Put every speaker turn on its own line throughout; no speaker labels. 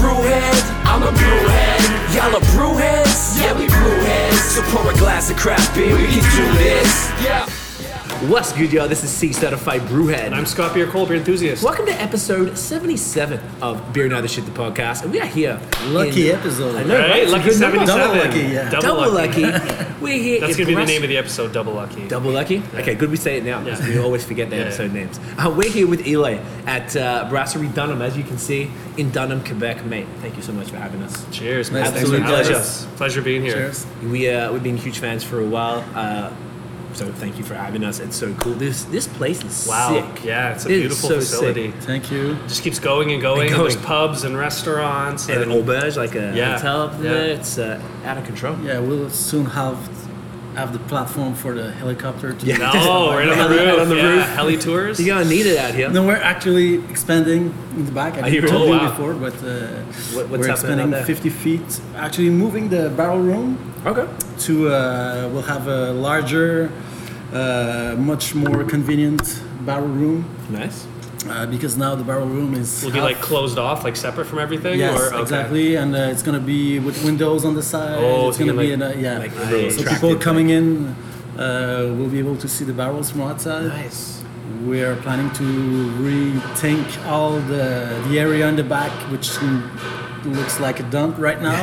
brew head? I'm a brew head. Y'all are brew heads? Yeah, we brew heads. So pour a glass of craft beer, we can do this. Yeah.
What's good, y'all? This is C Certified Brewhead.
I'm Scott Beer, cold beer enthusiast.
Welcome to episode 77 of Beer and Other Shit, the podcast. And we are here.
Lucky
in-
episode.
I know,
Right?
right?
Lucky
It's a good number.
77.
Double lucky, yeah.
Double lucky. We're here. in
That's going to be the
Brass-
name of the episode, Double Lucky.
Double lucky? Okay, good we say it now because
Yeah.
we always forget the
Yeah.
episode names. Uh, we're here with Eli at uh, Brasserie Dunham, as you can see, in Dunham, Quebec, mate. Thank you so much for having us.
Cheers,
Nice,
man.
thanks for
Absolute
having
pleasure.
us.
Pleasure being here.
Cheers.
We, uh, we've been huge fans for a while. Uh, so thank you for having us. It's so cool. This this place is
Wow.
sick.
Yeah, it's a
It is
beautiful
so sick.
facility.
Thank you.
Just keeps going and going.
And
and there's
going.
pubs and restaurants.
And
And,
an auberge, like a
Yeah.
hotel up
Yeah.
there. It's uh, out of control.
Yeah, we'll soon have have the platform for the helicopter. To
Yeah.
no, Oh, right on the
Heli-
roof.
on the
yeah.
roof.
Heli tours.
You're gonna need it out here.
No, we're actually expanding in the back. I
you
told
really?
you
Wow.
before, but uh,
What- what's happening
we're
out
expanding
there?
50 feet. Actually, moving the barrel room
Okay.
to uh, we'll have a larger, uh, much more convenient barrel room
Nice.
uh, because now the barrel room is
Will be
half-
like closed off, like separate from everything.
Yes,
or, okay.
exactly, and uh, it's gonna be with windows on the side.
Oh,
it's
so you
gonna be
can,
in a, yeah.
like, really
so
attractive,
people
like-
coming in uh, will be able to see the barrels from outside.
Nice.
We are planning to rethink all the the area in the back, which mm, looks like a dump right now.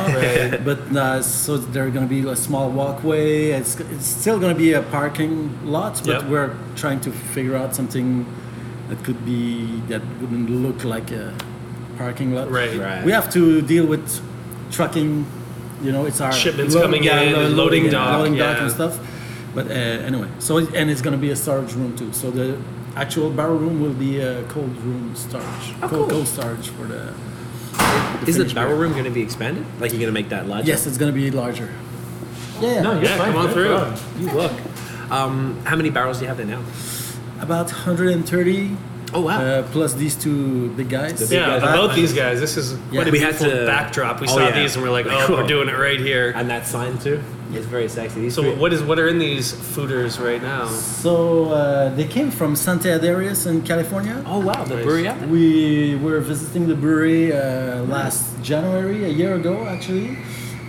But uh, so there are gonna be a small walkway. It's it's still gonna be a parking lot, but
Yep.
we're trying to figure out something that could be that wouldn't look like a parking lot.
Right.
Right.
We have to deal with trucking. You know, it's our
Shipments coming in,
lo-
loading dock,
loading dock
yeah.
and stuff. But uh, anyway, so it- and it's going to be a storage room too. So the actual barrel room will be a cold room storage, cold,
cool.
cold storage for the. the
Is the
finished
barrel
beer.
room gonna be expanded? Like you're gonna make that larger?
Yes, it's going to be larger. Yeah.
No, you're
Yeah,
Oh, fine.
come on
No
through.
problem. You look. Um, how many barrels do you have there now?
About 130.
Oh, wow.
Uh, plus these two big guys.
The big
Yeah,
guys.
about these guys. This is
Yeah.
what a
We had
beautiful
to-
backdrop. We
Oh,
saw
yeah.
these and we're like, oh, we're doing it right here.
And that sign too. It's very sexy. These
So
three-
what is what are in these fooders right now?
So uh, they came from Santa Adarius in California.
Oh wow, the
Nice.
brewery out there.
We were visiting the brewery uh, last January, a year ago actually,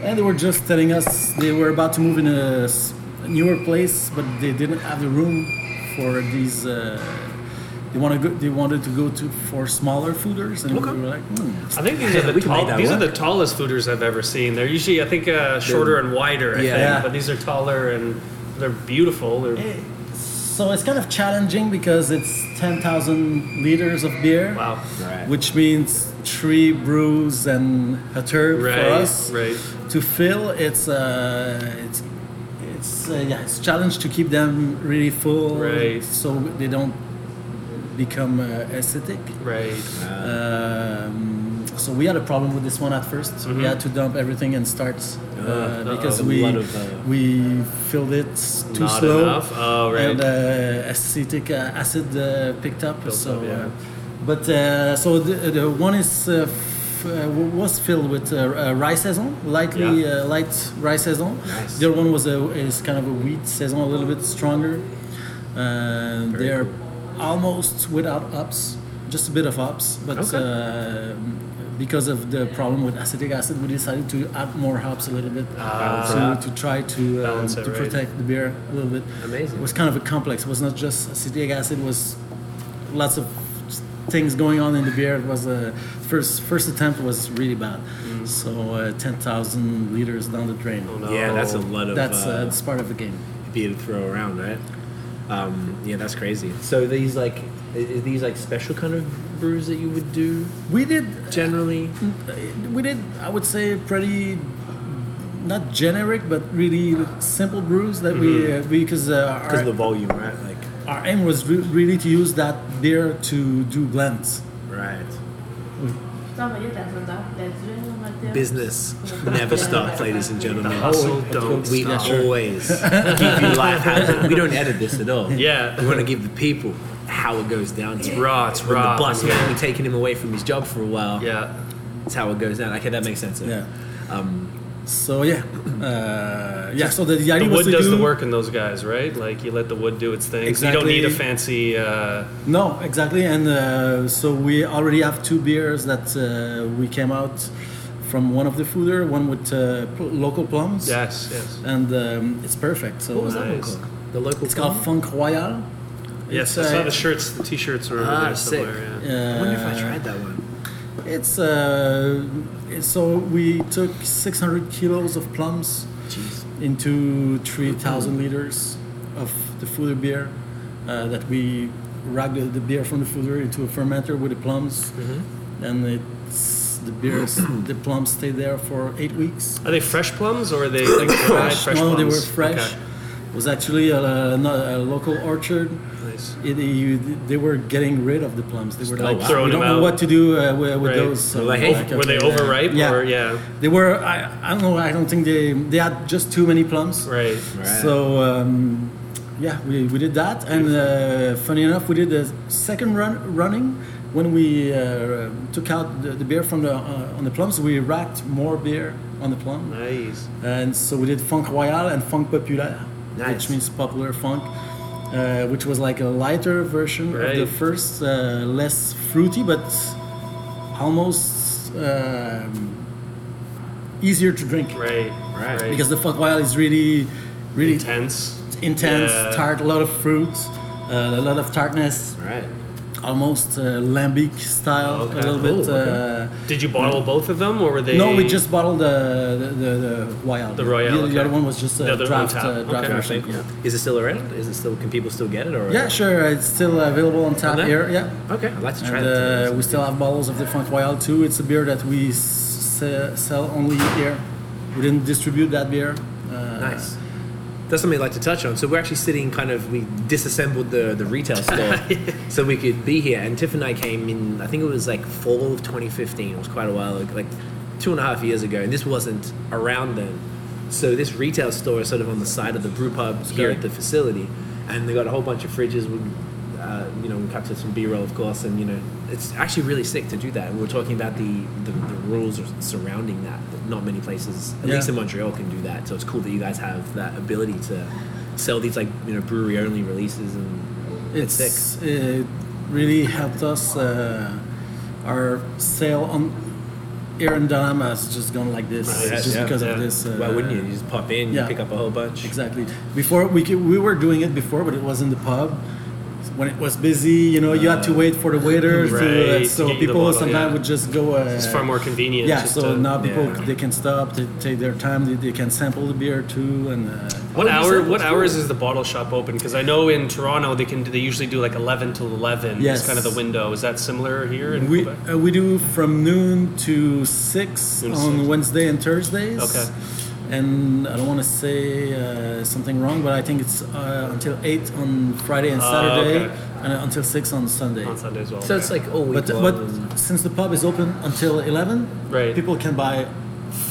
and they were just telling us they were about to move in a s- newer place, but they didn't have the room for these. Uh, they wanted go, they wanted to go to for smaller fooders, and we were like, hmm.
I think these
Yeah,
are the
we can
tall,
make that
these are the
work.
tallest fooders I've ever seen. They're usually I think uh, shorter and wider. I
Yeah.
think,
Yeah.
but these are taller and they're beautiful. They're,
So it's kind of challenging because it's ten thousand liters of beer.
wow,
Right.
Which means three brews and a third for
right,
us.
right.
to fill it's uh, it's it's uh, yeah it's a challenge to keep them really full
Right.
so they don't become uh, acidic
Right.
um, so we had a problem with this one at first so
Mm-hmm.
we had to dump everything and start uh,
Uh-huh.
because
a
we
lot of, uh,
we filled it s- too
Not
slow
enough. Oh, right.
and uh, acetic uh, acid uh, picked up so
up, yeah.
uh, but uh, so the, the one is uh, f- uh, was filled with uh, uh, rice saison, lightly
Yeah.
uh, light rice saison. The other one was a is kind of a wheat saison, a little bit stronger. Uh, they're almost without ups, just a bit of ups, but
Okay.
uh, because of the problem with acetic acid, we decided to add more hops a little bit to, to try to um,
Ah, Balance it,
to
right.
protect the beer a little bit.
Amazing.
It was kind of a complex. It was not just acetic acid. It was lots of things going on in the beer. It was a first first attempt was really bad. So uh, ten thousand liters down the drain.
Oh, no.
Yeah, that's a lot of
That's uh,
uh,
that's part of the game.
beer to throw around, right? Um, yeah, that's crazy. So these like i- is these like special kind of brews that you would do
We did
generally?
we did I would say pretty not generic but really simple brews that we uh, because uh,
Because
our,
of the volume, right? Like
our aim was re- really to use that beer to do blends.
right.
Toma ali atrás, não dá? That's really what I'm doing.
Business never stops, ladies and gentlemen.
Hustle, don't
We
stop.
always give you live houses. We don't edit this at all.
Yeah.
We want to give the people how it goes down. It's
raw, it's
when
raw.
The boss
Yeah.
man, we taking him away from his job for a while.
Yeah.
That's how it goes down. Okay, that makes sense.
Yeah. so yeah, uh, yeah. So the, the
The
idea was
wood
to
does
do
the work in those guys, right? Like you let the wood do its thing. You don't
Exactly.
need a fancy. Uh,
No, exactly. And uh, so we already have two beers that uh, we came out from one of the fooder, one with uh, pl- local plums.
yes, yes.
And um, it's perfect. So uh,
What was that one
Nice.
called? The local.
It's called Funk Royal.
Yes,
It's,
I saw
uh,
the shirts, the t-shirts are over
Ah,
there
sick.
somewhere. Yeah.
I wonder if I
Uh,
tried that one.
It's uh, so we took 600 kilos of plums
Jeez.
into 3,000 liters of the fooder beer uh, that we ragged the- the beer from the fooder into a fermenter with the plums,
Mm-hmm.
and it's the beers the plums stayed there for eight weeks.
Are they fresh plums or are they like dried fresh
no,
plums?
they were fresh.
Okay.
It was actually a, a, a local orchard.
Nice.
It, you, they were getting rid of the plums. They were
Oh,
like,
wow.
we
Throwing
don't
them
know
out."
what to do uh, with, with
Right.
those.
Were they-
like,
Were they
okay, uh,
overripe
yeah.
or yeah?
They were. I, I don't know. I don't think they they had just too many plums.
Right.
So um, yeah, we, we did that, and uh, funny enough, we did the second run running when we uh, took out the, the beer from the uh, on the plums. We racked more beer on the plum,
Nice.
and so we did funk royal and funk populaire,
Nice.
which means popular funk. Uh, which was like a lighter version of the
Right.
first, uh, less fruity, but almost um, easier to drink
Right. Right.
because the funk wild is really, really intense,
intense. Yeah.
tart, a lot of fruit, uh, a lot of tartness,
All right.
almost uh, lambic style,
Okay.
a little bit.
Cool, okay.
Uh,
Did you bottle both of them or were they?
no, we just bottled the the, the, the wild.
The Royale,
The, the
okay.
other one was just
The
a
other
draft,
on tap.
uh, draft
Okay.
version.
Cool. Is it still around? Is it still? Can people still get it? Or
Yeah, sure. uh, It's still available on tap
Okay.
here. Yeah,
Okay, I'd like to try
and
that.
uh, we still have bottles of the Funk Wild too. It's a beer that we s- sell only here. We didn't distribute that beer. Uh,
Nice. That's something I'd like to touch on. So we're actually sitting kind of we disassembled the, the retail store so we could be here. And Tiff and I came in I think it was like fall of twenty fifteen, it was quite a while ago, like two and a half years ago, and this wasn't around then. So this retail store is sort of on the side of the brew pub here
great.
at the facility. And they got a whole bunch of fridges with uh, you know, we captured some B-roll, of course, and you know, it's actually really sick to do that. And we were talking about the, the, the rules surrounding that. that Not many places, at
Yeah.
least in Montreal can do that. So it's cool that you guys have that ability to sell these like you know brewery only releases and it's, sick.
it's it really helped us. Uh, our sale on here in Dalama has just gone like this,
Right,
just
yeah,
because of
yeah.
this. Uh,
Why wouldn't you? You just pop in,
yeah.
you pick up a whole bunch.
Exactly. Before we could, we were doing it before, but it was in the pub. When it was busy, you know, you had to wait for the waiters. to,
Uh,
uh,
Right, to
so
get you the
people
bottle,
sometimes
yeah.
would just go. Uh,
It's far more convenient.
yeah.
just
So
to-
now people
yeah.
they can stop, they take their time, they, they can sample the beer too, and. Uh,
What
Oh, you
hour?
said
What
before.
hours is the bottle shop open? Because I know in Toronto they can they usually do like eleven till eleven.
Yes.
It's kind of the window. Is that similar here in
We,
Quebec?
uh, we do from noon to six
Noon to
on
six.
Wednesday and Thursdays.
Okay.
And I don't want to say uh, something wrong, but I think it's uh, until eight on Friday and
Ah,
Saturday,
okay.
and until six on Sunday.
On Sunday as well.
So it's
okay.
like all week
But
long.
but since the pub is open until eleven,
Right.
People can buy.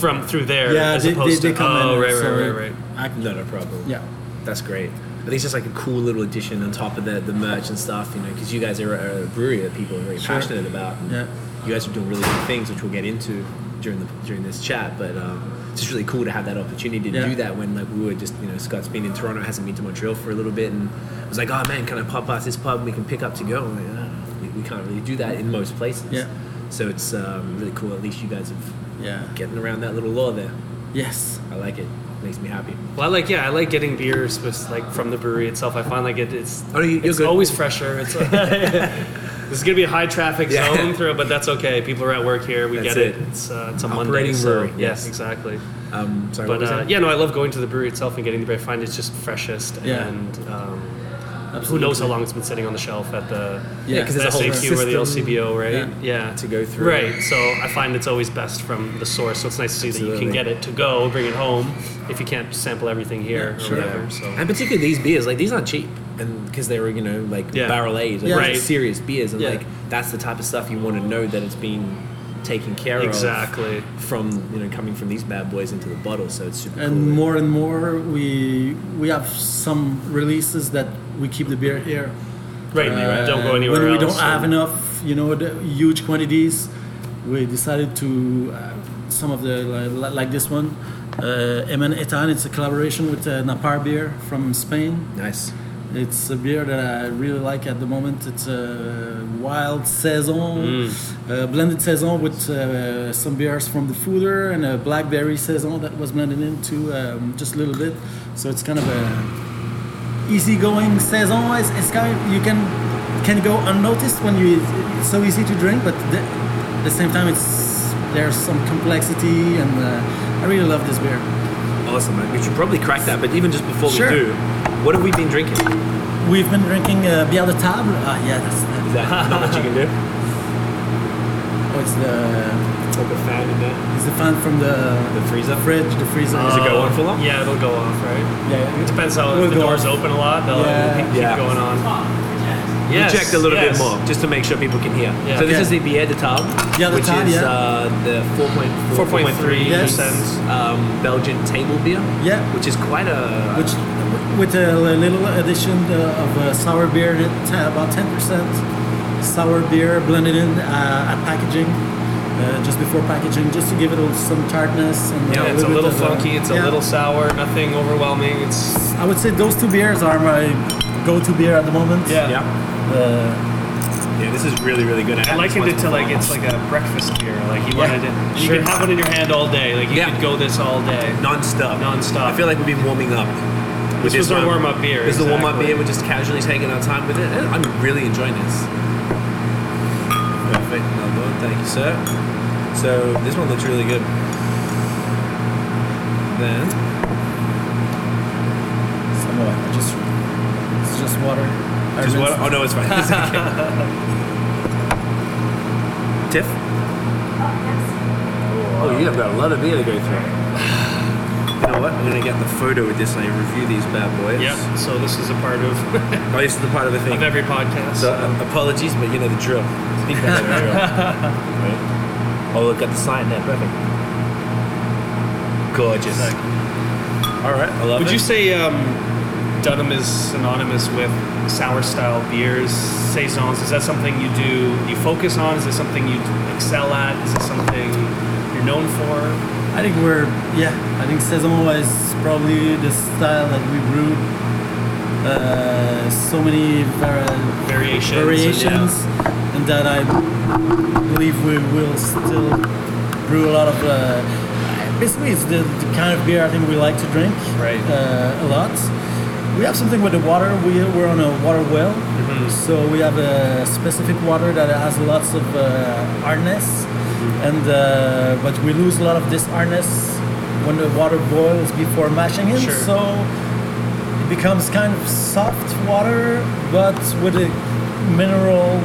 from through there.
Yeah,
as
they, they,
opposed
they
to,
come
oh,
in.
right,
so
right,
it-
right, right.
I can-
not a problem.
Yeah.
That's great. I think it's just like a cool little addition on top of the, the merch and stuff, you know, because you guys are a, a brewery that people are very
Sure.
passionate about. and
Yeah.
You guys are doing really good things, which we'll get into during the during this chat. But um, it's just really cool to have that opportunity to
Yeah.
do that when like we were just you know Scott's been in Toronto, hasn't been to Montreal for a little bit, and I was like, oh man, can I pop past this pub? We can pick up to go. I'm like, "Ah, we, we can't really do that in most places.
Yeah.
So it's um, really cool. At least you guys have
Yeah.
getting around that little law there.
Yes.
I like it. Makes me happy.
Well, I like yeah, I like getting beers with like from the brewery itself. I find like it, it's
Oh, you- you're
it's
good.
always fresher. It's this is gonna be a high traffic
Yeah.
zone through, but that's okay. People are at work here. We
That's
get it.
it.
It's uh, it's a Monday.
Operating
So,
brewery, yes.
yes, exactly.
Um, sorry, what
But
was
uh,
that?
yeah, no, I love going to the brewery itself and getting the beer. I find it's just freshest
Yeah.
and. Um, Who
Absolutely.
knows how long it's been sitting on the shelf at the
Yeah,
'cause
the
there's a whole
SAQ or the
system,
LCBO, right? Yeah.
to go through.
Right. So I find it's always best from the source. So it's nice to see that you
Absolutely.
can get it to go, bring it home if you can't sample everything here
Yeah, sure.
or whatever. So
And particularly these beers, like these aren't cheap, and because they were you know like
Yeah.
barrel aged, like
Yeah.
these are
Right.
serious beers, and
Yeah.
like that's the type of stuff you want to know that it's been taken care
Exactly.
of from you know coming from these bad boys into the bottle. So it's super
and
cool.
more and more we we have some releases that we keep the beer here.
Right,
Uh,
don't go anywhere
when
else.
we don't have
and-
enough, you know, the huge quantities, we decided to uh, some of the like, like this one, uh, Eman Etan. It's a collaboration with uh, Napar beer from Spain.
nice.
It's a beer that I really like at the moment. It's a wild saison, uh, blended saison with uh, some beers from the fooder and a blackberry saison that was blended into um, just a little bit. So it's kind of a easygoing saison. It's, it's kind of, you can can go unnoticed when you it's so easy to drink, but the, at the same time it's there's some complexity and uh, I really love this beer.
Awesome, man. We should probably crack that, but even just before
Sure.
we do, what have we been drinking?
We've been drinking uh, bière de table. Ah, yeah, that's
Is that not what you can do?
oh, it's the
Like a fan in there.
It's the fan from the
The freezer?
fridge, the freezer.
Does it go on for long?
Yeah, it'll go off, right?
Yeah,
It depends how
We'll
if the
go
doors
off.
open a lot. They'll
Yeah.
keep, keep
Yeah.
going on. Yes,
Eject a little
yes.
bit more, just to make sure people can hear.
Yeah.
So this
Yeah.
is the Bière de Table,
Bière de
which
Table,
is
yeah.
uh, the 4.4,
4.3
Yes.
percent.
um, Belgian table beer.
Yeah.
Which is quite a.
Which, with a li- little addition uh, of uh, sour beer, that t- about 10% sour beer blended in uh, at packaging, uh, just before packaging, just to give it a- some tartness. And
Yeah, it's a
bit
little
of,
funky. It's
yeah.
a little sour. Nothing overwhelming. It's
I would say those two beers are my go-to beer at the moment.
yeah.
yeah.
Uh,
Yeah, this is really, really good.
I likened it to like it's like a breakfast beer. Like you wanted it, you could have one in your hand all day. Like you
Yeah.
could go this all day.
non-stop.
Non-stop.
I feel like we've been warming up. With
This was our
one.
warm-up beer,
This is a warm-up
exactly.
beer. We're just casually taking our time with it. and I'm really enjoying this. Perfect. Well done. Thank you, sir. So this one looks really good. Then
some of it, just, it's just water. I
just what?
rinsed-
Oh no, it's fine. It's okay. Tiff. Oh, you have got a lot of beer to go through. You know what? I'm gonna get the photo with this and I review these bad boys.
Yeah. So this is a part of
Oh, this is the part of the thing.
of every podcast.
So um, apologies, but you know the drill. Speak better. right? Oh, look at the sign there. Perfect. Gorgeous.
Sick.
All right, I love
Would
it.
you say um, Dunham is synonymous with sour style beers, saisons? Is that something you do? You focus on? Is it something you excel at? Is it something you're known for?
I think we're yeah. I think saison is probably the style that we brew. Uh, so many vari-
Variations.
variations, and that I believe we will still brew a lot of. Uh, basically, it's the, the kind of beer I think we like to drink
Right.
uh, a lot. We have something with the water. We, we're on a water well,
Mm-hmm.
so we have a specific water that has lots of uh, hardness,
Mm-hmm.
and uh, but we lose a lot of this hardness when the water boils before mashing it.
Sure.
So it becomes kind of soft water, but with a mineral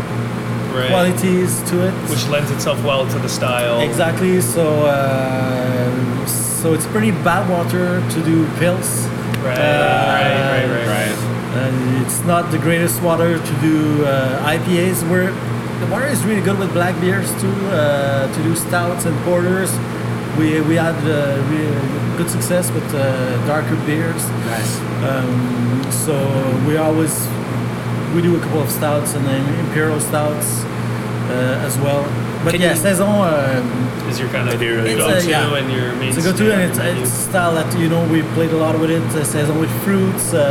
Right.
qualities to it.
Which lends itself well to the style.
exactly. So uh, so it's pretty bad water to do pills.
Right.
Uh,
right. Right. Right.
And it's not the greatest water to do uh, IPAs. Where the water is really good with black beers too. Uh, to do stouts and porters, we we had uh, re- good success with uh, darker beers.
Nice.
Um, so we always we do a couple of stouts and then imperial stouts uh, as well. But
Can
yeah,
you-
saison um,
Is your kind of
do really
It's
go-to
a- yeah.
and your main.
it's a go-to and it's, it's style that you know we played a lot with it. Uh, saison with fruits, uh,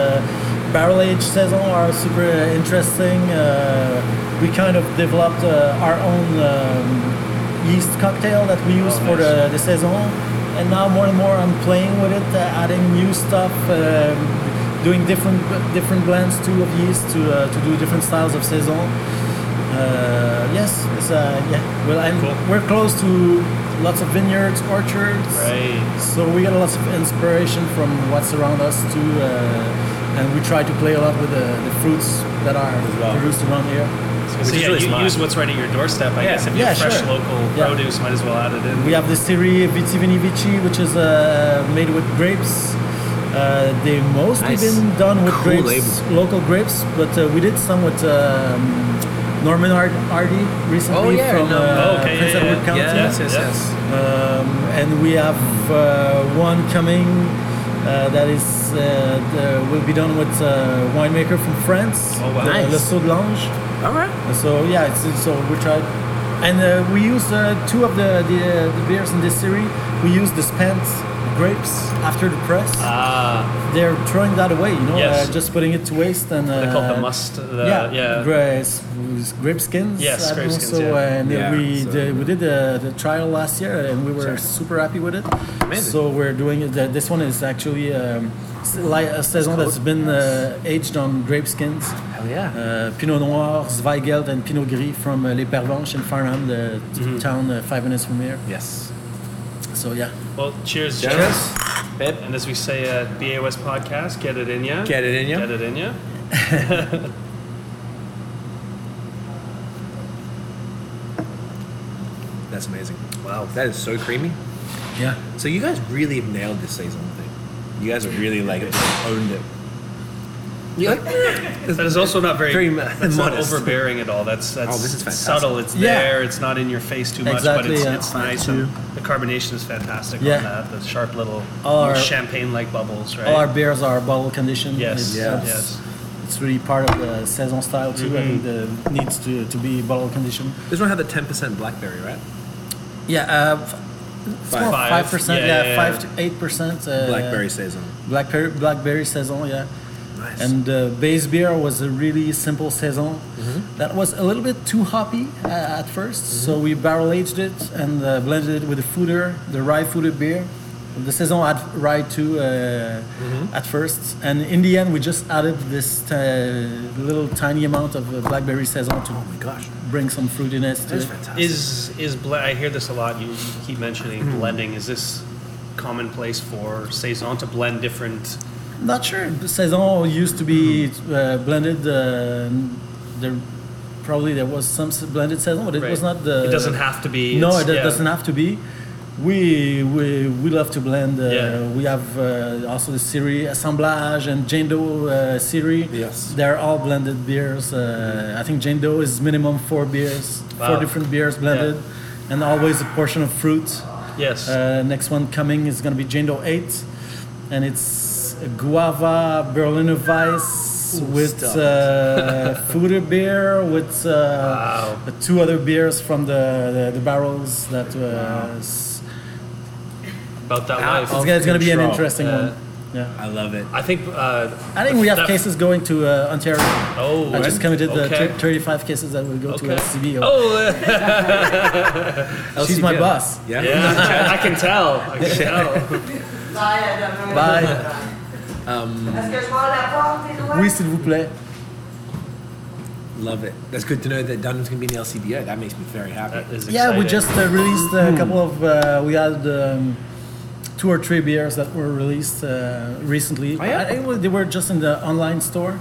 barrel aged saison are super uh, interesting. Uh, we kind of developed uh, our own um, yeast cocktail that we use for the, the saison, and now more and more I'm playing with it, uh, adding new stuff. Um, Doing different different blends too of yeast to, uh, to do different styles of saison. Uh, yes, it's uh, yeah. Well, and
Cool.
we're close to lots of vineyards, orchards.
Right.
So we get lots of inspiration from what's around us too, uh, and we try to play a lot with the, the fruits that are
well.
produced around here.
So
is
yeah,
really
you
smart.
use what's right at your doorstep. I
Yeah.
guess if you
Yeah,
have fresh
sure.
local
Yeah.
produce, might as well add it in.
We have the Siri Vici Vini Vici, which is uh, made with grapes. Uh, they mostly
Nice.
been done with
Cool
grapes,
label.
local grapes, but uh, we did some with um, Norman Ar- Hardy recently
Oh, yeah,
from
no.
uh,
Oh, okay,
Prince
yeah,
Edward
yeah,
County.
yeah.
Yes, yes, yes.
Um, and we have uh, one coming uh, that is uh, the, will be done with uh, winemaker from France,
Oh, wow.
the
Nice.
Le Saudlange.
All right.
So yeah, it's, it's- so we tried, and uh, we used uh, two of the, the uh, the beers in this series. We used the spent grapes after the press.
Ah,
They're throwing that away, you know,
Yes.
uh, just putting it to waste and. Uh,
they call it the must. The,
yeah,
yeah,
gra- s- s- grape skins.
Yes,
I
grape
know,
skins,
So, uh,
yeah.
and
Yeah,
we
so-
did, we did the, the trial last year, and we were
Sure.
super happy with it.
Amazing.
So we're doing it. that- This one is actually um, s- like a saison that's been uh, aged on grape skins.
Hell yeah.
Uh, Pinot Noir, Zweigelt, and Pinot Gris from uh, Les Pervenches in Farnham, the t-
Mm-hmm.
town uh, five minutes from here.
Yes.
So yeah,
Well, cheers,
Cheers.
cheers.
Babe.
And as we say at BAOS Podcast, get it in ya.
Get it in ya.
Get it in ya.
That's amazing. Wow, that is so creamy.
yeah.
So you guys really have nailed this season thing. You guys have really like just owned it. You
That is also not very,
Very mo-
that's not
modest.
overbearing at all. That's that's
Oh, this is fantastic.
subtle. It's
Yeah.
there. It's not in your face too much,
Exactly,
but it's,
yeah.
it's nice. And the carbonation is fantastic
Yeah.
on that. The sharp little
All our-
champagne-like bubbles, right?
All our beers are bottle conditioned.
yes,
It's,
Yeah.
it's-
yes.
It's really part of the saison style too. I think
Mm-hmm.
the needs to, to be bottle conditioned.
This one had the ten percent blackberry, right?
Yeah, uh, f- it's
Five.
more
Five.
five percent.
Yeah,
Yeah,
yeah,
five
yeah.
to eight percent. Uh,
Blackberry saison.
Blackberry, blackberry saison. Yeah.
Nice.
And the base beer was a really simple saison
Mm-hmm.
that was a little bit too hoppy uh, at 1st So we barrel aged it and uh, blended it with the fooder, the rye fooder beer. The saison had rye too uh,
Mm-hmm.
at first, and in the end we just added this uh, little tiny amount of uh, blackberry saison to
oh my gosh,
bring some fruitiness to
that is
it.
fantastic.
Is is ble- I hear this a lot. You you keep mentioning
Hmm.
blending. Is this commonplace for saison to blend different?
Not sure. The Saison used to be
Mm-hmm.
uh, blended. Uh, there probably there was some s- blended saison, but it was
Right.
not the.
It doesn't have to be.
No,
it's-
it do-
yeah.
doesn't have to be. We we, we love to blend. Uh,
Yeah.
We have uh, also the Siri assemblage and Jane Doe uh, Siri.
Yes.
they're all blended beers. Uh, I think Jane Doe is minimum four beers,
Wow.
four different beers blended, and always a portion of fruit.
Yes.
Uh, next one coming is going to be Jendo 8, and it's guava Berliner Weiss with
stop
uh, Fuder beer with uh,
Wow.
two other beers from the, the, the barrels that uh, s-
About that
Ah,
life.
it's, uh, gonna, it's gonna be an
Control.
interesting
Yeah.
one. Yeah.
I love it.
I think. Uh,
I think we have
that-
cases going to uh, Ontario.
Oh,
I just committed the
okay.
thir- 35 cases that will go to
Okay.
SCB.
Oh, uh,
Oh, She's my boss.
Yeah.
Yeah, I can tell. I can tell.
Bye.
Est-ce que je prends la porte, Éloi?
Oui, s'il vous plaît.
Love it. That's good to know that Dunham's gonna be in the LCBO. That makes me very happy.
That is
Yeah, we
exciting.
just uh, released a couple of. Uh, we had um, two or three beers that were released uh, recently.
Oh, yeah?
I think we- they were just in the online store.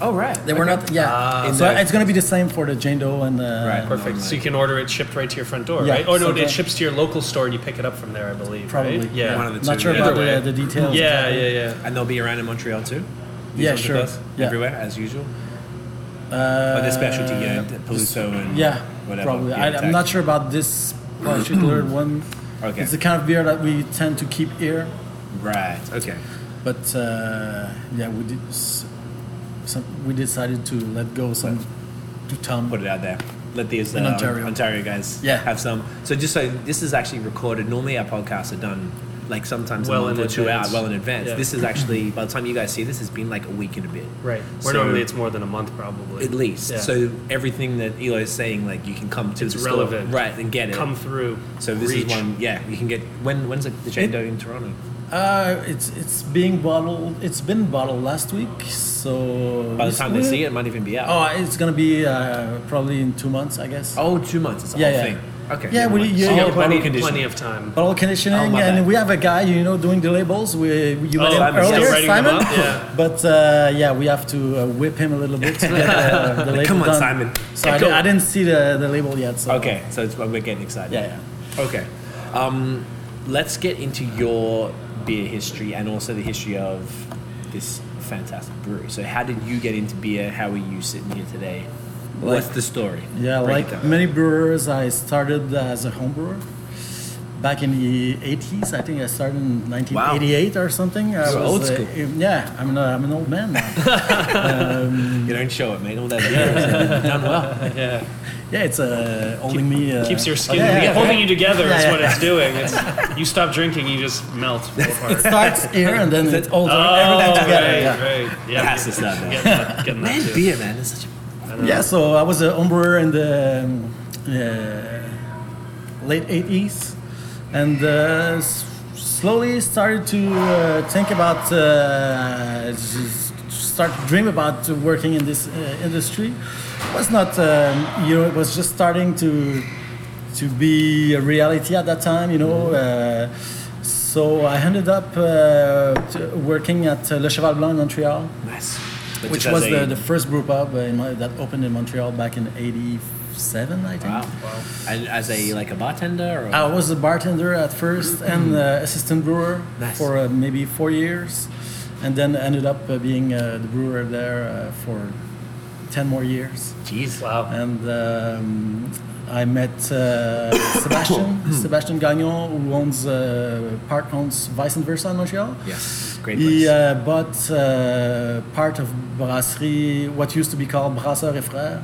oh right.
They were not. Yeah.
Ah.
so
In the-
it's gonna be the same for the Jane Doe and. Uh,
Right.
perfect. So you can order it shipped right to your front door,
Yeah,
right? Oh no,
so
it
that-
ships to your local store and you pick it up from there, I believe.
Probably.
Right? Yeah.
One of the
Not
two,
sure
yeah.
about
Either
the,
way.
the details.
yeah,
exactly.
yeah, yeah.
And they'll be around in Montreal too. These
Yeah,
ones with
sure.
us?
Yeah.
Everywhere as usual.
Uh,
But their specialty, yeah, the Peluso and
Yeah,
whatever.
probably.
Yeah,
I,
exactly.
I'm not sure about this particular one.
Okay.
It's the kind of beer that we tend to keep here,
Right. Okay.
but uh, yeah, we did. s- Some, we decided to let go some to Tom.
put it out there. Let these uh,
In Ontario.
Ontario guys
Yeah.
have some. So just so this is actually recorded. Normally our podcasts are done like sometimes
Well
a month
in
or two
advance.
out, well in advance.
Yeah.
This is actually by the time you guys see this, it's been like a week and a bit.
Right. Where
So-
normally it's more than a month, probably.
At least.
Yeah.
So everything that Elo is saying, like you can come to
It's
the
relevant.
store, right, and get it.
come through.
so this
reach.
is one. Yeah, you can get when. When's it, the Jane Doe in Toronto?
Uh, it's it's being bottled. It's been bottled last week, so
By the time they see it, it might even be out.
oh, it's gonna be uh, probably in two months, I guess.
Oh, two months. It's a
Yeah,
whole
yeah.
thing. Okay.
Yeah,
never
we-
mind. Oh,
yeah,
So
yeah.
you have plenty,
Bottle conditioning.
plenty of time.
Bottle conditioning,
Oh, my
and
bad.
we have a guy, you know, doing the labels. We you met
Oh,
him
Simon, yeah,
earlier,
writing them
Simon.
up, yeah.
But uh, yeah, we have to uh, whip him a little bit to get uh, the label
Come on,
done.
Simon.
So
Yeah,
I, di-
go.
I didn't see the, the label yet. So
Okay, so it's, we're getting excited.
Yeah, yeah.
Okay. Um, let's get into your beer history and also the history of this fantastic brewery. So, how did you get into beer? How are you sitting here today? What's the story?
Yeah,
Break it
like
down.
many brewers, I started as a home brewer back in the 80s. I think I started in 1988 or something. I
So old
uh,
school.
yeah, I'm, a, I'm an old man now.
You don't show it, man. All that yeah. done well.
Yeah.
yeah, it's uh, holding me. Uh,
Keeps your skin
yeah, yeah.
holding you together is
Yeah,
what
yeah.
it's doing. It's, you stop drinking, you just melt. real hard.
It starts here and then it's all
Oh,
everything together.
right,
yeah.
right. Yeah,
Pass this out, man.
Getting that, getting that
Man,
too.
beer, man. It's such a
Yeah, so I was a home brewer in the um, uh, late 80s and uh, s- slowly started to uh, think about, uh, s- start to dream about working in this uh, industry. It was not, um, you know, it was just starting to, to be a reality at that time, you know. Uh, so I ended up uh, t- working at uh, Le Cheval Blanc in Montreal
mess.
which was the, the first brew pub in Mon- that opened in Montreal back in '87, I think.
wow. wow. And as a like a bartender or
I was a bartender at first and uh, assistant brewer
Nice.
for uh, maybe four years, and then ended up uh, being uh, the brewer there uh, for ten more years.
jeez.
Wow.
And um, I met uh, Sebastian Sebastian Gagnon, who owns uh, part owns Vice and Versa in Montreal.
Yes, great place.
He uh, bought uh, part of Brasserie, what used to be called Brasseur et Frères,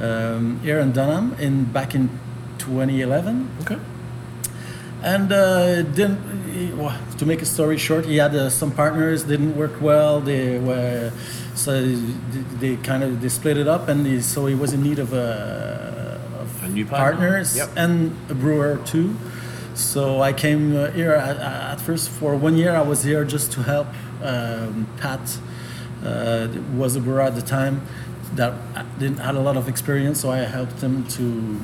um, here in Dunham in back in 2011.
Okay.
And uh, didn't, he- well, to make a story short, he had uh, some partners didn't work well. They were so they, they kind of they split it up, and he, so he was in need of a, of
A new partner.
partners
Yep.
and a brewer too. So I came uh, here at, at first for one year. I was here just to help um, Pat, uh, was a brewer at the time that didn't had a lot of experience. So I helped him to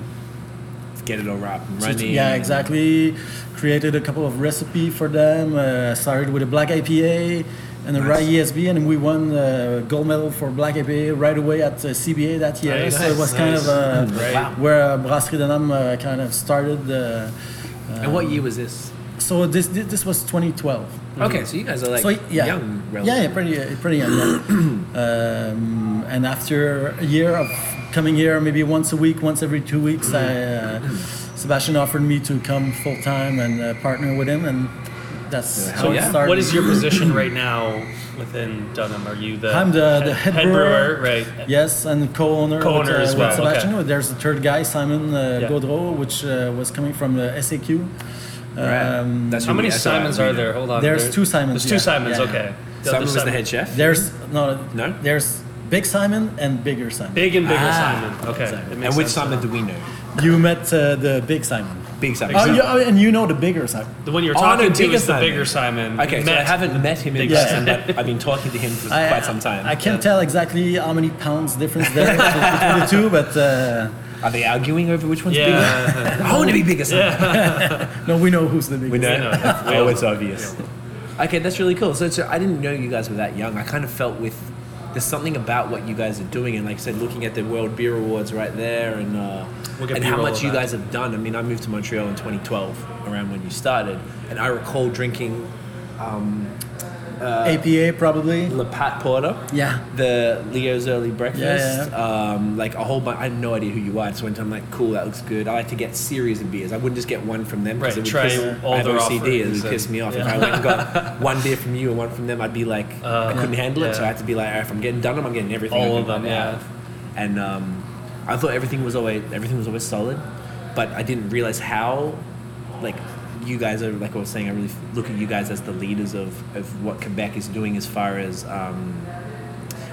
Get it all wrapped and
so it's-
running.
Yeah, exactly. Created a couple of recipe for them. Uh, started with a black IPA and a rye ESB, and we won uh, gold medal for black IPA right away at uh, CBA that year.
Nice,
so it was kind of
nice,
uh,
nice. Wow.
where uh, Brasserie de Nam uh, kind of started. Uh,
And what year was this?
so this this was 2012
Okay, so you guys are like young.
yeah,
relatively.
yeah, pretty, uh, pretty young. yeah. um, and after a year of coming here, maybe once a week, once every two weeks, I, uh, Sebastian offered me to come full time and uh, partner with him, and that's how
So
it
yeah.
started.
what is your position right now within Dunham? Are you the
I'm the, the head, brewer.
right?
Yes, and co-owner.
Co-owner
with,
as well,
with Sebastian.
okay.
There's a third guy, Simon uh,
Yeah.
Gaudreau, which uh, was coming from the SAQ. Um,
That's
How
who
many
we- that's how I
Simons
read
are
it.
there? Hold on.
There's
there-
two Simons,
There's two
yeah,
Simons.
yeah.
Okay. The
Simon
other
was the
Simon.
head chef.
There's no,
No?
There's Big Simon and Bigger Simon.
Big and bigger
Ah.
Simon. Okay. It
And
makes
which
sense.
Simon do we know?
You met uh, the big Simon.
Big Simon.
Oh, you, oh, and you know the bigger Simon.
The one you're
Oh, I know
talking to
bigger
is the
Simon.
bigger Simon.
Okay, so I
Matt.
haven't met him in
Big
Simon.
person, but I've been talking to him for
I-
quite some time.
I can't tell exactly how many pounds difference there is between the two, but uh,
Are they arguing over which one's
Yeah.
bigger? I want to be bigger. Simon.
no, we know who's the biggest.
We know.
I know. We
oh,
all-
it's obvious. Okay, that's really cool. So, so I didn't know you guys were that young. I kind of felt with there's something about what you guys are doing, and like I said, looking at the World Beer Awards right there, and uh,
We'll get
and
beer
how
all
much
of
you
that.
guys have done. I mean, I moved to Montreal in 2012, around when you started, and I recall drinking
APA probably.
Le Pat Porter.
Yeah.
the Leo's early breakfast.
Yeah,
Um, like a whole bunch. I had no idea who you were. I just went to. I'm like, cool, that looks good. I like to get series of beers. I wouldn't just get one from them
Right,
it would
try
piss,
all
I have
their
OCD and it
offerings
would piss
and-
me off. If I went and got one beer from you and one from them, I'd be like, I couldn't handle it. So I
Uh, Yeah.
had to be like, if I'm getting done, I'm getting everything. I can
All of them,
buy
yeah.
And um, I thought everything was always everything was always solid, but I didn't realize how, like. You guys are like I was saying. I really look at you guys as the leaders of, of what Quebec is doing as far as um,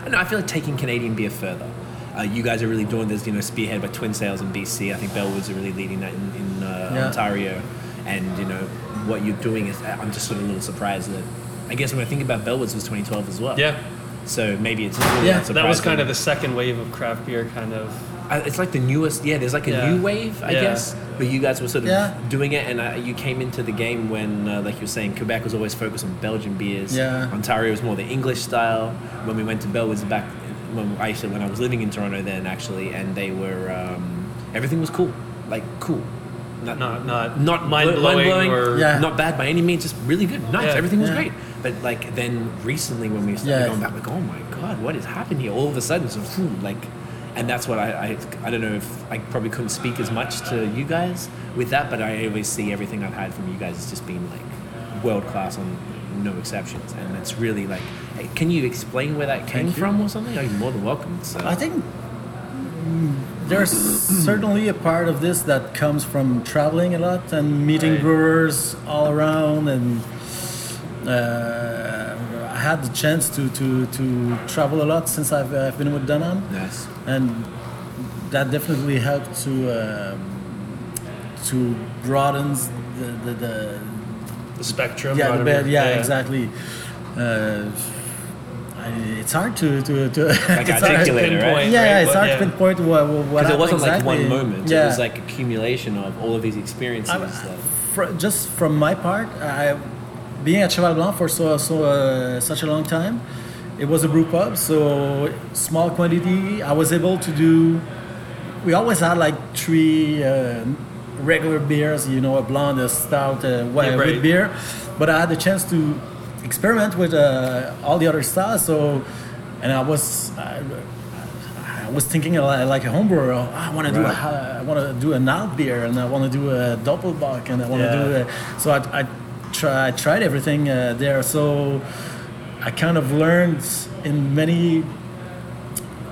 I know, I feel like taking Canadian beer further. Uh, you guys are really doing this, you know, spearhead by Twin Sales in BC. I think Bellwoods are really leading that in, in uh,
Yeah.
Ontario. And, you know, what you're doing is, I'm just sort of a little surprised that, I guess when I think about Bellwoods it was 2012 as well.
Yeah.
So maybe it's really
Yeah.
not surprising.
That was kind of the second wave of craft beer, kind of.
I- It's like the newest, yeah, there's like a
Yeah.
new wave, I
Yeah.
guess. But you guys were sort of
Yeah.
doing it, and uh, you came into the game when, uh, like you were saying, Quebec was always focused on Belgian beers.
Yeah.
Ontario was more the English style. When we went to Bellwoods back, when I actually when I was living in Toronto then actually, and they were um, everything was cool, like cool, not
Not- not
not
mind-blowing
mind-blowing,
or-
Yeah.
not bad by any means, just really good, nice.
Yeah.
Everything was
Yeah.
great. But like then recently when we started
Yeah.
going back, like oh my god, what has happened here? All of a sudden, so, phew, like and that's what I, I I don't know if I probably couldn't speak as much to you guys with that, but I always see everything I've had from you guys has just been like world class on no exceptions, and it's really like, hey, can you explain where that came from or something? I'm more than welcome. So
I think mm, there's certainly a part of this that comes from traveling a lot and meeting
Right.
brewers all around. And uh, I had the chance to, to, to travel a lot since I've, uh, I've been with Dunham.
nice.
and that definitely helped to uh, to broaden the the, the
The spectrum.
yeah the
whatever.
bed yeah, exactly. Uh, I, it's hard to to, to
Like
it's hard-
articulate it, right?
yeah,
Pinpoint,
yeah,
right,
it's
what-
hard
yeah.
to pinpoint what what
Because it wasn't
exactly.
like one moment.
Yeah.
It was like accumulation of all of these experiences.
I'm-
like-
fr- just from my part, I being at Cheval Blanc for so so uh, such a long time, it was a brew pub, so small quantity. I was able to do. We always had like three uh, regular beers, you know, a blonde, a stout, a white
Yeah, right.
beer, but I had the chance to experiment with uh, all the other styles. So, and I was. I, I was thinking a li- like a homebrewer. Oh, I want to do a,
Right.
ha- I want to do an alt beer, and I want to do a doppelbock, and I want to
Yeah.
do a. So I, I, try, I tried everything uh, there. So I kind of learned in many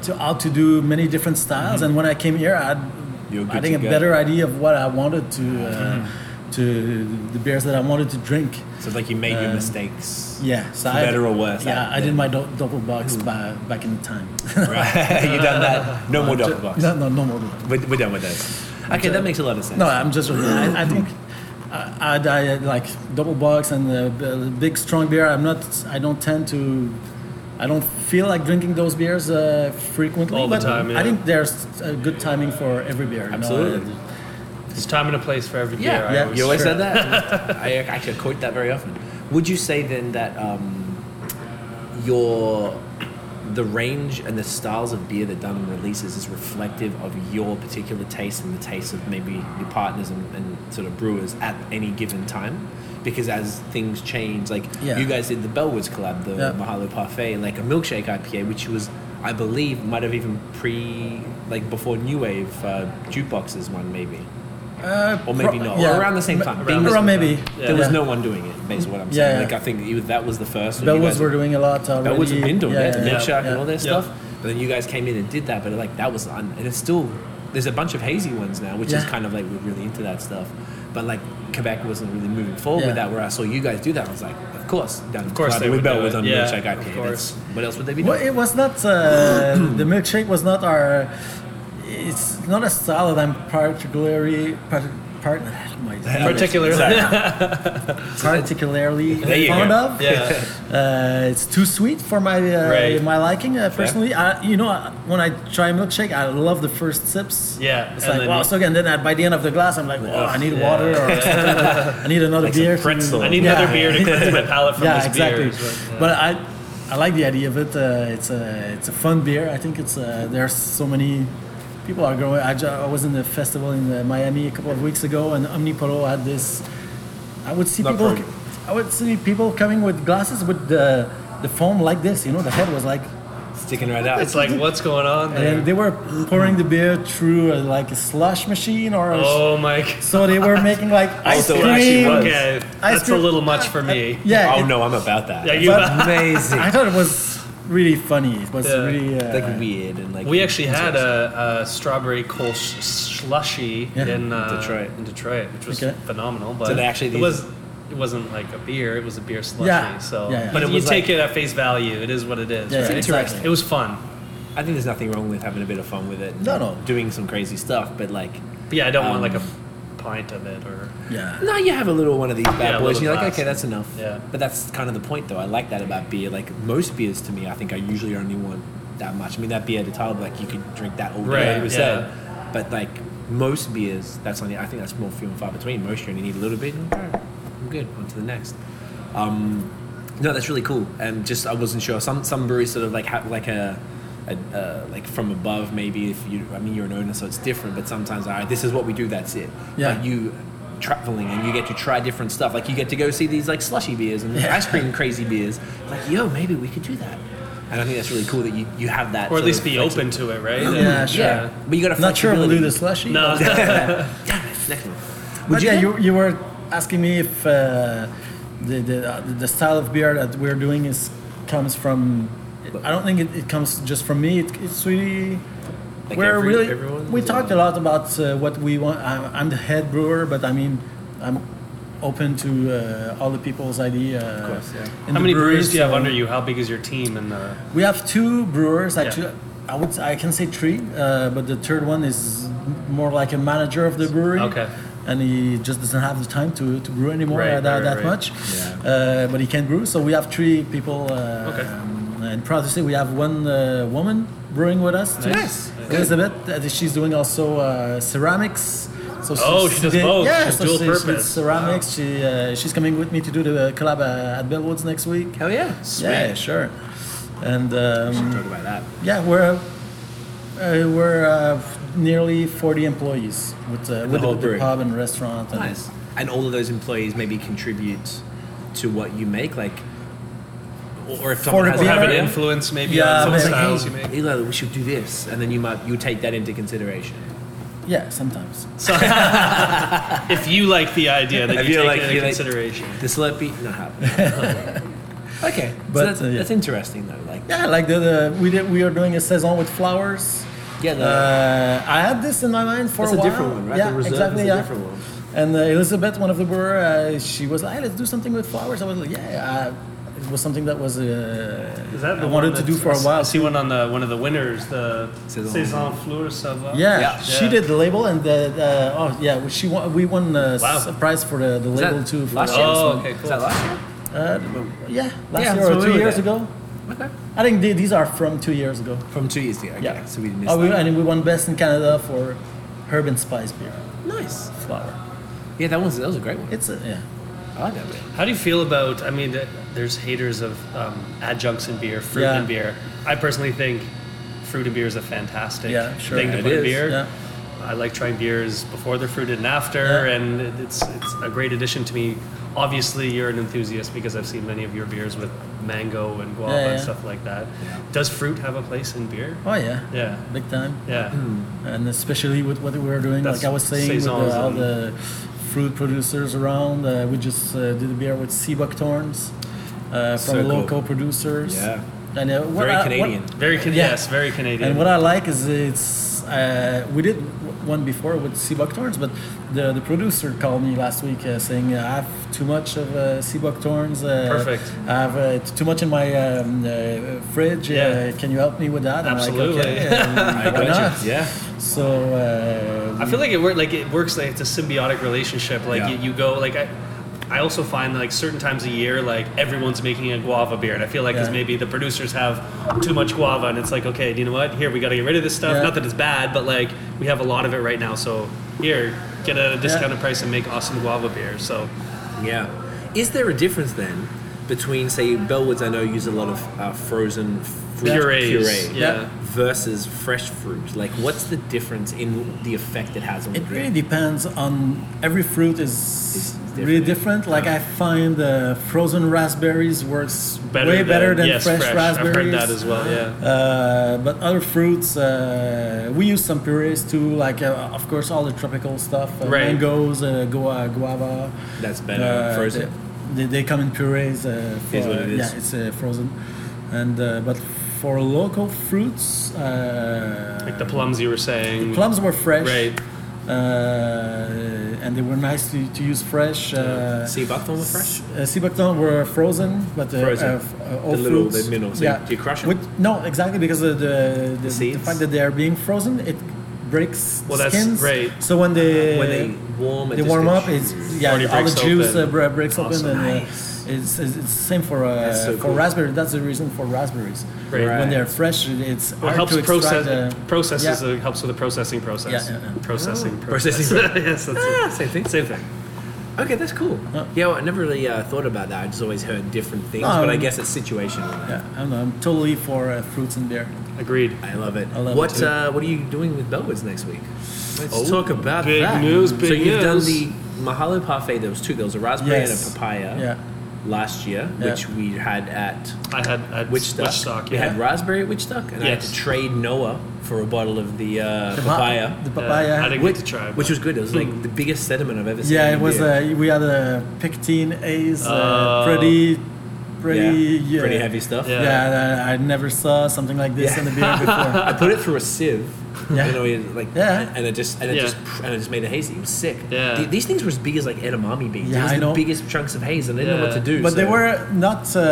to how to do many different styles. And when I came here, I had
Mm-hmm. You're
I
good
think
to
a
go. Mm-hmm.
better idea of what I wanted to. Uh, To the beers that I wanted to drink,
So it's like you made your
Um,
mistakes.
yeah. So
For
I-
better or worse,
yeah.
I-
I did my do- double box ba- back in time.
Right. you done that. No more doppelbox.
no, no, no more.
We're, we're done with those. Okay, that makes a lot of sense.
No, I'm just. I, I think I, I, I like double box and uh, b- big strong beer. I'm not. I don't tend to. I don't feel like drinking those beers uh, frequently.
All the
but
time, yeah.
I think there's a good timing for every beer. you know.
Absolutely.
There's time and a place for every
Yeah,
beer. I
yeah.
always-
you always
Sure.
said that. I actually quote that very often. Would you say then that um, your the range and the styles of beer that Dunham releases is reflective of your particular taste and the taste of maybe your partners and, and sort of brewers at any given time? Because as things change, like
Yeah.
you guys did the Bellwoods collab, the
Yeah.
Mahalo Parfait, like a milkshake IPA, which was, I believe, might have even pre, like before New Wave uh, jukeboxes one maybe.
Uh,
Or maybe
pro-
not.
yeah.
Or around the same time.
Around,
Being-
maybe.
There was no one doing it, based on what I'm
Yeah,
saying.
yeah.
Like, I think you- that was the first one. you
Bellwoods
guys-
were doing a lot already.
Bellwoods had been doing
Yeah,
that, the
yeah,
Milk Shark and all that
Yeah.
stuff. But then you guys came in and did that, but like, that was, un- and it's still, there's a bunch of hazy ones now, which is
Yeah.
kind of like, we're really into that stuff. But like, Quebec wasn't really moving forward
Yeah.
with that, where I saw you guys do that. I was like, of course, done. Of
course they
with
would do
Bellwoods
it.
on
Yeah,
Milkshake
of
IPA.
course.
That's- What else would they be
Well,
doing?
it was not uh, the milkshake was not our. It's not a style that I'm particularly part, part, my,
Particularly.
particularly
There you
fond
go.
of.
Yeah.
Uh, it's too sweet for my uh,
Right.
my liking uh, personally. I, you know, I- when I try milkshake, I love the first sips.
Yeah,
it's
and
like
then
wow.
you-
So again, then at, by the end of the glass, I'm like, wow, I need
yeah.
water or something. I need another
Like some
beer. to-
pretzel.
I need
Yeah.
another beer to cleanse my palate from
yeah,
this
exactly.
beer. is what- yeah.
But I I like the idea of it. Uh, it's a it's a fun beer. I think it's uh, there are so many people are growing. I, ju- I was in a festival in uh, Miami a couple of weeks ago, and Omnipolo had this. I would see
Not
people.
program.
I would see people coming with glasses with the the foam like this. You know, the head was like,
Sticking right out.
it's like, what's going on there?
and they were pouring the beer through uh, like a slush machine or.
Oh my god.
So they were making like ice
Also,
cream.
it actually was.
Okay,
Ice
that's a
cream-
little much for me.
Yeah.
oh
it-
no, I'm about that.
Yeah,
That's
you-
amazing.
I thought it was really funny. It was
Yeah.
really. Uh,
like weird and like
We actually had a, a strawberry Kolsch slushy
Yeah.
in uh,
Detroit.
in Detroit, which was
Okay.
phenomenal. But
So they actually
it
these-
was it wasn't like a beer; it was a beer slushy.
Yeah.
So,
Yeah, yeah.
but
It
you
was
take
like-
it at face value. It is what it is.
Yeah,
right?
exactly.
It was fun.
I think there's nothing wrong with having a bit of fun with it. and
No, no.
Doing some crazy stuff, but like,
But yeah, I don't
Um,
want like a pint of it or
Yeah.
no, you have a little one of these bad
Yeah,
boys,
a
and
little
you're like,
glass.
okay, that's enough.
Yeah.
But that's kind of the point, though. I like that about beer. Like most beers, to me, I think I usually only want that much. I mean, that beer at the table, like you could drink that all day.
Right,
like we
yeah.
said. But like most beers, that's only. I think that's more few and far between. Most you only need a little bit. and, alright, I'm good. On to the next. No, that's really cool. And just I wasn't sure. Some some breweries sort of like have like a, a uh, like from above maybe. If you, I mean, you're an owner, so it's different. But sometimes, all right, this is what we do. That's it.
Yeah.
But you traveling and you get to try different stuff. Like you get to go see these like slushy beers and ice cream crazy beers. Like yo, maybe we could do that. And I think that's really cool that you, you have that.
or at
sort
least
of
be
flexi-
open to it, right?
Yeah, sure.
Yeah, but you got to
Not sure if we'll do the slushy.
No.
Next one.
But
you then-
yeah, you, you were asking me if uh, the, the, uh, the style of beer that we're doing is comes from. I don't think it, it comes just from me. It, it's really.
Like
we're
every-
really.
everyone?
We talked a lot about uh, what we want. I'm, I'm the head brewer, but I mean, I'm open to uh, all the people's idea. uh, Of
course, yeah.
How many breweries do you have under you? How big is your team? And uh,
We have two brewers actually. I would I can say three, uh, but the third one is more like a manager of the brewery.
Okay.
And he just doesn't have the time to, to brew anymore
Right,
uh, that,
right,
that
right.
much. Uh, but he can brew, so we have three people. Uh,
Okay.
And proud to say we have one uh, woman brewing with us. too.
Nice.
Elizabeth. uh, She's doing also uh, ceramics. So
Oh,
she's-
she does both.
Yeah,
She's
so
dual
she- she's
purpose.
ceramics. She uh, she's coming with me to do the collab uh, at Bellwoods next week.
Hell yeah.
Yeah, sure. And
Talk
um,
about that.
yeah, we're uh, we're uh, nearly 40 employees with uh, with, the,
whole
with the
brewery.
pub and restaurant. And
Nice. Um, And all of those employees maybe contribute to what you make, like, or- or if someone
the
has
or
beer?
an
have an
idea,
influence maybe
Yeah,
on some
but-
styles
hey,
you make.
Eli, we should do this, and then you might you take that into consideration.
Yeah, sometimes.
If you like the idea, then
If you
you take
like-
it into
you like-
consideration.
This let be not happen. okay,
But,
so that's,
uh, yeah.
that's interesting though. Like,
Yeah, like the, the we did, we are doing a saison with flowers.
yeah, the,
Uh, I had this in my mind for
that's a
a while.
different one, right?
Yeah,
the reserve
exactly.
is a
yeah.
different one.
And uh, Elizabeth, one of the brewer, uh, she was like, hey, "Let's do something with flowers." I was like, "Yeah." Uh, it was something that was uh,
Is that
I
the
wanted
one
to do
that's-
for a
I
while.
see one on the one of the winners, the
Saison.
Saison Fleur Sauvage.
Yeah,
Oh, Yeah.
she
Yeah.
did the label, and the, the oh yeah, we- she won, we won uh,
Wow.
s- a prize for the, the
Was
label
that
too. For
last
the-
year?
Oh, okay,
Is that
cool.
last year?
Uh, yeah,
Yeah,
last year
that's
or
what we
two
were
years
there.
ago.
Okay.
I think the- these are from two years ago.
From two years ago. Okay,
Yeah,
so we didn't miss
Oh, we,
that.
and we won best in Canada for herb and spice beer
Nice.
flower.
Yeah, that one's that was a great one.
It's a, yeah.
I like that bit.
How do you feel about? I mean, th- there's haters of um, adjuncts in beer, fruit
Yeah.
in beer. I personally think fruit in beer is a fantastic
Yeah, sure.
thing to
It
put in
is,
beer.
yeah.
I like trying beers before they're fruited and after,
Yeah.
and it- it's it's a great addition to me. Obviously, you're an enthusiast because I've seen many of your beers with mango and guava
Yeah, yeah.
and stuff like that. Does fruit have a place in beer?
Oh yeah.
Yeah.
Big time.
Yeah.
and especially with what we were doing,
That's
like I was saying, with
saisons
the, all
and-
the fruit producers around, uh, we just uh, did a beer with sea buckthorns uh, from
So cool.
local producers.
Yeah.
and uh, what
Very
I- what-
Canadian.
Very can-
Yeah.
yes, very Canadian.
and what I like is it's uh, we did w- one before with sea buckthorns, but the the producer called me last week uh, saying uh, I have too much of uh, sea buckthorns. Uh,
Perfect.
I have uh, t- too much in my um, uh, fridge.
Yeah.
Uh, can you help me with that? I'm like,
Absolutely.
"Okay, um,
I
why
gotcha.
not?
Yeah.
So uh,
I feel like it work like it works like it's a symbiotic relationship. Like
Yeah.
you, you go like I. I also find like certain times a year, like everyone's making a guava beer, and I feel like because
Yeah.
maybe the producers have too much guava, and it's like, okay, you know what? Here we got to get rid of this stuff.
Yeah.
Not that it's bad, but like we have a lot of it right now, so here get a discounted price and make awesome guava beer. So
Yeah. Is there a difference then between, say, Bellwoods? I know use a lot of uh, frozen fruit
purees,
puree
yeah.
versus fresh fruit. Like, what's the difference in the effect it has on the
It really
drink?
depends on every fruit is
different.
really different. Like I find uh, frozen raspberries works
better
way
than,
better than
yes,
fresh,
I've
raspberries.
heard that as well. Yeah.
Uh, but other fruits, uh, we use some purees too. Like uh, of course all the tropical stuff, uh,
Right.
mangoes, uh, gua- guava.
That's better
Uh,
frozen.
They, they come in purees. Uh, for,
Is what it is.
Yeah, it's uh, frozen. And uh, but for local fruits, uh,
like the plums you were saying.
plums were fresh
Right.
uh, and they were nice to, to use fresh. Uh,
Sea buckthorn with fresh.
uh, sea buckthorn were frozen, but uh,
Frozen.
uh, f- uh, all
The little-
fruits-
the middle, so you- you crush 'em?
With- no, exactly because of the the, the,
seeds?
fact that they are being frozen, it breaks
Well,
the
that's
skins.
right.
So when they
Uh, When they warm, it
they
just
warm
gets
up, it's
juice.
yeah,
Already
all the
breaks
juice uh,
open.
bre- breaks
Awesome.
open, and uh,
Nice.
it's, it's it's same for uh,
That's so
for
cool.
raspberry. That's the reason for raspberries.
Right.
When they're fresh, it's
Well, it
hard
helps
to extract
process
the-
processes.
yeah.
It helps with the processing process.
Yeah, Oh. yeah, yeah.
Processing.
Processing
Process. yes, that's
Ah,
it.
same thing.
Same thing.
Okay, that's cool. Yeah, well, I never really uh, thought about that. I just always heard different things,
No,
but I
um,
guess it's situational.
Yeah, I don't know. I'm totally for uh, fruits and beer.
Agreed.
I love it.
I love it
what
too.
uh, What are you doing with Bellwoods next week? Let's talk about
Oh, big
that.
news, big
so you've done
news.
the Mahalo parfait. There was two. There was a raspberry
Yes.
and a papaya.
Yeah.
last year,
Yeah.
which we had at
I had, I had
Witchstock.
Witchstock,
We
yeah.
had raspberry at Witchstock, and I had
Yes.
to trade Noah for a bottle of the uh,
pa-
papaya.
The
Yeah,
papaya.
I didn't
which,
get to try,
which
but-
was good. It was like the biggest sediment I've ever seen.
yeah,
in
it was.
beer.
Uh, we had a pectin A's, uh,
Oh.
pretty, pretty, yeah.
pretty heavy stuff.
Yeah.
Yeah, that I never saw something like this
Yeah.
in the beer before.
I put it through a sieve.
Yeah.
You know, it, like
Yeah.
and it just and it
Yeah.
just and it just made a haze. It was sick.
Yeah.
The- these things were as big as like edamame beans.
Yeah,
it was
I
the
know.
biggest chunks of haze, and I didn't know what
Yeah.
to do.
but they
so-
were not. Uh,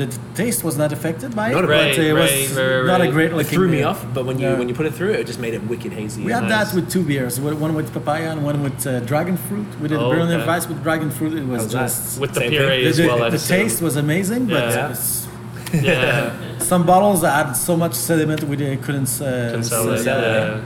the taste was not affected by it.
Not a-
but it was
Right, right, right,
not a
right.
great
It
looking.
threw me
beer.
off, but when you
Yeah.
when you put it through, it just made it wicked hazy.
We had
Nice.
that with two beers, one one with papaya and one with uh, dragon fruit. We did
Oh,
Berliner
okay.
Weiss with dragon fruit. It was
How's that?
just
with the
Same thing.
puree
the,
as
the-
well. I
the
assume.
taste was amazing, but
Yeah.
it was-
yeah,
some bottles had so much sediment we didn't, couldn't uh,
Couldn't sell it,
sell it,
yeah.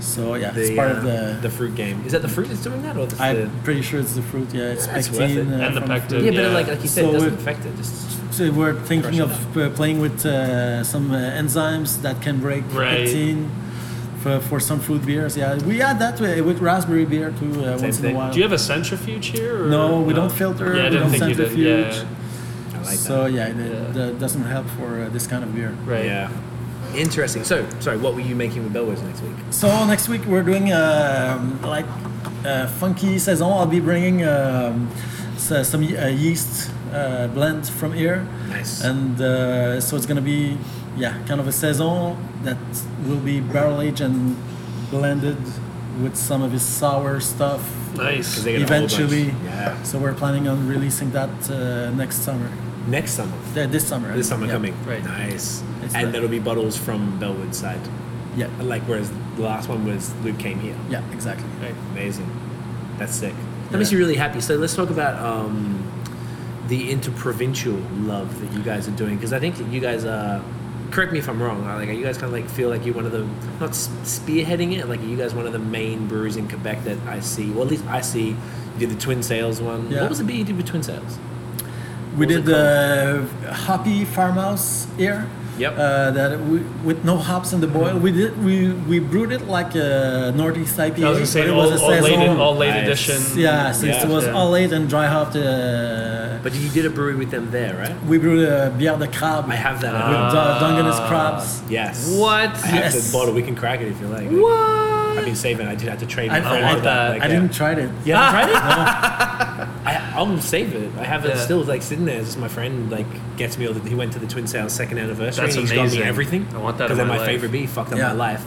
So yeah,
The,
it's part
uh,
of the.
the fruit game. Is that the fruit that's doing that, or the,
I'm
the
pretty sure it's the fruit. Yeah, it's
That's worth
pectin.
it.
uh,
And the
from
pectin.
yeah,
fruit.
but
Yeah.
like like you said,
So
it doesn't
it-
affect it. Just
So we're thinking of uh, playing with uh, some uh, enzymes that can break
Right.
pectin for, for some fruit beers. Yeah, we had that with, with raspberry beer too uh,
Same
once in
thing.
a while.
Do you have a centrifuge here? Or?
No, we don't filter,
Yeah, I
we
didn't
don't
think you did.
centrifuge.
Yeah,
I like
so
that.
yeah, it,
Yeah.
that doesn't help for uh, this kind of beer.
right.
Yeah. Interesting. So, sorry, what were you making with Bellwoods next week?
So next week we're doing um, like uh, funky saison. I'll be bringing um, s- some ye- uh, yeast uh, blend from here,
Nice.
and uh, so it's gonna be yeah, kind of a saison that will be barrel aged and blended with some of his sour stuff.
Nice.
'Cause they got a whole bunch.
Eventually,
Yeah.
so we're planning on releasing that uh, next summer,
Next summer.
Th- this summer.
This summer
Yeah.
coming.
Right.
Nice.
It's
and
the-
that'll be bottles from Bellwood's side.
Yeah,
Like, whereas the last one was Luke came here.
yeah, exactly.
Right.
Amazing. That's sick. That makes you really happy. So let's talk about um, the interprovincial love that you guys are doing because I think that you guys are. Correct me if I'm wrong. Like, are you guys kind of like feel like you're one of the not s- spearheading it? Like, are you guys one of the main breweries in Quebec that I see? Well, at least I see. You did the Twin Sales one.
Yeah.
What was the beer you did with Twin Sales?
We
What was
did
it
the hoppy farmhouse here.
Yep.
Uh, that we, with no hops in the
Mm-hmm.
boil. We did we, we brewed it like a northeast IPA.
I was gonna
but
say
it
all,
was a
all late,
saison.
all late
Nice.
edition.
Yeah, since
Yeah.
it was
Yeah.
all late and dry hopped. Uh,
But you did a brewery with them there, right?
we brewed a bière de crabe.
I have that.
with
Ah,
uh, Dungeness crabs.
Yes.
What?
I have
Yes.
the bottle. We can crack it if you like. What? I've been saving. it. I did have to trade. my
I-
friend
I
for
like
that.
Like,
I
yeah.
didn't try it.
You haven't tried it? I, I'll save it. I have it
Yeah.
still like sitting there. Just my friend like gets me all. The, he went to the Twin Sales second anniversary.
That's
and he's
amazing.
got me everything.
I want that
because
in
they're
my
my
life.
favorite beer. Fucked up
Yeah.
my life.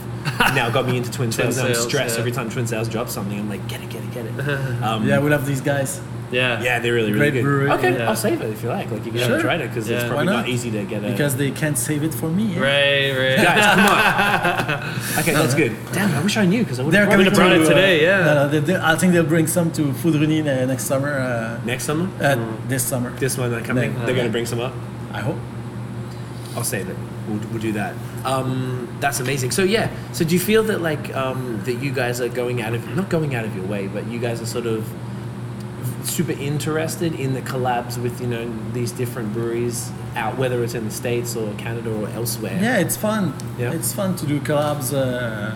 now got me into Twin, Sales. and
Sales,
I'm stressed
yeah.
every time Twin Sales drops something. I'm like, get it, get it, get it. Um,
Yeah, we love these guys.
Yeah.
yeah, they're really, really
Great
good.
brewery,
okay,
yeah.
I'll save it if you like. Like you can
Sure.
have tried it because it's
Yeah.
probably
Why
not?
not?
easy to get a.
Because they can't save it for me. eh?
Right. Right.
Guys, come on. okay, that's good. Damn, I wish I knew because I would
They're
have
coming
would've brought it
to, uh,
today, yeah.
no, no, they- they- I think they'll bring some to Foudrini uh, next summer. Uh,
next summer.
uh,
Mm.
This summer,
This one that coming,
Yeah.
they're gonna bring some up.
I hope.
I'll save it. We'll, we'll do that. Um, that's amazing. So yeah. So do you feel that like um, that you guys are going out of not going out of your way, but you guys are sort of super interested in the collabs with you know these different breweries out, whether it's in the states or Canada or elsewhere.
Yeah, it's fun.
Yeah.
It's fun to do collabs. Uh,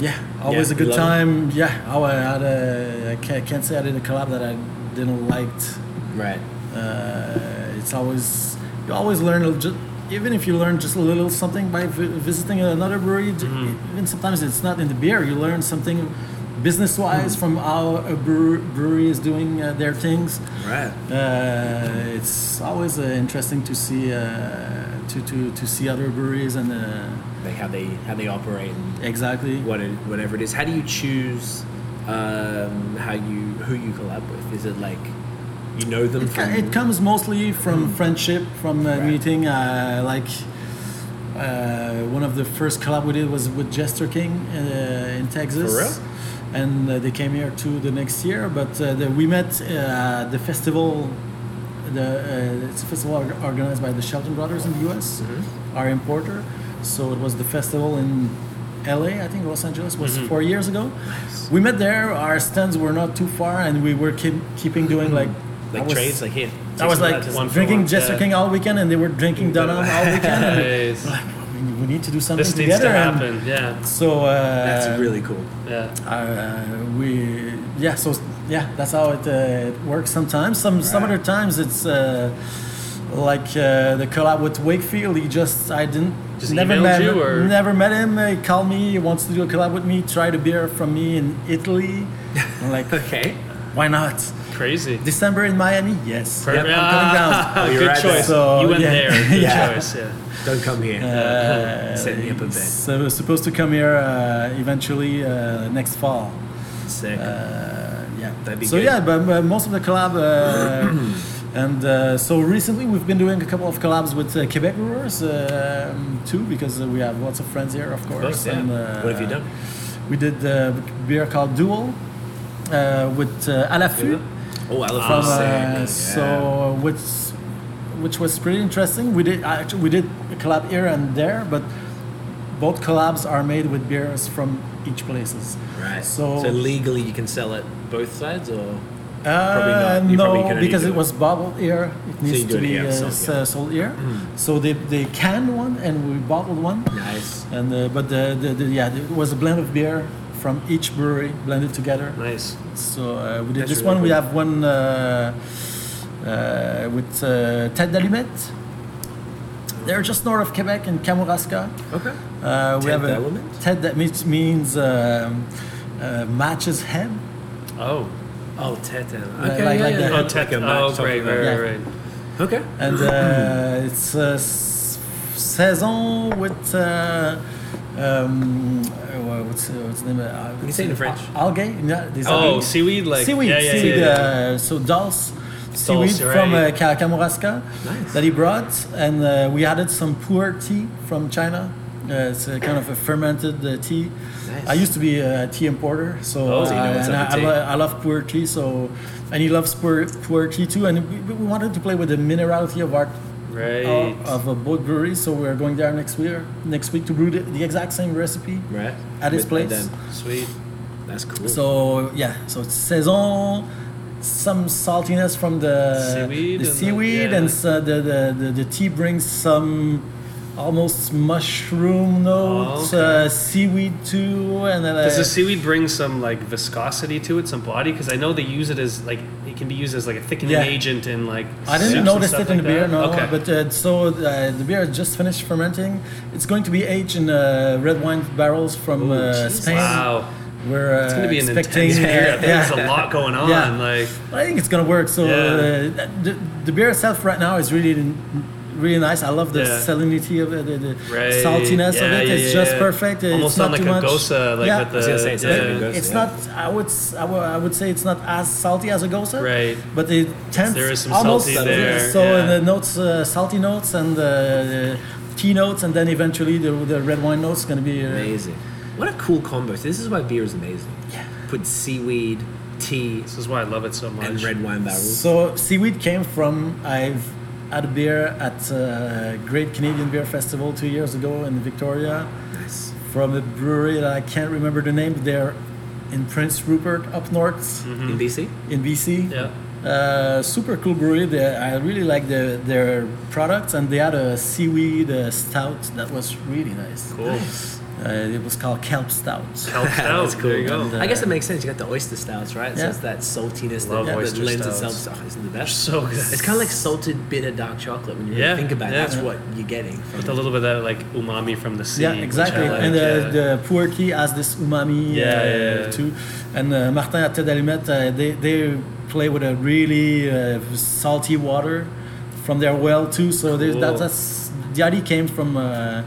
yeah, always
Yeah,
a good
love it.
time. Yeah, oh, I wa- had a, I can't, can't say I did a collab that I didn't liked.
Right.
Uh, it's always you always learn a ju- even if you learn just a little something by vi- visiting another brewery. j- Even sometimes it's not in the beer. You learn something business wise from how a brewer, brewery is doing uh, their things.
Right.
Uh, it's always uh, interesting to see uh, to, to to see other breweries and uh,
Like how they how they operate and
exactly.
what it, whatever it is. How do you choose um, how you who you collab with? Is it like you know them
It,
from
co- it comes mostly from friendship, from uh, meeting. Uh, like uh, one of the first collab we did was with Jester King uh, in Texas.
For real?
And uh, they came here too the next year, but uh, the, we met uh, the festival. The uh, it's a festival org- organized by the Shelton Brothers in the U.S.
Mm-hmm.
Our importer, so it was the festival in L.A. I think Los Angeles was
Mm-hmm.
four years ago. We met there. Our stands were not too far, and we were keep, keeping doing
Mm-hmm.
like I
like
was-
trades like here?
I was like
Just one for
drinking
one,
Jester
yeah.
King all weekend, and they were drinking Dunham all weekend. and
Nice.
we- we need to do something
This
together.
needs to
and
happen. Yeah.
So uh,
Um, That's really cool.
Yeah.
uh, we yeah. So yeah, that's how it, uh, it works sometimes. Some some
Right.
other times it's uh, like uh, the collab with Wakefield. He just I didn't
Just
never
emailed
met
you,
him,
or-
never met him. He called me. He wants to do a collab with me. Tried a beer from me in Italy. I'm like,
Okay.
why not?
Crazy.
December in Miami. Yes,
Perfect.
Yep, I'm coming down.
Oh, you're
Good
right
choice.
So,
you went
yeah.
there. Good
Yeah.
choice. Yeah.
Don't come here. Set me up a bed.
Uh, So I was supposed to come here uh, eventually uh, next fall.
Sick.
Uh, yeah,
That'd be
so
good.
yeah, but, but most of the collab, uh, and uh, so recently we've been doing a couple of collabs with uh, Quebec brewers um, too, because uh, we have lots of friends here, of course.
course, yeah.
and, uh,
What have you done?
We did uh, a beer called Duel uh, with uh, à la Feu
Oh, elephant.
from
sick.
uh,
Yeah.
so which which was pretty interesting. We did actually we did a collab here and there, but both collabs are made with beers from each places.
Right.
So,
legally you can sell it both sides, or
uh,
not. You probably
no,
couldn't
because
either.
it was bottled here. It
you
needs
do
to
it
be
here, Hmm. so,
uh, s-
yeah.
uh, sold here. So they they canned one and we bottled one.
nice,
And uh, but the, the, the yeah it was a blend of beer from each brewery blended together.
nice.
So uh, we did
That's
this
really
one. We
cool.
have one uh, uh, with uh, Tête d'Allumette. They're just north of Quebec in Kamouraska.
Okay.
Uh, we
Tête
have a
d'Allumette?
Tête that means, means um, uh, matches head.
Oh.
Oh, tete. Okay,
Like- like- like that.
Oh,
Yeah.
tech.
a match
Oh,
something
great,
like
right,
Yeah.
right, right.
that. Okay.
And
Hmm.
uh, it's a s- saison with. Uh, um, uh, what's, uh, what's the name? Uh,
Can you say it in French?
Algae? Yeah, these
Oh,
algae.
seaweed, like
seaweed,
Yeah, yeah,
seaweed.
yeah, yeah.
Uh, so dulse, seaweed from uh,
right.
Ka- Kamouraska
Nice.
that he brought, and uh, we added some puer tea from China. Uh, it's a kind of a fermented uh, tea.
Nice.
I used to be a tea importer, so,
Oh, so you know
uh,
what's
and I,
up
I,
with
lo-
tea.
I love puer tea. So, and he loves puer, puer tea too. And we, we wanted to play with the minerality of our
Right.
of, of a boat brewery, so we're going there next year, next week to brew the, the exact same recipe.
Right.
At his
With-
place.
with them. Sweet. That's cool.
So yeah, so it's saison, some saltiness from the
Seaweed and
the
the-
seaweed,
yeah.
and so the, the, the, the tea brings some almost mushroom notes,
Oh, okay.
uh, seaweed too, and then
Does
uh,
the seaweed bring some like viscosity to it, some body? Because I know they use it as like it can be used as like a thickening
Yeah.
agent in like.
I
soups
didn't
and
notice
stuff
it in
like
the beer,
that?
no.
Okay.
But uh, so uh, the beer just finished fermenting. It's going to be aged in uh, red wine barrels from uh,
Jesus.
Spain.
wow,
We're uh,
it's gonna be an
expecting.
intense beer. I think
yeah.
There's a lot going on.
Yeah.
Like
I think it's gonna work. So
Yeah.
uh, the, the beer itself right now is really, really nice. I love the
Yeah.
salinity of it, the, the
right,
saltiness of
yeah,
it.
yeah,
it's
yeah,
just
yeah.
perfect. Uh,
Almost
it's not
on like
too
a
much.
gosa, like
yeah.
with
I
the.
was gonna say, it sounds like a
yeah.
gosa.
it's
yeah.
not. I would. s- I would. I would say it's not as salty as a gosa.
Right.
But it tends.
There is some
almost,
salty there,
So
yeah.
the notes, uh, salty notes, and uh, the tea notes, and then eventually the, the red wine notes going to be. Uh,
amazing. What a cool combo. So this is why beer is amazing. Yeah. Put seaweed, tea,
This is why I love it so much.
and red wine barrels.
So seaweed came from I've had a beer at uh, Great Canadian Beer Festival two years ago in Victoria
Nice.
from a brewery that I can't remember the name. They're in Prince Rupert up north
In BC.
in BC.
Hmm. Yeah.
Uh, super cool brewery. They, I really like their their products, and they had a seaweed uh, stout that was really nice.
Cool.
Uh, it was called Kelp Stout.
Helps out.
That's cool.
There you go.
And, uh,
I guess it makes sense. You got the oyster stouts, right? So
Yeah.
it's that saltiness
Love
that, that
oyster
lends
stouts.
itself. Oh, isn't it the best?
so good.
It's kind of like salted bitter dark chocolate when you really
Yeah,
think about it.
yeah.
That's what you're getting. From
With a little bit of that like umami from the sea.
Yeah,
which I
exactly.
like,
and uh,
yeah.
the poor key has this umami
Yeah,
uh,
yeah, yeah.
too. And uh, Martin at Ted Allumette, uh, they, they play with a really uh, salty water from their well too. So there's that,
Cool.
that's the idea came from, uh,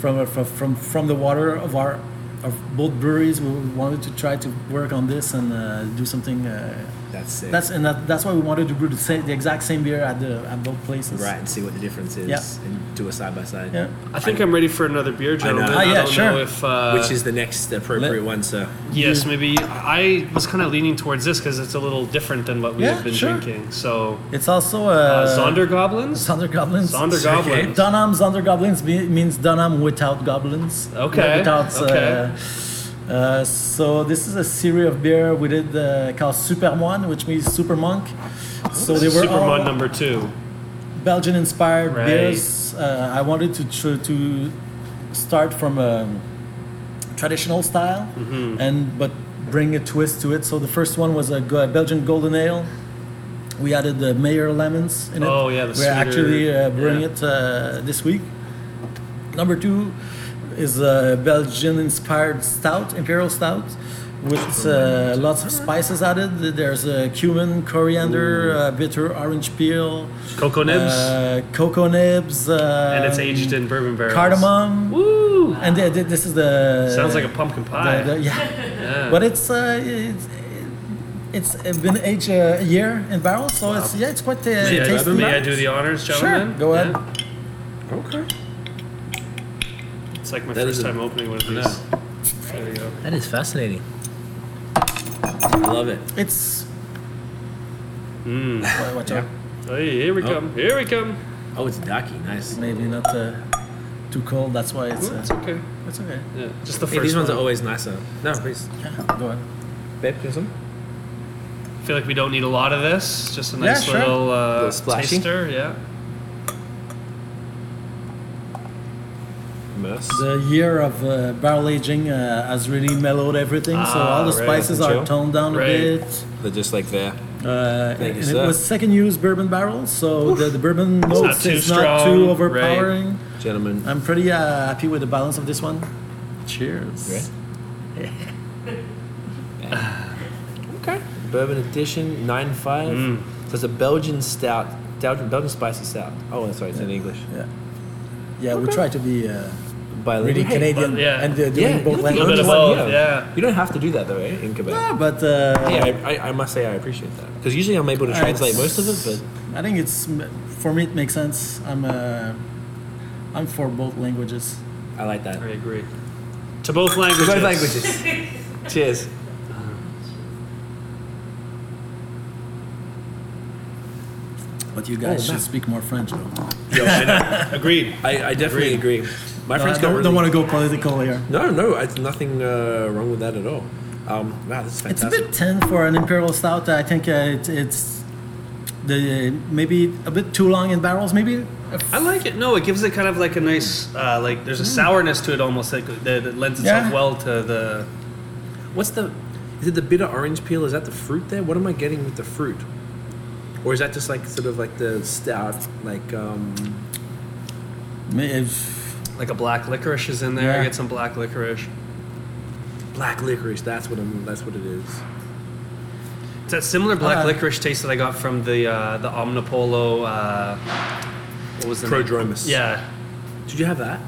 from uh, from from from the water of our of both breweries. We wanted to try to work on this and uh, do something. Uh,
That's it.
that's and that, that's why we wanted to brew the, same, the exact same beer at the at both places.
right, and see what the difference is,
Yeah.
and do a side by side.
Yeah.
I think I'm ready for another beer, gentlemen.
Ah,
yeah,
I don't
sure.
know if uh,
Which is the next appropriate
Let-
one, so
Yes, maybe I was kind of leaning towards this because it's a little different than what we
Yeah,
have been
sure.
drinking. So,
It's also
uh,
uh,
Zonder Goblins?
Sonder goblins.
Sonder Goblins.
Dunham's under goblins me- means Dunham without goblins.
Okay,
Without,
okay.
Uh, uh, so this is a series of beer we did uh, called Supermoine, which means Super Monk. So they were
Supermod
all
number two.
Belgian-inspired
Right.
beers. Uh, I wanted to tr-
Mm-hmm.
to start from a traditional style, and but bring a twist to it. So the first one was a go- Belgian golden ale. We added the Mayer lemons in it.
Oh, yeah, the
we're
sweeter-
actually uh, brewing
yeah.
it uh, this week. Number two is a Belgian inspired stout, imperial stout, with uh, lots of spices added. There's uh, cumin, coriander, uh, bitter orange peel,
Cocoa nibs,
uh, cocoa nibs, uh,
and it's aged in bourbon barrels.
cardamom.
Woo!
And the, the- this is the
Sounds like a pumpkin pie.
the- the- yeah, but it's uh, it's it's been aged a year in barrels, so it's yeah, it's quite uh,
may, I,
tasty.
may I do the honors,
Sure,
gentlemen?
go ahead.
Yeah.
Okay.
It's like my
That
first
is a-
time opening one of these.
Yeah.
There you go.
That is fascinating. I love it.
It's
Mm.
well, watch out,
Hey, here we
Oh.
come. Here we come.
Oh, it's ducky. Nice.
maybe not uh, too cold. That's why it's
Ooh, It's
uh,
okay.
it's okay.
Yeah, just the first
Hey, these ones
one.
are always nicer. No, please.
Yeah, go ahead.
Babe, do some?
I feel like we don't need a lot of this. Just a
Yeah,
nice
sure.
little, uh,
Little splashy.
taster. Yeah.
Merce.
The year of uh, barrel aging uh, has really mellowed everything, so
Ah,
all the
right,
spices are
chill.
toned down
Right.
a bit.
They're just like there.
Uh,
Thank you,
and it
sir.
was second use bourbon barrel, so the, the bourbon
not
notes
too
is not too
strong,
overpowering.
Gentlemen.
I'm pretty uh, happy with the balance of this one. Cheers.
Right? okay. Bourbon edition, 9.5.
Mm.
So it's a Belgian stout. Belgian, Belgian spicy stout. Oh, sorry, it's in English.
Yeah, yeah. We try to be uh,
Bilingual.
really
Hey,
Canadian
but- yeah.
and uh, doing
Yeah, you don't
both
think-
A little
languages.
bit of
Only one,
both.
yeah.
Yeah.
You don't have to do that, though, eh, in Quebec.
Yeah, but uh,
Yeah, I, I, I must say I appreciate that. Because usually I'm able to
uh,
translate
it's-
most of it,
I think it's for me it makes sense. I'm uh, I'm for both languages.
but I like that.
I agree. To both languages.
Both languages. Cheers.
But you guys
Oh,
should
man.
speak more French. Though.
Agreed.
I, I definitely agree. My
No, I
friends
don't,
got really,
don't want to go political here.
No, no, it's nothing uh, wrong with that at all. Um, wow, this is
It's
fantastic.
a bit thin for an imperial stout. I think uh, it, it's the maybe a bit too long in barrels. Maybe a
I like it. No, it gives it kind of like a nice, uh, like there's a
Mm.
sourness to it almost like, that, that lends itself
Yeah.
well to the.
What's the? Is it the bitter orange peel? Is that the fruit there? What am I getting with the fruit? Or is that just like sort of like the stout, like um,
If,
Like a black licorice is in there.
Yeah.
I get some black licorice.
black licorice? That's what I'm. That's what it is.
It's that similar black
Uh,
Uh-huh.
licorice taste that I got from the uh, the Omnipolo. Uh, what was the name?
Prodromus.
Yeah,
Did you have that?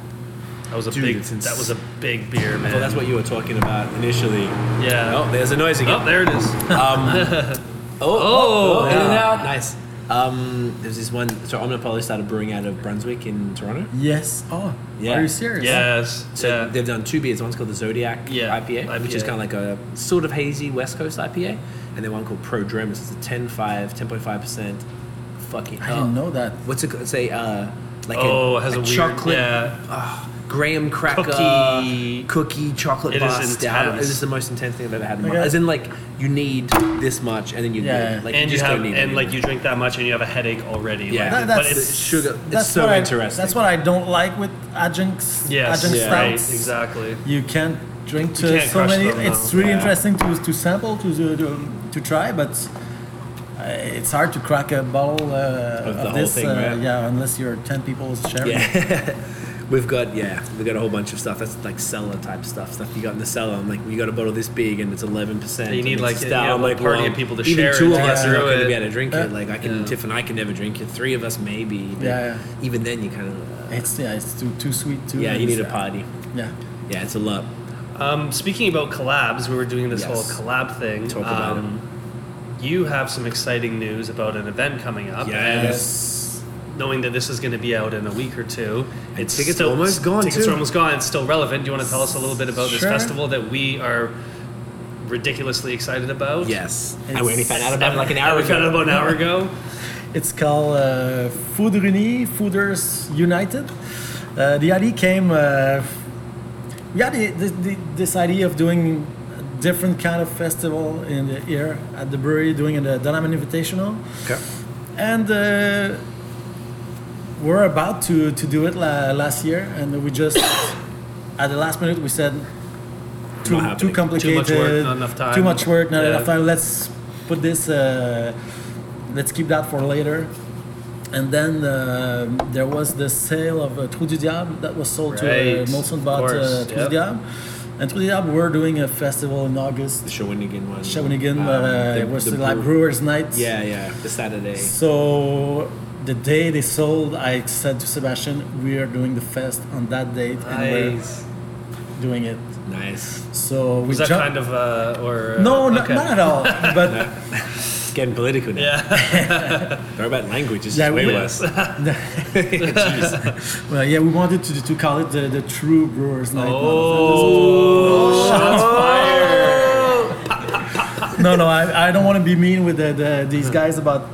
that was a
Dude,
big.
it's ins-
that was a big beer, man.
Well, that's what you were talking about initially.
Yeah.
Oh, there's a noise again.
Oh, there it is.
Oh, oh,
Oh,
in and
yeah.
out. Nice. Um, there's this one. So Omnipolo started brewing out of Brunswick in Toronto.
yes. Oh,
Yeah.
are you serious?
yes.
So
yeah.
they've done two beers. One's called the Zodiac
Yeah,
IPA, which is
IPA.
kind of like a sort of hazy West Coast IPA, and then one called Prodromus. It's a 10, 5, 10.5 percent. Fucking.
I
hell.
didn't know that.
What's it? It's a uh, like
oh,
a,
it has a,
a
weird
chocolate
Yeah.
graham cracker
Cookie.
cookie chocolate
It is
bar stout.
intense.
It is the most intense thing I've ever had. In my,
Okay.
As in, like you need this much, and then you
Yeah.
need, like
and
you
you
just
have
don't need
and like you
anymore.
drink that much and you have a headache already.
Yeah.
Like,
That-
but
that's-
It's
it's
sugar. It's
That's
so
what I-
interesting.
that's what I don't like with adjuncts.
yes,
adjunct
yeah. right,
stouts.
exactly.
You can't drink
You
to
can't
so
crush
many.
them,
it's
no.
really
Yeah.
interesting to, to sample to, to to- to try, but uh, it's hard to crack a bottle uh, of,
the whole
this.
thing,
uh,
right?
Yeah, unless you're ten people sharing.
Yeah. We've got yeah, we've got a whole bunch of stuff. That's like cellar type stuff, stuff you got in the cellar. I'm like, you got a bottle this big and it's eleven percent.
You need, like,
a
yeah,
I'm
a party
well,
of people to
even
share
two of
it, to
us
get
are not
through
going to be
it.
able to drink
Uh,
it. Like I can, Tiff and I can never drink it. Three of us maybe. but
Yeah, yeah.
Even then, you kind of
It's yeah, it's too too sweet too.
yeah, you need a party.
Yeah.
Yeah, it's a lot.
Um, speaking about collabs, we were doing this
Yes.
whole collab thing. um,
Talk about
You have some exciting news about an event coming up.
Yes.
And knowing that this is going to be out in a week or two,
And tickets are almost gone,
Tickets
too.
are almost gone. It's still relevant. Do you want to tell us a little bit about this
Sure.
festival that we are ridiculously excited about?
Yes,
It's-
and we only found out about it like an
And
hour
we found out
ago.
about an hour ago.
It's called uh, Food Runi, Fooders United. Uh, the idea came, uh, we had the, the, the, this idea of doing a different kind of festival in the year at the brewery, doing the Dynamite Invitational.
Okay.
And uh, we're about to, to do it la- last year, and we just, at the last minute, we said, too,
not
too
happening.
complicated.
work, not enough time.
Too much work, not
Yeah.
enough time. Let's put this. Uh, let's keep that for later. And then uh, there was the sale of uh, Trou du Diable that was sold to uh,
Right,
Molson
of
bought uh,
course,
Trou
yep.
du Diable, and Trou du Diable were doing a festival in August.
Shawinigan one.
Shawinigan,
Um,
Ah,
uh,
the-
it was
the
like
brew-
Brewers Night.
Yeah, yeah, the Saturday.
So the day they sold, I said to Sebastian, "We are doing the fest on that date, and
Nice.
we're doing it."
Nice.
So we
Was that
jump-
kind of uh, or uh,
no, no
okay.
not at all. But
It's getting political now.
Yeah,
Sorry about language. It's
Yeah,
just way
we-
worse.
well, yeah, we wanted to, to call it the, the True Brewers Night.
Oh.
no, no, I, I don't want to be mean with the, the, these guys about.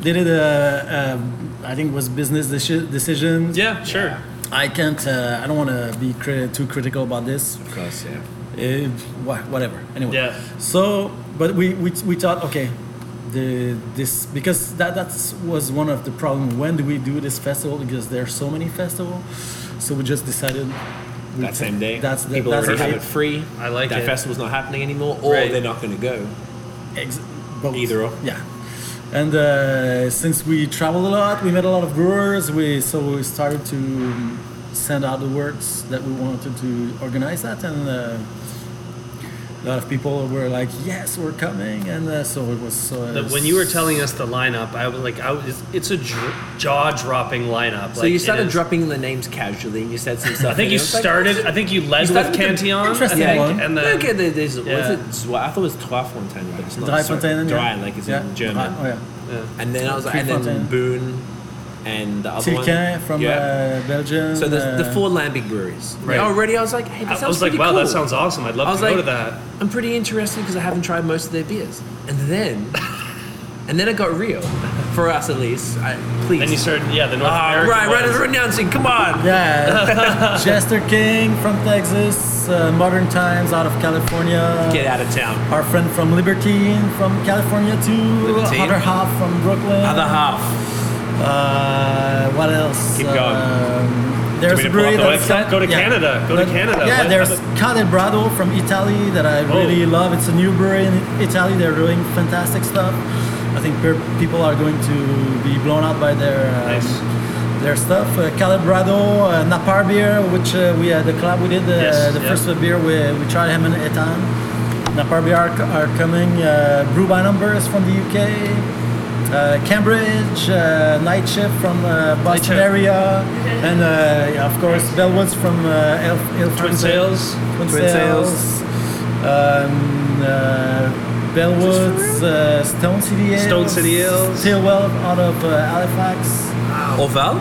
They did a, a, I think it was business deci- decisions.
yeah, sure.
I can't. Uh, I don't want to be cri- too critical about this.
Of course, yeah.
Eh, wha- whatever. Anyway.
Yeah.
So, but we, we, we thought, okay, the this because that that's was one of the problem. When do we do this festival? Because there are so many festivals. So we just decided. we
That
t-
same day.
That's the,
People
that's
already
the
have
date.
it free.
I like
that
it.
festival's not happening anymore, or
Right.
they're not going to go.
Ex- both.
Either or.
Yeah. And uh, since we traveled a lot, we met a lot of brewers. We so we started to um, send out the words that we wanted to organize that, and uh, a lot of people were like, "Yes, we're coming!" And uh, so it was. Uh,
The- when you were telling us the lineup, I was like, I was, it's- it's a dr- jaw-dropping lineup.
So
like,
you
it
starting
is-
dropping the names casually, and you said some stuff.
I think you
"Oh,
started. I think you led
started
with
with the
Cantillon.
interesting
I think,
one.
and then
okay, there- there's
Yeah.
was it? Zwa- I thought it was Dreifontein, but it's not.
Dry
sorry,
Fontaine,
Dry,
yeah.
like it's
yeah.
in German.
Dry- oh yeah.
And then I was like, and then
Dreifontein.
Boone, and the other
Tilquin
one.
from uh, Belgium.
So there's the
uh,
four Lambic breweries.
Right.
Already, I was like, hey, that sounds
I was like,
pretty
wow,
cool.
that sounds awesome. I'd love
I
to
was
go
like,
to that.
I'm pretty interested because I haven't tried most of their beers. And then, and then it got real, for us at least. I, please.
Then you started, yeah, the North
Ah,
American
right, right,
ones.
it's renouncing. Come on.
Yeah, Chester King from Texas, uh, Modern Times out of California.
Get out of town.
Our friend from Libertine from California too.
Libertine.
Other half from Brooklyn.
Other half.
Uh, what else?
Keep going.
Um, there's
me
a
to pull
brewery
up the
that's
website?
got-
Go to Canada. Go to Canada.
Yeah,
What- Oh.
there's Cade Brado from Italy that I really love. It's a new brewery in Italy. They're doing fantastic stuff. I think per- people are going to be blown out by their um,
Nice.
their stuff. Uh, Calibrado, uh, Napar beer, which uh, we uh, the club we did uh,
Yes,
the
yeah.
first beer we, we tried him in Etan. Napar beer are, are coming. Uh, Brew by Numbers from the UK. Uh, Cambridge, uh, Night Shift from uh, Boston
Shift.
area, and uh, yeah, of course Bellwoods from uh, Elf, Elf
Twin Sails.
Twin,
Twin
Sails,
Sails.
um, uh, Bellwoods, uh, Stone City Ales,
Stone City Ales.
Stillwell out of uh, Halifax,
Oh. Orval?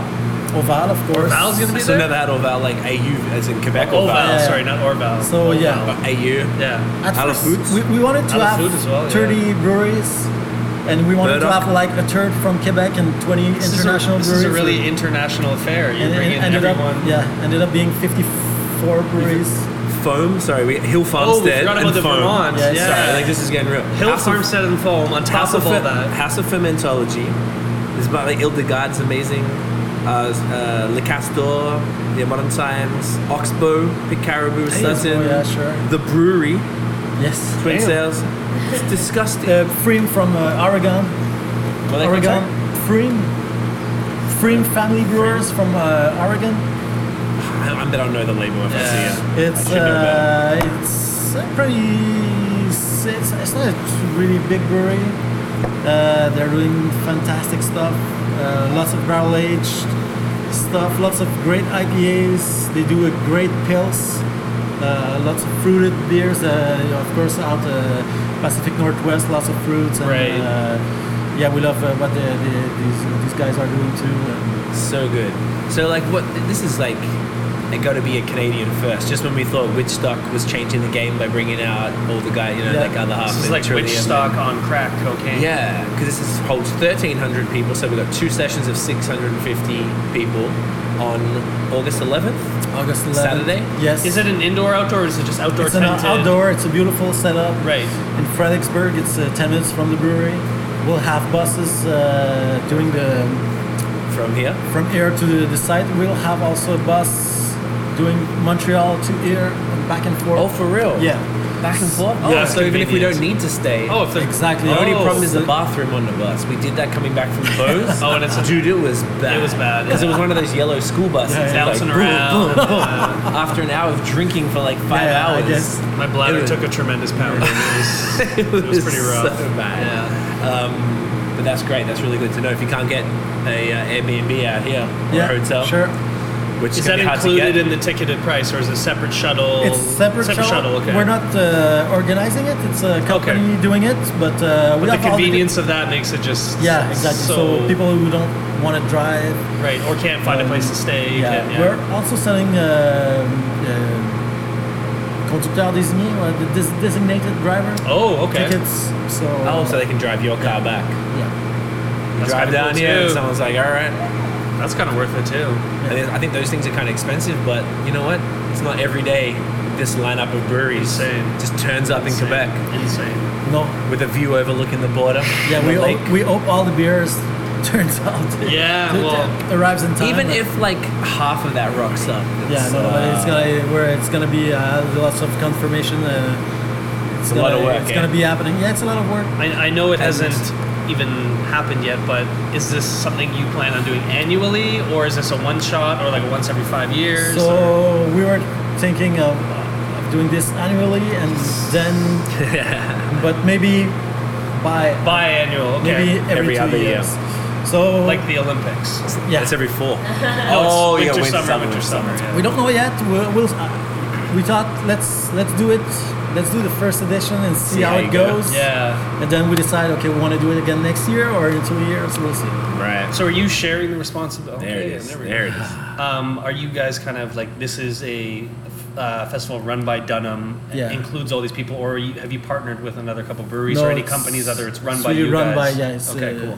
Oval of course.
Val's gonna be
So
there.
never had Orval, like AU, as in Quebec
Orval,
Orval. Uh,
Yeah.
sorry, not Orval.
So yeah,
But AU.
yeah,
at
Out of
first
foods?
we, we wanted to
Out of
have
food as well, yeah. uh,
30 breweries, and we wanted to
Burdock.
have like a third from Quebec and 20
this is a,
international
this
breweries.
is a really international affair. You
and
bring
it
in
ended
everyone.
up yeah, ended up being 54 breweries.
Foam, sorry, we, Hill
oh, we
Farmstead.
forgot about
and
the
Foam.
Vermont.
Yes.
Yeah,
Sorry, like this is getting real.
Hill
House of-
Farmstead and Foam on top
House of,
of all
Fer-
that.
House of Fermentology. There's about like Ildegarde's amazing. Uh, uh, Le Castor, the Modern Times, Oxbow, the Caribou, Sutton,
oh, yeah, sure.
the Brewery,
Yes.
Twin Sails. It's disgusting.
Uh, Freem from uh, Oregon.
Well, like,
Oregon. Freem. Freem Family Brewers from uh, Oregon.
I, I bet I'll know the label if I see it.
It's
should know
uh, it's a pretty. It's, it's not a really big brewery. Uh, they're doing fantastic stuff. Uh, lots of barrel aged stuff. Lots of great IPAs. They do a great pils. Uh, lots of fruited beers. Uh, of course, out uh, Pacific Northwest, lots of fruits. And,
Right.
Uh, yeah, we love uh, what the, the, these, these guys are doing too. um, And
So good. So like what this is like it got to be a Canadian first. Just when we thought Witchstock was changing the game by bringing out all the guy, you know,
Yeah.
like other half.
This is
and
like
Trillium.
witch stock on crack cocaine.
Yeah, because this is, holds 1,300 people, so we've got two sessions of 650 people on August 11th.
August 11th.
Saturday?
Yes.
Is it an indoor outdoor or is it just outdoor
It's an
tented?
outdoor. It's a beautiful setup.
Right.
In Fredericksburg, it's uh, 10 minutes from the brewery. We'll have buses uh, doing the
From here,
from here to the, the site. We'll have also a bus doing Montreal to here, back and forth.
Oh, for real?
Yeah.
Back and forth? Oh,
Yeah,
so even if we
convenient.
don't need to stay.
Oh, if there's
Exactly.
The only
Oh.
problem is the bathroom on the bus. We did that coming back from Bose.
Oh, and it's a-
dude, it was bad.
It was bad,
because it
yeah.
was one of those yellow school buses.
Yeah, yeah.
Like,
bouncing
boom,
around.
boom.
uh,
After an hour of drinking for like five
Yeah, I
hours,
guess.
my bladder
It was-
took a tremendous pounding. It was, it was pretty rough.
So bad. Um, but that's great. That's really good to know. If you can't get a uh, Airbnb out here or
yeah.
a hotel,
Sure.
which is
Is
gonna
that
be hard
included
to get.
in the ticketed price, or is it separate shuttle?
It's separate,
shuttle. Okay.
We're not uh, organizing it. It's a company doing it, but uh, we
but the
have all
convenience of that makes it just
yeah, exactly. So,
So,
people who don't want to drive.
right, or can't find a place to stay.
Yeah.
can't- yeah.
We're also selling um, uh, conducteur désigné, uh, the dis- designated driver
oh, okay.
tickets. So
Oh, so they can drive your car back.
yeah,
You
That's
drive
kinda
down
cool
here,
too.
and someone's like, "All right."
That's kind of worth it too.
And then I think those things are kind of expensive, but you know what? It's not every day this lineup of breweries
Insane.
just turns up in
Insane.
Quebec
Insane.
no,
with a view overlooking the border.
yeah.
and
We
the lake.
hope, we hope all the beers turns out.
Yeah,
to-
well,
to- arrives in time.
even
but-
if like half of that rocks up.
Yeah,
it's,
no,
uh,
but it's gonna where it's gonna be uh, lots of confirmation. Uh, it's
a lot
gonna-
of work,
It's
eh?
gonna be happening. Yeah, it's a lot of work.
I, I know it hasn't even happened yet, but is this something you plan on doing annually, or is this a one shot, or like once every five years? or-
So we were thinking of, of doing this annually, and then, but maybe by
biannual. Okay.
maybe every,
every
two
other year.
years. So
like the Olympics.
yeah,
It's every four.
No,
Oh,
it's
yeah, winter,
winter, summer,
summer,
winter, summer. yeah.
we don't know yet. We'll, we'll uh, we thought let's let's do it. Let's do the first edition and see, how,
how
it
you go.
goes.
Yeah.
And then we decide okay, we want to do it again next year or in two years. We'll see.
Right.
So are you sharing the responsibility?
There it
Okay,
is.
we go.
There it is.
Um, are you guys kind of like this is a uh, festival run by Dunham? it
Yeah.
Includes all these people, or are you, have you partnered with another couple breweries or
No,
any
it's-
companies? Other, it's run
it's
by
really
you
run
guys.
by- yeah, it's,
okay,
uh,
cool.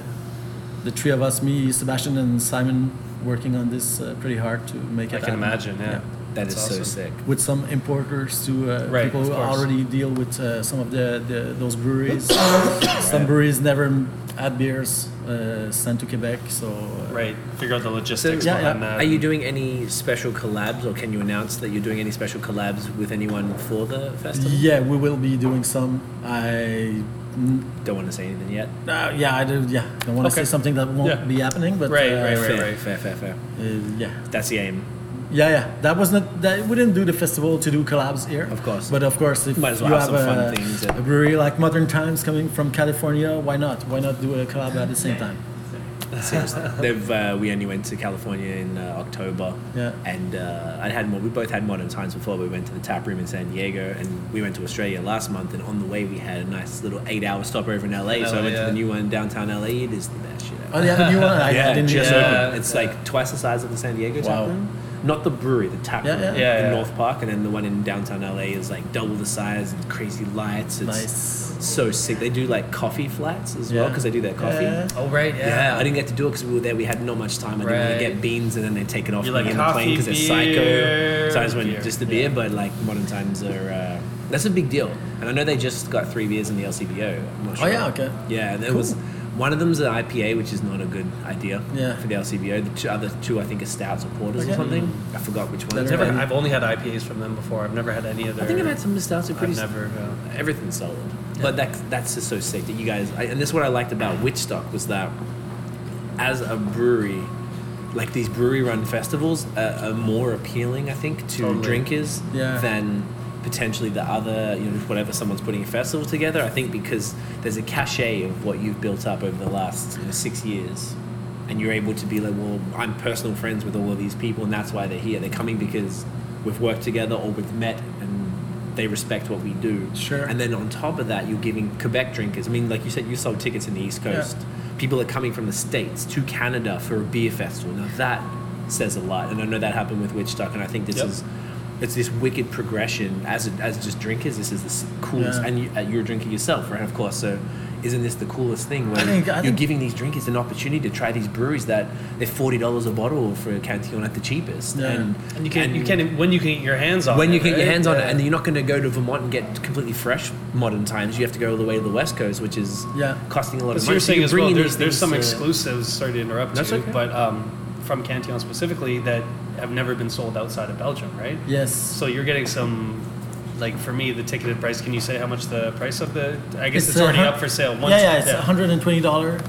the three of us, me, Sebastian, and Simon, working on this uh, pretty hard to make it.
I can
happen.
imagine. Yeah.
That is
That's awesome.
so sick.
With some importers to uh,
Right,
people
of
who
course.
already deal with uh, some of the, the those breweries. some breweries never m- had beers uh, sent to Quebec, so uh,
Right. Figure out the logistics
Yeah, yeah.
behind that.
Are you doing any special collabs, or can you announce that you're doing any special collabs with anyone for the festival?
yeah, we will be doing some. I
Don't want to say anything yet.
uh, yeah, I do. Yeah, I want to
Okay.
say something that won't
Yeah.
be happening, but
Right,
uh,
right, right.
fair, fair, fair, fair.
uh, yeah.
That's the aim.
Yeah, yeah. That was not. That, we didn't do the festival to do collabs here.
Of course.
But of course, if
Might as well
you
have
have,
some fun
a,
things, yeah.
a brewery like Modern Times coming from California, why not? Why not do a collab at the same time?
Seriously.
Uh-huh.
They've, uh, we only went to California in uh, October.
Yeah.
And uh, I had more, we both had modern times before. We went to the tap room in San Diego and we went to Australia last month. And on the way, we had a nice little eight hour stopover in LA. so I
LA,
went to
yeah.
the new one in downtown LA. It is the best shit ever.
Oh, yeah, the new one. I, I
yeah,
didn't
just
know.
opened. It's like twice the size of the San Diego tap
Wow.
room. Not the brewery, the tap
Yeah,
room
yeah.
Yeah,
in
yeah.
North Park. And then the one in downtown LA is like double the size and crazy lights. It's
Nice.
so sick. They do like coffee flats as well
Yeah.
because they do their coffee.
Yeah.
Oh right.
Yeah, I didn't get to do it because we were there. We had not much time. I didn't want
Right.
to get beans and then they take it off
You
me
like
in the plane
coffee,
because they're psycho.
beer,
So I just went
beer.
just the beer, but like modern times are. Uh, that's a big deal, and I know they just got three beers in the LCBO. I'm not
Oh,
sure.
yeah, okay.
Yeah, there was one of them's an IPA, which is not a good idea.
Yeah.
For the LCBO, the two, other two I think are stouts or porters
Okay.
or something. I forgot which one.
That's
I've,
it's
never,
but-
I've only had IPAs from them before. I've never had any other.
I think I've had some stouts are pretty.
I've never. Uh,
everything's solid. But that's that's just so sick that you guys. I, and that's what I liked about Witchstock was that, as a brewery, like these brewery-run festivals are, are more appealing, I think, to
Totally.
drinkers
Yeah.
than potentially the other, you know, whatever someone's putting a festival together. I think because there's a cachet of what you've built up over the last you know, six years. And you're able to be like, well, I'm personal friends with all of these people, and that's why they're here. They're coming because we've worked together or we've met, and they respect what we do.
Sure.
And then on top of that, you're giving Quebec drinkers. I mean, like you said, you sold tickets in the East Coast. People are coming from the States to Canada for a beer festival. Now that says a lot. And I know that happened with Witchstock, and I think this
Yep.
is. It's this wicked progression as as just drinkers. This is the s- coolest,
Yeah.
and you, uh, you're a drinker yourself, right? Of course. So, isn't this the coolest thing where
I think- I
you're
think-
giving these drinkers an opportunity to try these breweries that they're forty dollars a bottle for a canteen at the cheapest,
Yeah.
and,
and you can you can when you can get your hands on.
when
it,
you can get your
eh?
right?
hands on
Yeah.
it, and you're not going to go to Vermont and get completely fresh modern times. You have to go all the way to the West Coast, which is
Yeah.
costing a lot
But
of
you're
money. So
saying as well,
bringing
there's
these
there's
things
some
to-
exclusives. Sorry to interrupt
That's
you,
okay.
but um, from Cantillon specifically that have never been sold outside of Belgium, right?
Yes.
So you're getting some, like for me, the ticketed price. Can you say how much the price of the? I guess it's,
a
already
hun-
up for sale. Once,
Yeah, yeah, it's $120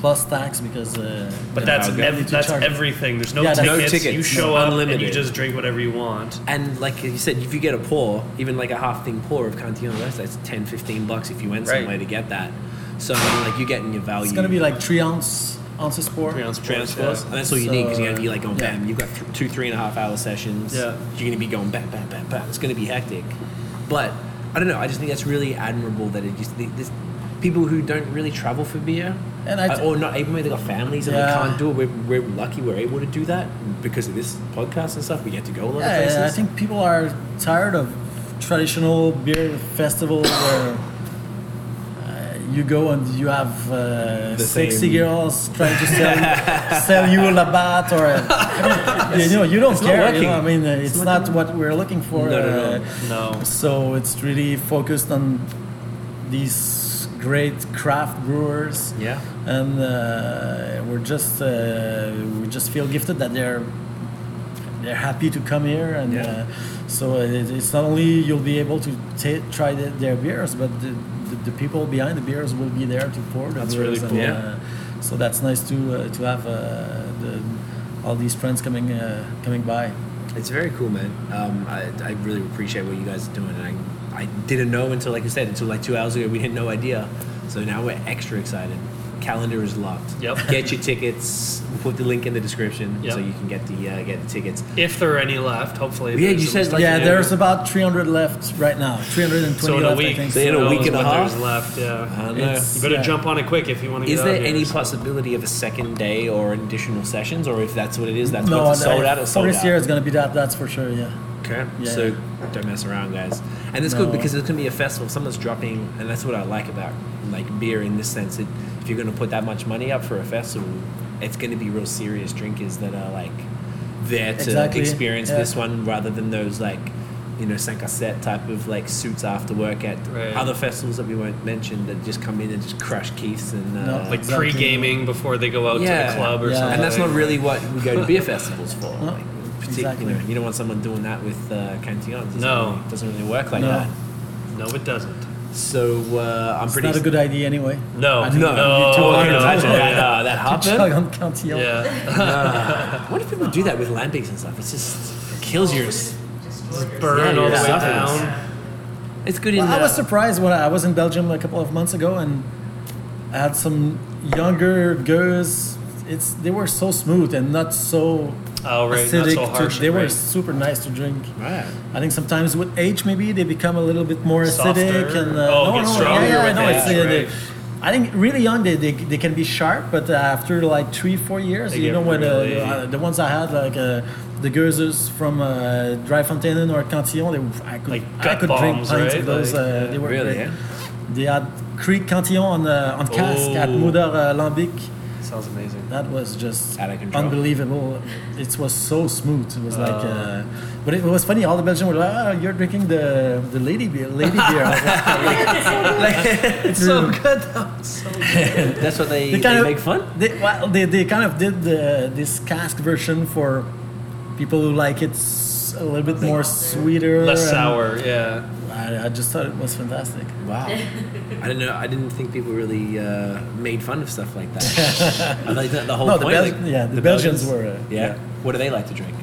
plus tax because. Uh,
But
the-
that's
the
ev-
ability to
that's
charge.
everything. There's no,
Yeah, that's-
tickets.
No
tickets,
You
no.
show up and you
Unlimited.
just drink whatever you want.
And like you said, if you get a pour, even like a half thing pour of Cantillon West, that's 10, 15 bucks if you went
Right.
somewhere to get that. So like you're getting your value.
It's going to be like three ounce, ounces pour.
Three ounce
Three
pours,
hours
yeah.
plus. And that's all you need because you're going to be like going
uh, Yeah.
bam. You've got th- two, three and a half hour sessions.
Yeah.
You're going to be going bam, bam, bam, bam. It's going to be hectic. But I don't know. I just think that's really admirable that it just, the- this, people who don't really travel for beer
And I-
uh, or not able, maybe they got families and
Yeah.
they can't do it. We're, we're lucky we're able to do that because of this podcast and stuff. We get to go a lot of
Yeah,
places.
yeah, I think people are tired of traditional beer festivals where uh, you go and you have uh,
The
sexy
same-
girls trying to sell, sell you a Labatt or a, I mean, you know you don't
not
care. You
working.
know, I mean, uh, it's, not what we're looking for. uh,
No, no, no.
No.
So it's really focused on these great craft brewers
Yeah.
and uh, we're just uh, we just feel gifted that they're they're happy to come here and
Yeah.
uh, so it, it's not only you'll be able to ta try the, their beers but the, the, the people behind the beers will be there to pour the
That's
beers
really
and,
cool.
uh, so that's nice to uh, to have uh, the, all these friends coming uh, coming by
It's very cool, man. Um, I, I really appreciate what you guys are doing, and I, I didn't know until, like I said, until like two hours ago, we had no idea. So now we're extra excited. Calendar is locked.
Yep.
Get your tickets. We'll put the link in the description
Yep.
so you can get the uh, get the tickets.
If there are any left, hopefully.
Yeah,
there's
you
at
said,
least-
Like,
yeah
yeah.
there's about 300 left right now 320
so in a
left
week.
I think
So in a
who
week
knows
and a
when
half?
There's left. Yeah.
don't
It's-
You better
yeah.
jump on it quick if you want to.
Is
get out
there
here.
any possibility of a second day or additional sessions, or if that's what it is, that's
no,
what's
no,
sold out. It's
for
sold
this
out.
year it's gonna be that that's for sure yeah
Okay.
Yeah.
So don't mess around, guys. And it's
No.
good because it's gonna be a festival. Someone's dropping, and that's what I like about like beer in this sense. That if you're gonna put that much money up for a festival, it's gonna be real serious drinkers that are like there to
Exactly,
experience
yeah.
this one rather than those like you know Sankaset type of like suits after work at
Right.
other festivals that we won't mention that just come in and just crush Keiths and uh,
No.
like
Exactly.
pre-gaming before they go out to
Yeah.
the club or
Yeah.
something?
and that's not really what we go to beer festivals for.
No,
Like, particularly,
exactly.
you, know, you don't want someone doing that with uh, cantillons. It doesn't
No.
really- doesn't really work like
No.
that.
No, it doesn't.
So uh, I'm
it's
pretty.
not a good idea anyway
No,
I
no,
think
no.
you two are-
no,
Imagine
no,
that,
yeah.
uh, that
To chug
happened.
on Cantillon.
Yeah,
What if people do that with lambics and stuff? It's just it kills your. s-
burn
Yeah,
all
yeah.
the way
Suffers.
down.
It's good in.
Well, I
uh,
was surprised when I was in Belgium a couple of months ago and I had some younger girls. It's they were so smooth and not so
Oh, right, not
acidic.
so
to-
harsh.
they were
right.
super nice to drink.
Right.
I think sometimes with age, maybe they become a little bit more acidic
Softer?
and uh,
Oh,
no,
get
no,
stronger
yeah, yeah,
with
no, it's,
age,
uh, they-
right.
I think really young they, they, they can be sharp, but uh, after like three four years,
They
you
get
know when
really-
uh, uh, the ones I had like uh, the Gerzers from uh, Dreifonteinen or Cantillon, they, I could
Like
I
gut
could drink
bombs,
pints
right?
of those.
Like,
uh, they were
really,
great.
yeah?
They had Creek Cantillon on uh, on cask at
Oh.
Moudre uh, Lambic.
Sounds amazing.
That was just
Out of control.
unbelievable. It was so smooth. It was
Oh.
like, uh, but it was funny. All the Belgians were like, "Oh, you're drinking the the lady beer, lady beer." I was "Oh, like, like, it's so good.
That's what they,
They
they,
kind of
make fun.
They, well, they, they kind of did the, this cask version for people who like it s- a little bit more sweeter,
Less
and
sour. Yeah.
I, I just thought it was fantastic.
Wow. I don't know. I didn't think people really uh, made fun of stuff like that. I like that the whole
No, the
point.
Bel-
like,
yeah, the Belgians were, uh,
yeah.
yeah.
What do they like to drink?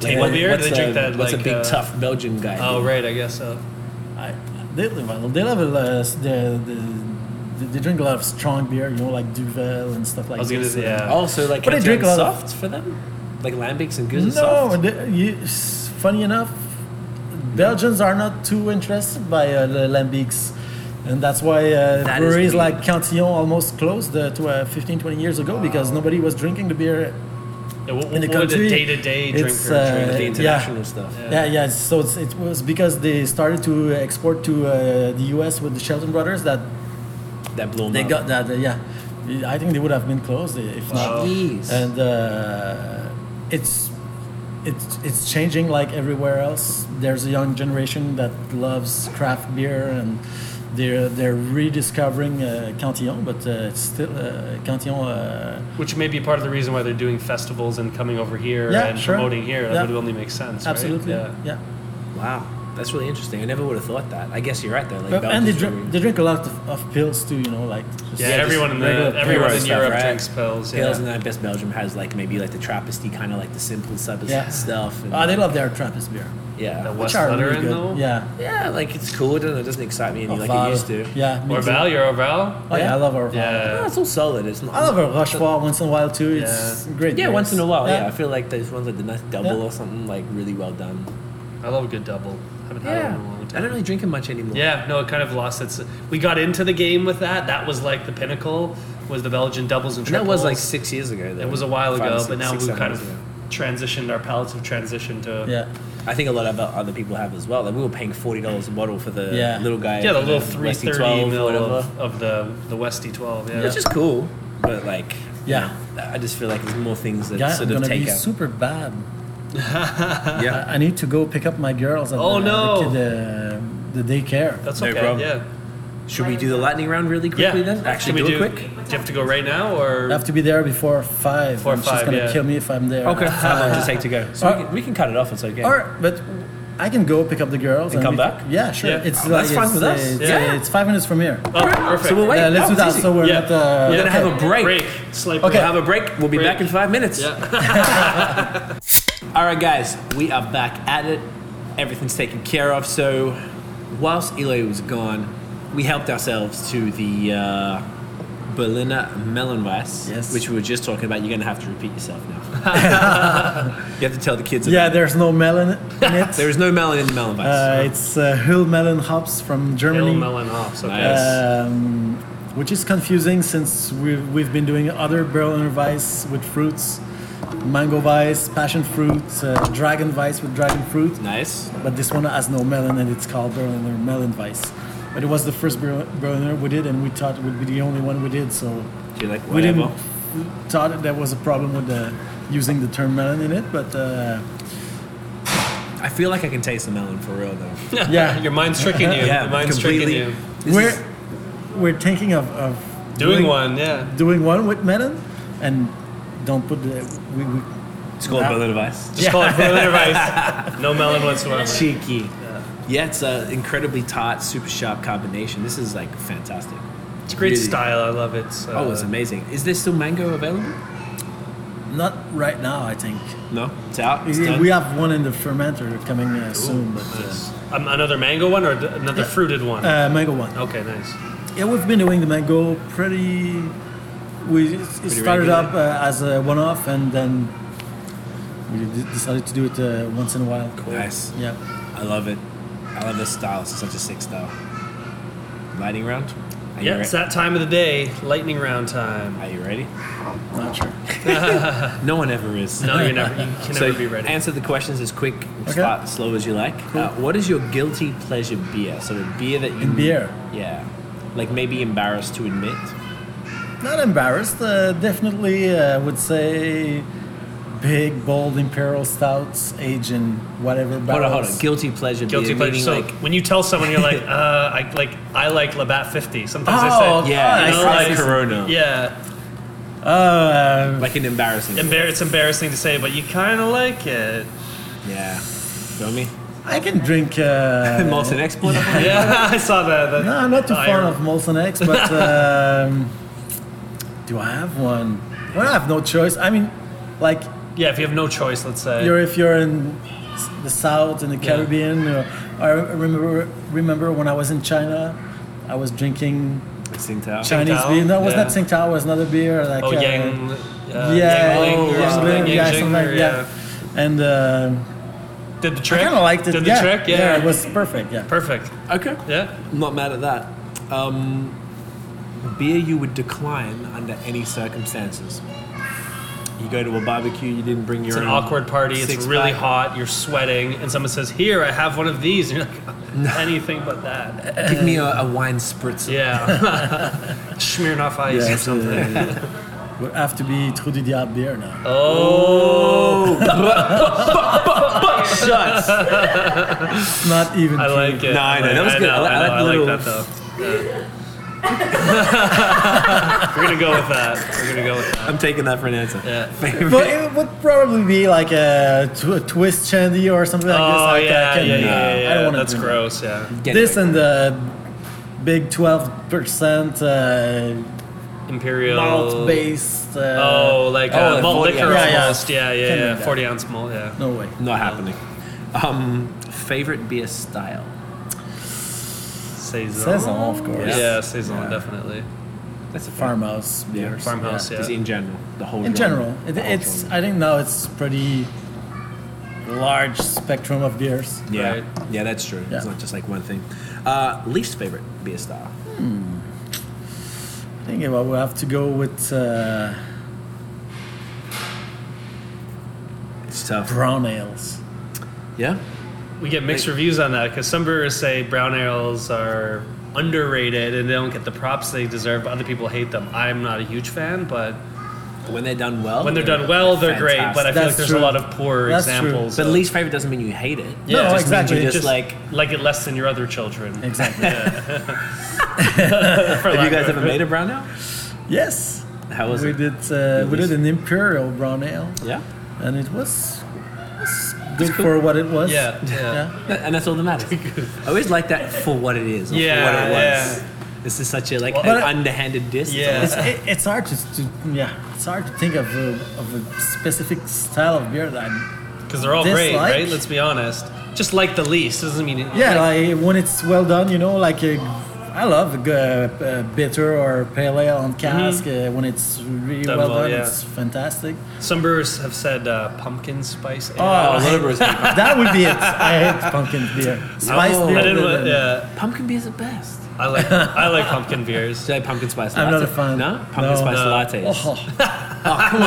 Table
What-
beer.
what's
They drink
a,
that
What's
like,
a big
uh,
tough Belgian guy?
Oh, right. I guess so.
I, they, well, they love a, uh, the, the, they drink a lot of strong beer, you know, like Duvel and stuff like.
I was gonna
this. uh,
say yeah.
Also, like,
But they
Cantillon
drink a lot of-
soft for them, like lambics and goose and
No,
soft.
the- you, s- funny enough, Belgians are not too interested by uh, the lambics. And that's why uh,
That is
breweries
weird.
like Cantillon almost closed uh, to, uh, 15, 20 years ago because nobody was drinking the beer.
Yeah, what
in the
what would a
country,
day-to-day drinker
it's,
drink?
uh,
the
yeah.
international stuff.
Yeah, yeah. So it's, it was because they started to export to uh, the US with the Shelton Brothers that
That blew 'em
they
up.
got that. Uh, yeah. I think they would have been closed if not.
Jeez.
and uh, it's it's it's changing like everywhere else. There's a young generation that loves craft beer, and they're they're rediscovering uh, Cantillon, but uh, it's still uh, Cantillon. Uh,
Which may be part of the reason why they're doing festivals and coming over here
Yeah,
and
sure.
promoting here. That
Yeah.
would only make sense. right?
absolutely,
Yeah.
yeah.
Wow, that's really interesting. I never would have thought that. I guess you're right though. Like
But- and they
Belgium's
drink
really-
they drink a lot of, of pills too. You know, like just-
Yeah,
Yeah,
everyone in
just
the
regular
everyone in
pills
Europe
right?
drinks pills. Yeah.
Pills and I guess Belgium has like maybe like the Trappisty kind of like the simple sub-
Yeah.
stuff. And,
Oh, they love their Trappist beer.
The
yeah,
West
are
Lutheran,
really good.
though?
Yeah.
yeah, like it's cool. I don't know. It doesn't excite me any like
Orval.
it used to.
Yeah. me too.
Orval, you're Orval?
Oh yeah, I love Orval.
No,
Yeah.
it's all solid. It's not.
I love a Rochefort once in a while too. It's great.
Yeah,
beers.
once in a while. Yeah. I feel like those ones like the nice double
Yeah.
or something like really well done.
I love a good double. haven't had one in a long time.
I don't really drink them much anymore.
Yeah, no, it kind of lost its. We got into the game with that. That was like the pinnacle was the Belgian doubles and
And that
triples.
was like six years ago. Though.
it was a while
Five,
ago,
six-
but now
six,
we've
seven
kind of
years ago.
transitioned. Our palates have transitioned to
Yeah.
I think a lot of other people have as well. Like we were paying forty dollars a bottle for the
Yeah.
little guy.
yeah, the little three
Westy
thirty
12 or
mil
whatever.
of, of the the Westy twelve. Yeah,
which is cool, but like
Yeah.
yeah, I just feel like there's more things that
Yeah,
sort
I'm
of
gonna
take
be
out.
super bad.
yeah,
I, I need to go pick up my girls at
Oh,
the,
no.
the, kid, uh, the daycare.
that's
No
okay.
problem.
yeah,
should we do the lightning round really
yeah.
quickly then? Actually,
Should
do,
we
it quick.
Do you have to go right now or
I have to be there before five.
Before
and
five,
she's gonna
yeah.
kill me if I'm there.
Okay, how long does it take to go? So
Or-
we, can, we can cut it off. It's okay.
Or but I can go pick up the girls
And come
we can-
back?
yeah, sure.
Yeah.
It's
Oh,
like
that's fine
it's,
with us.
It's,
Yeah.
it's five minutes from here.
Oh, perfect.
So we'll wait.
yeah, let's
Oh,
do that.
it's easy.
So we're
Yeah.
not. Uh,
Yeah.
We're gonna have a break.
break. Slight
Okay.
We'll have a break. We'll be
Break.
back in five minutes.
Yeah.
All right, guys, we are back at it. Everything's taken care of. So, whilst Ilo was gone, we helped ourselves to the uh, Berliner Melonweiss,
Yes.
which we were just talking about. You're going to have to repeat yourself now. you have to tell the kids.
Yeah,
About
there's no melon in
it.
it.
There is no melon in the Melonweiss.
uh, it's uh, Hull melon hops from Germany.
Hill melon hops. Okay.
Nice. Uh,
Um, which is confusing since we've, we've been doing other Berliner Weiss with fruits, mango Weiss, passion fruit, uh, dragon Weiss with dragon fruit,
nice.
but this one has no melon and it's called Berliner Melon Weiss. But it was the first Ber- Berliner we did, and we thought it would be the only one we did, so
Do you like
we
whatever?
didn't thought there was a problem with the, using the term melon in it, but uh,
I feel like I can taste the melon for real, though.
yeah,
Your mind's tricking you. Your mind's
completely.
tricking you.
This
we're
is-
we're thinking of, of
Doing one, yeah.
doing one with melon and don't put the we, we
it's called
Yeah.
Berliner Weiss.
Just call it Berliner Weiss. No melon whatsoever.
cheeky. Yeah, it's an incredibly taut, super sharp combination. This is like fantastic.
It's a great
Really.
style. I love it. So.
oh, it's amazing. Is there still mango available?
not right now i think
No, it's out. It's
We-
done.
we have one in the fermenter coming uh, soon but
Nice.
uh,
Um, another mango one or th- another fruited one?
uh, mango one
okay, nice.
yeah we've been doing the mango pretty we it started
regular.
up uh, as a one-off and then we d- decided to do it uh, once in a while
Nice.
yeah
I love it. I love this style. It's such a sick style. Lighting round. Are
Yeah,
you
it's
re-
that time of the day, lightning round time.
Are you ready?
not sure
No one ever is.
No, you're never, you can
so
never be ready.
answer the questions as quick, and
Okay.
fast, slow as you like. Uh, what is your guilty pleasure beer? So a beer that you
beer
Yeah, like maybe embarrassed to admit.
not embarrassed uh, definitely uh, would say big bold imperial stouts age in whatever
Hold on,
barrels.
hold on. Guilty pleasure
Guilty
beer.
pleasure.
meaning,
So
like,
when you tell someone you're like, uh, I like, I like Labatt 50. Sometimes
Oh,
they say,
Yeah,
I
you know,
see, I
like
see.
Corona.
Yeah,
Uh,
Like an embarrassing.
embar- it's embarrassing to say, but you kind of like it.
yeah. Feel me?
I can drink. Uh,
Molson Export.
Yeah, I saw that. that
No, I'm not too
the
fond
iron.
of Molson X, but um, do I have one? Well, I have no choice. I mean, like
Yeah, if you have no choice, let's say.
you're if you're in s- the South in the Caribbean. Or, I remember remember when I was in China, I was drinking Chinese
Tsingtao?
beer. No, it was not
Yeah.
Tsingtao. It was another beer. Like
oh,
uh,
Yang. Uh,
yeah,
Yang Ling or
Yang
something,
Ling,
Yang
yeah,
Jing
something
or-
like yeah. And uh,
Did the
I
trick?
kind of liked it.
Did the
yeah.
trick? Yeah.
it was perfect. Yeah.
perfect.
Okay.
Yeah.
I'm not mad at that. Um, beer you would decline under any circumstances. You go to a barbecue, you didn't bring your
It's an
own
awkward party. It's
six
really
pack.
hot. You're sweating, and someone says, "Here, I have one of these," and you're like, "Anything but that."
Give me a, a wine spritzer.
Yeah, Smirnoff ice or
Yes,
something.
Would have to be Trou du Diable beer now.
Shots.
Not even.
I
true.
like it.
No, I know, that was
I
good. I
know,
li- I
I know,
like
I
the
like
little-
that though. We're gonna go with that. We're gonna go with that.
I'm taking that for an answer.
Yeah.
But it would probably be like a, tw- a twist chandy or something like this.
Oh
like
yeah, yeah,
can-
yeah, yeah,
I
yeah.
don't want
That's
to
gross. Yeah.
Get
This
it.
and the big 12% uh,
Imperial
malt based. Uh,
Oh, like
Oh,
uh,
like
malt
40
liquor
ounce. Yeah, yeah.
almost. Yeah, yeah, yeah.
Something like that.
Forty ounce malt. Yeah.
No way.
Not happening. Um, favorite beer style.
Saison.
Saison, of course.
Yeah, saison definitely.
That's a
Farmhouse beers.
Farmhouse. Yeah.
Just in general, the whole.
In
genre.
general, it,
The whole
it's.
genre.
I think now it's pretty large spectrum of beers.
yeah,
Right.
yeah, that's true.
Yeah.
It's not just like one thing. Uh, least favorite beer style.
I think I will have to go with uh,
It's tough.
brown ales.
Yeah.
We get mixed reviews on that because some brewers say brown ales are underrated and they don't get the props they deserve. Other people hate them. I'm not a huge fan, but
When they're done well.
when they're done well, they're great. But I feel
That's
like there's
true.
a lot of poor
That's true.
examples.
But
of-
least favorite doesn't mean you hate it.
Yeah,
no,
just
exactly.
you just- like-
like it less than your other children.
exactly.
For
Have
lack
you guys
of-
ever made a brown ale?
yes.
How was
we
it?
did uh, we
was-
did an imperial brown ale,
Yeah.
and it was, was good for what it was.
Yeah, yeah.
yeah.
And that's all that matters. I always like that for what it is. Or
Yeah,
For what it was.
yeah.
This is such a like
Well,
an
but-
underhanded diss.
Yeah.
It's, it, it's hard to, to yeah. It's hard to think of a, of a specific style of beer that
Because they're all great,
Dislike?
right? Let's be honest. Just like the least doesn't mean it,
Yeah, like when it's well done, you know, like a, I love a, g- uh, bitter or pale ale on cask. Uh, when it's
Mm-hmm.
really
Done
well
well,
done,
yeah.
it's fantastic.
Some brewers have said uh, pumpkin spice. ale.
Oh,
Oh, Lowbrow is good.
that would be it. I hate pumpkin beer. Spiced
Oh.
beer.
I didn't.
no,
wa-
no, no.
Yeah,
Pumpkin beer's the best.
I like I like pumpkin beers.
Do you like pumpkin spice latte?
I'm not a fan.
No? Pumpkin
No.
spice
No.
lattes. Oh.
Oh,
come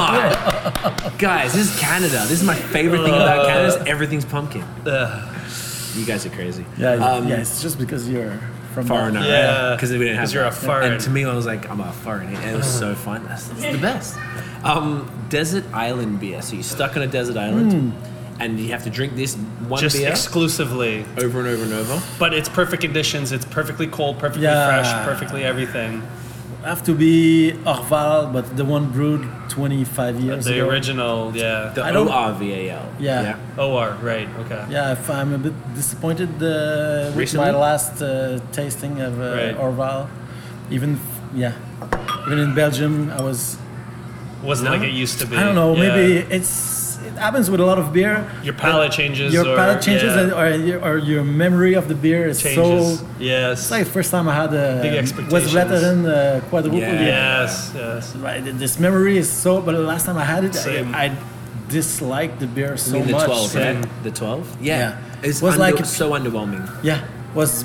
on. Guys, this is Canada. This is my favorite thing about Canada is everything's pumpkin.
Ugh.
You guys are crazy.
yeah,
Um,
yeah, it's just because you're from
Foreigner.
Yeah.
Because we didn't have
'Cause you're a
that.
foreign.
And to me, I was like, I'm a foreign. It was so fun. That's, that's the best. Um, desert island beer. So you're stuck on a desert island
Hmm.
and you have to drink this one
Just
beer
exclusively,
over and over and over.
but it's perfect conditions. It's perfectly cold, perfectly
Yeah.
fresh, perfectly everything.
Have to be Orval, but the one brewed 25 years
The
ago.
original, yeah.
The
I don't-
ORVAL.
Yeah.
OR, right? Okay.
Yeah, if I'm a bit disappointed uh, with
Recently?
my last uh, tasting of uh,
Right.
Orval. Even f- yeah, even in Belgium, I was
Wasn't like it used to be.
I don't know.
Yeah.
Maybe it's it happens with a lot of beer.
your palate changes.
Your
or,
palate changes,
yeah,
and, or, your, or your memory of the beer is
changes.
so.
yes.
It's like first time I had a
Big
West
expectations.
Letteren uh, quadruple.
Yeah.
beer.
yes. Yes.
Right, th- this memory is so. But the last time I had it,
Same.
I, I disliked the beer so
I mean, the
much.
12,
same.
right? The 12?
Yeah.
It's
Was
under-
like-
so underwhelming.
Yeah, was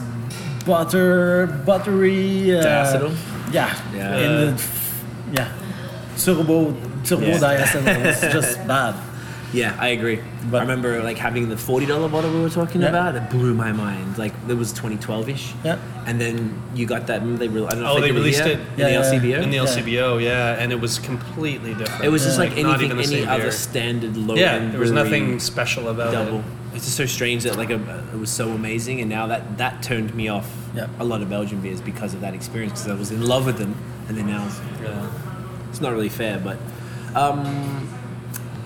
butter, buttery. Uh,
Diacetyl?
Yeah.
Yeah.
In the, yeah. Turbo, turbo
Yeah.
diacetyl. It's just bad.
Yeah, I agree.
But-
I remember like having the forty dollar bottle we were talking
Yeah.
about. It blew my mind. Like it was twenty twelve ish.
Yeah.
And then you got that. They re- I don't know
Oh,
if
they
did
released
here,
it.
in
Yeah, yeah,
the
yeah.
LCBO.
In the
Yeah.
LCBO, yeah, and it was completely different.
It was just like
not
anything,
even the
any
same
other
beer.
standard low.
Yeah,
end
there was nothing
brewery
special about
double.
it.
It's just so strange that like a, it was so amazing, and now that that turned me off
Yeah.
a lot of Belgian beers because of that experience. Because I was in love with them, and then now it's,
Yeah.
it's not really fair. But um,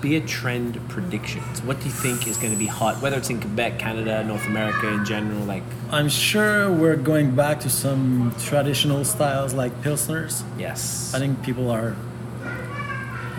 beer trend predictions. What do you think is going to be hot? Whether it's in Quebec, Canada, North America in general, like
I'm sure we're going back to some traditional styles like pilsners.
yes,
I think people are.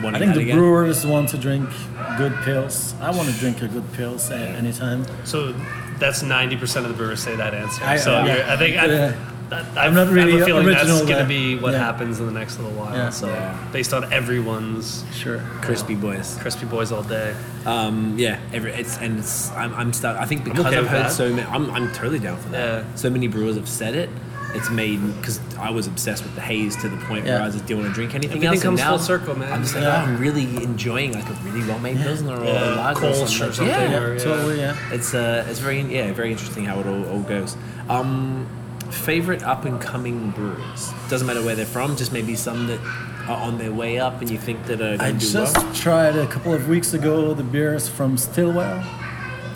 Wanting
I think
that
the
again?
brewers want to drink good pills. I want to drink a good pills at any time.
So that's ninety percent of the brewers say that answer.
I-
so
yeah.
you're- I think I,
Yeah.
I, am I
not
have
really
a feeling that's
original
going to be
there.
what
Yeah.
happens in the next little while.
Yeah.
So
Yeah.
based on everyone's
Sure.
crispy boys.
crispy boys all day.
Um, yeah, every, it's and it's I'm, I'm stuck. I think because
okay
I've
with
heard
that.
so many, I'm, I'm totally down for that.
Yeah.
So many brewers have said it. It's made because I was obsessed with the haze to the point where
Yeah.
I just didn't want to drink anything
Everything
else.
comes
and now
full circle, man.
I'm just like,
Yeah.
oh, I'm really enjoying like a really well made pilsner or a
Yeah,
lager
Kolsch
or something.
or something,
Yeah.
or-
Yeah,
yeah.
totally. Yeah.
It's uh, it's very yeah, very interesting how it all, all goes. Um, favorite up and coming breweries. Doesn't matter where they're from. Just maybe some that are on their way up and you think that are
I
going to do
just
well.
tried a couple of weeks ago the beers from Stillwell.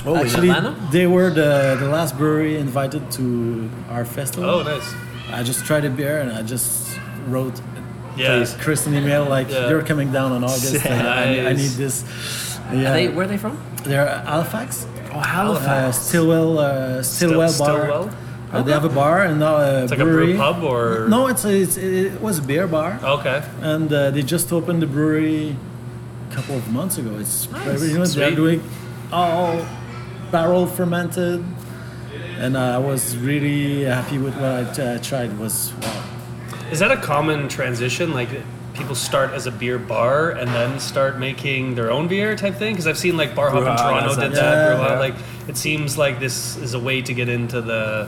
Oh, in
Actually,
Atlanta.
they were the, the last brewery invited to our festival.
Oh, nice.
I just tried a beer and I just wrote
Yeah.
Chris- Chris an email like
Yeah.
you're coming down on August. and I, I
Nice.
need this.
Are
Yeah,
they, where are they from?
they're Halifax.
Oh,
Uh, Stillwell, uh, Stillwell
Still-
Bar.
Stillwell?
Uh, they have a bar and now a
It's like a
brewery.
brew pub or
No, it's, it's it was a beer bar,
Okay.
and uh, they just opened the brewery a couple of months ago. It's very- you know,
Sweet.
they're doing all barrel fermented, and I was really happy with what I uh, tried. It was wow.
Is that a common transition? Like people start as a beer bar and then start making their own beer type thing? Because I've seen like Bar Hop in
Bruh,
Toronto
that's
did
not-
that for a
Yeah.
while. Like it seems like this is a way to get into the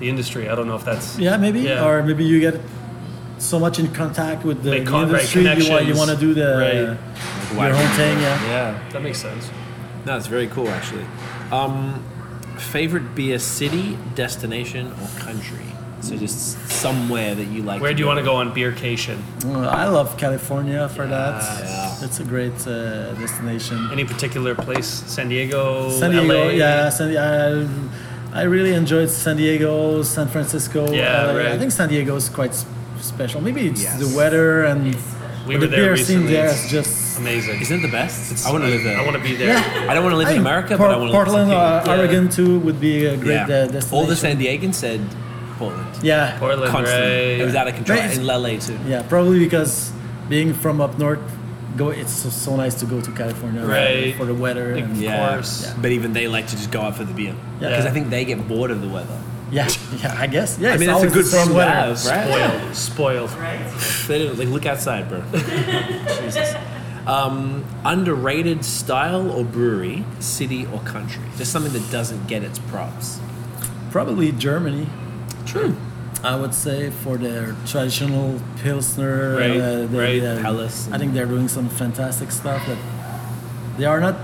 the industry. I don't know if that's
Yeah, maybe.
Yeah.
Or maybe you get so much in contact with the,
Make
the
con- right,
industry you want, you
connections.
want to do the your own thing. Yeah.
Yeah.
that makes sense.
No, it's very cool actually. Um, favorite beer city, destination, or country? So just somewhere that you like.
Where do you want to go on beercation?
Well, I love California for that.
Yeah.
It's a great uh, destination.
Any particular place? San Diego,
San Diego,
LA?
yeah. San, I, I really enjoyed San Diego, San Francisco.
Yeah,
LA.
right.
I think San Diego is quite s- special. Maybe it's
Yes.
the weather and
We
but
were
the
there
beer scene
recently.
there
It's
is just.
Amazing.
Isn't it the best? I want to live there.
I want to be there.
I don't want to live
I
in
think
America,
Por-
but I want to
Portland,
live
uh,
Yeah.
Oregon too would be a great uh, destination.
All the San Diegans said Portland.
yeah,
Portland,
Constantly.
right?
It was out of control.
Right, it's-
In LA too.
Yeah, probably because being from up north, go it's so, so nice to go to California
Right.
for the weather.
Like-
And, yeah.
Yeah.
course. Yeah.
But even they like to just go out for the beer.
Yeah.
Because I think they get bored of the weather.
yeah, yeah, I guess. Yeah,
I mean, it's
it's
a
always
good
the same
problem to
weather.
have, right?
Spoiled. Spoiled.
They don't, like, look outside, bro. Jesus. Um, underrated style or brewery, city or country? Just something that doesn't get its props.
Probably Germany,
True.
I would say, for their traditional Pilsner.
Right,
uh, they-
right,
they-
Palace
I think they're doing some fantastic stuff that they are not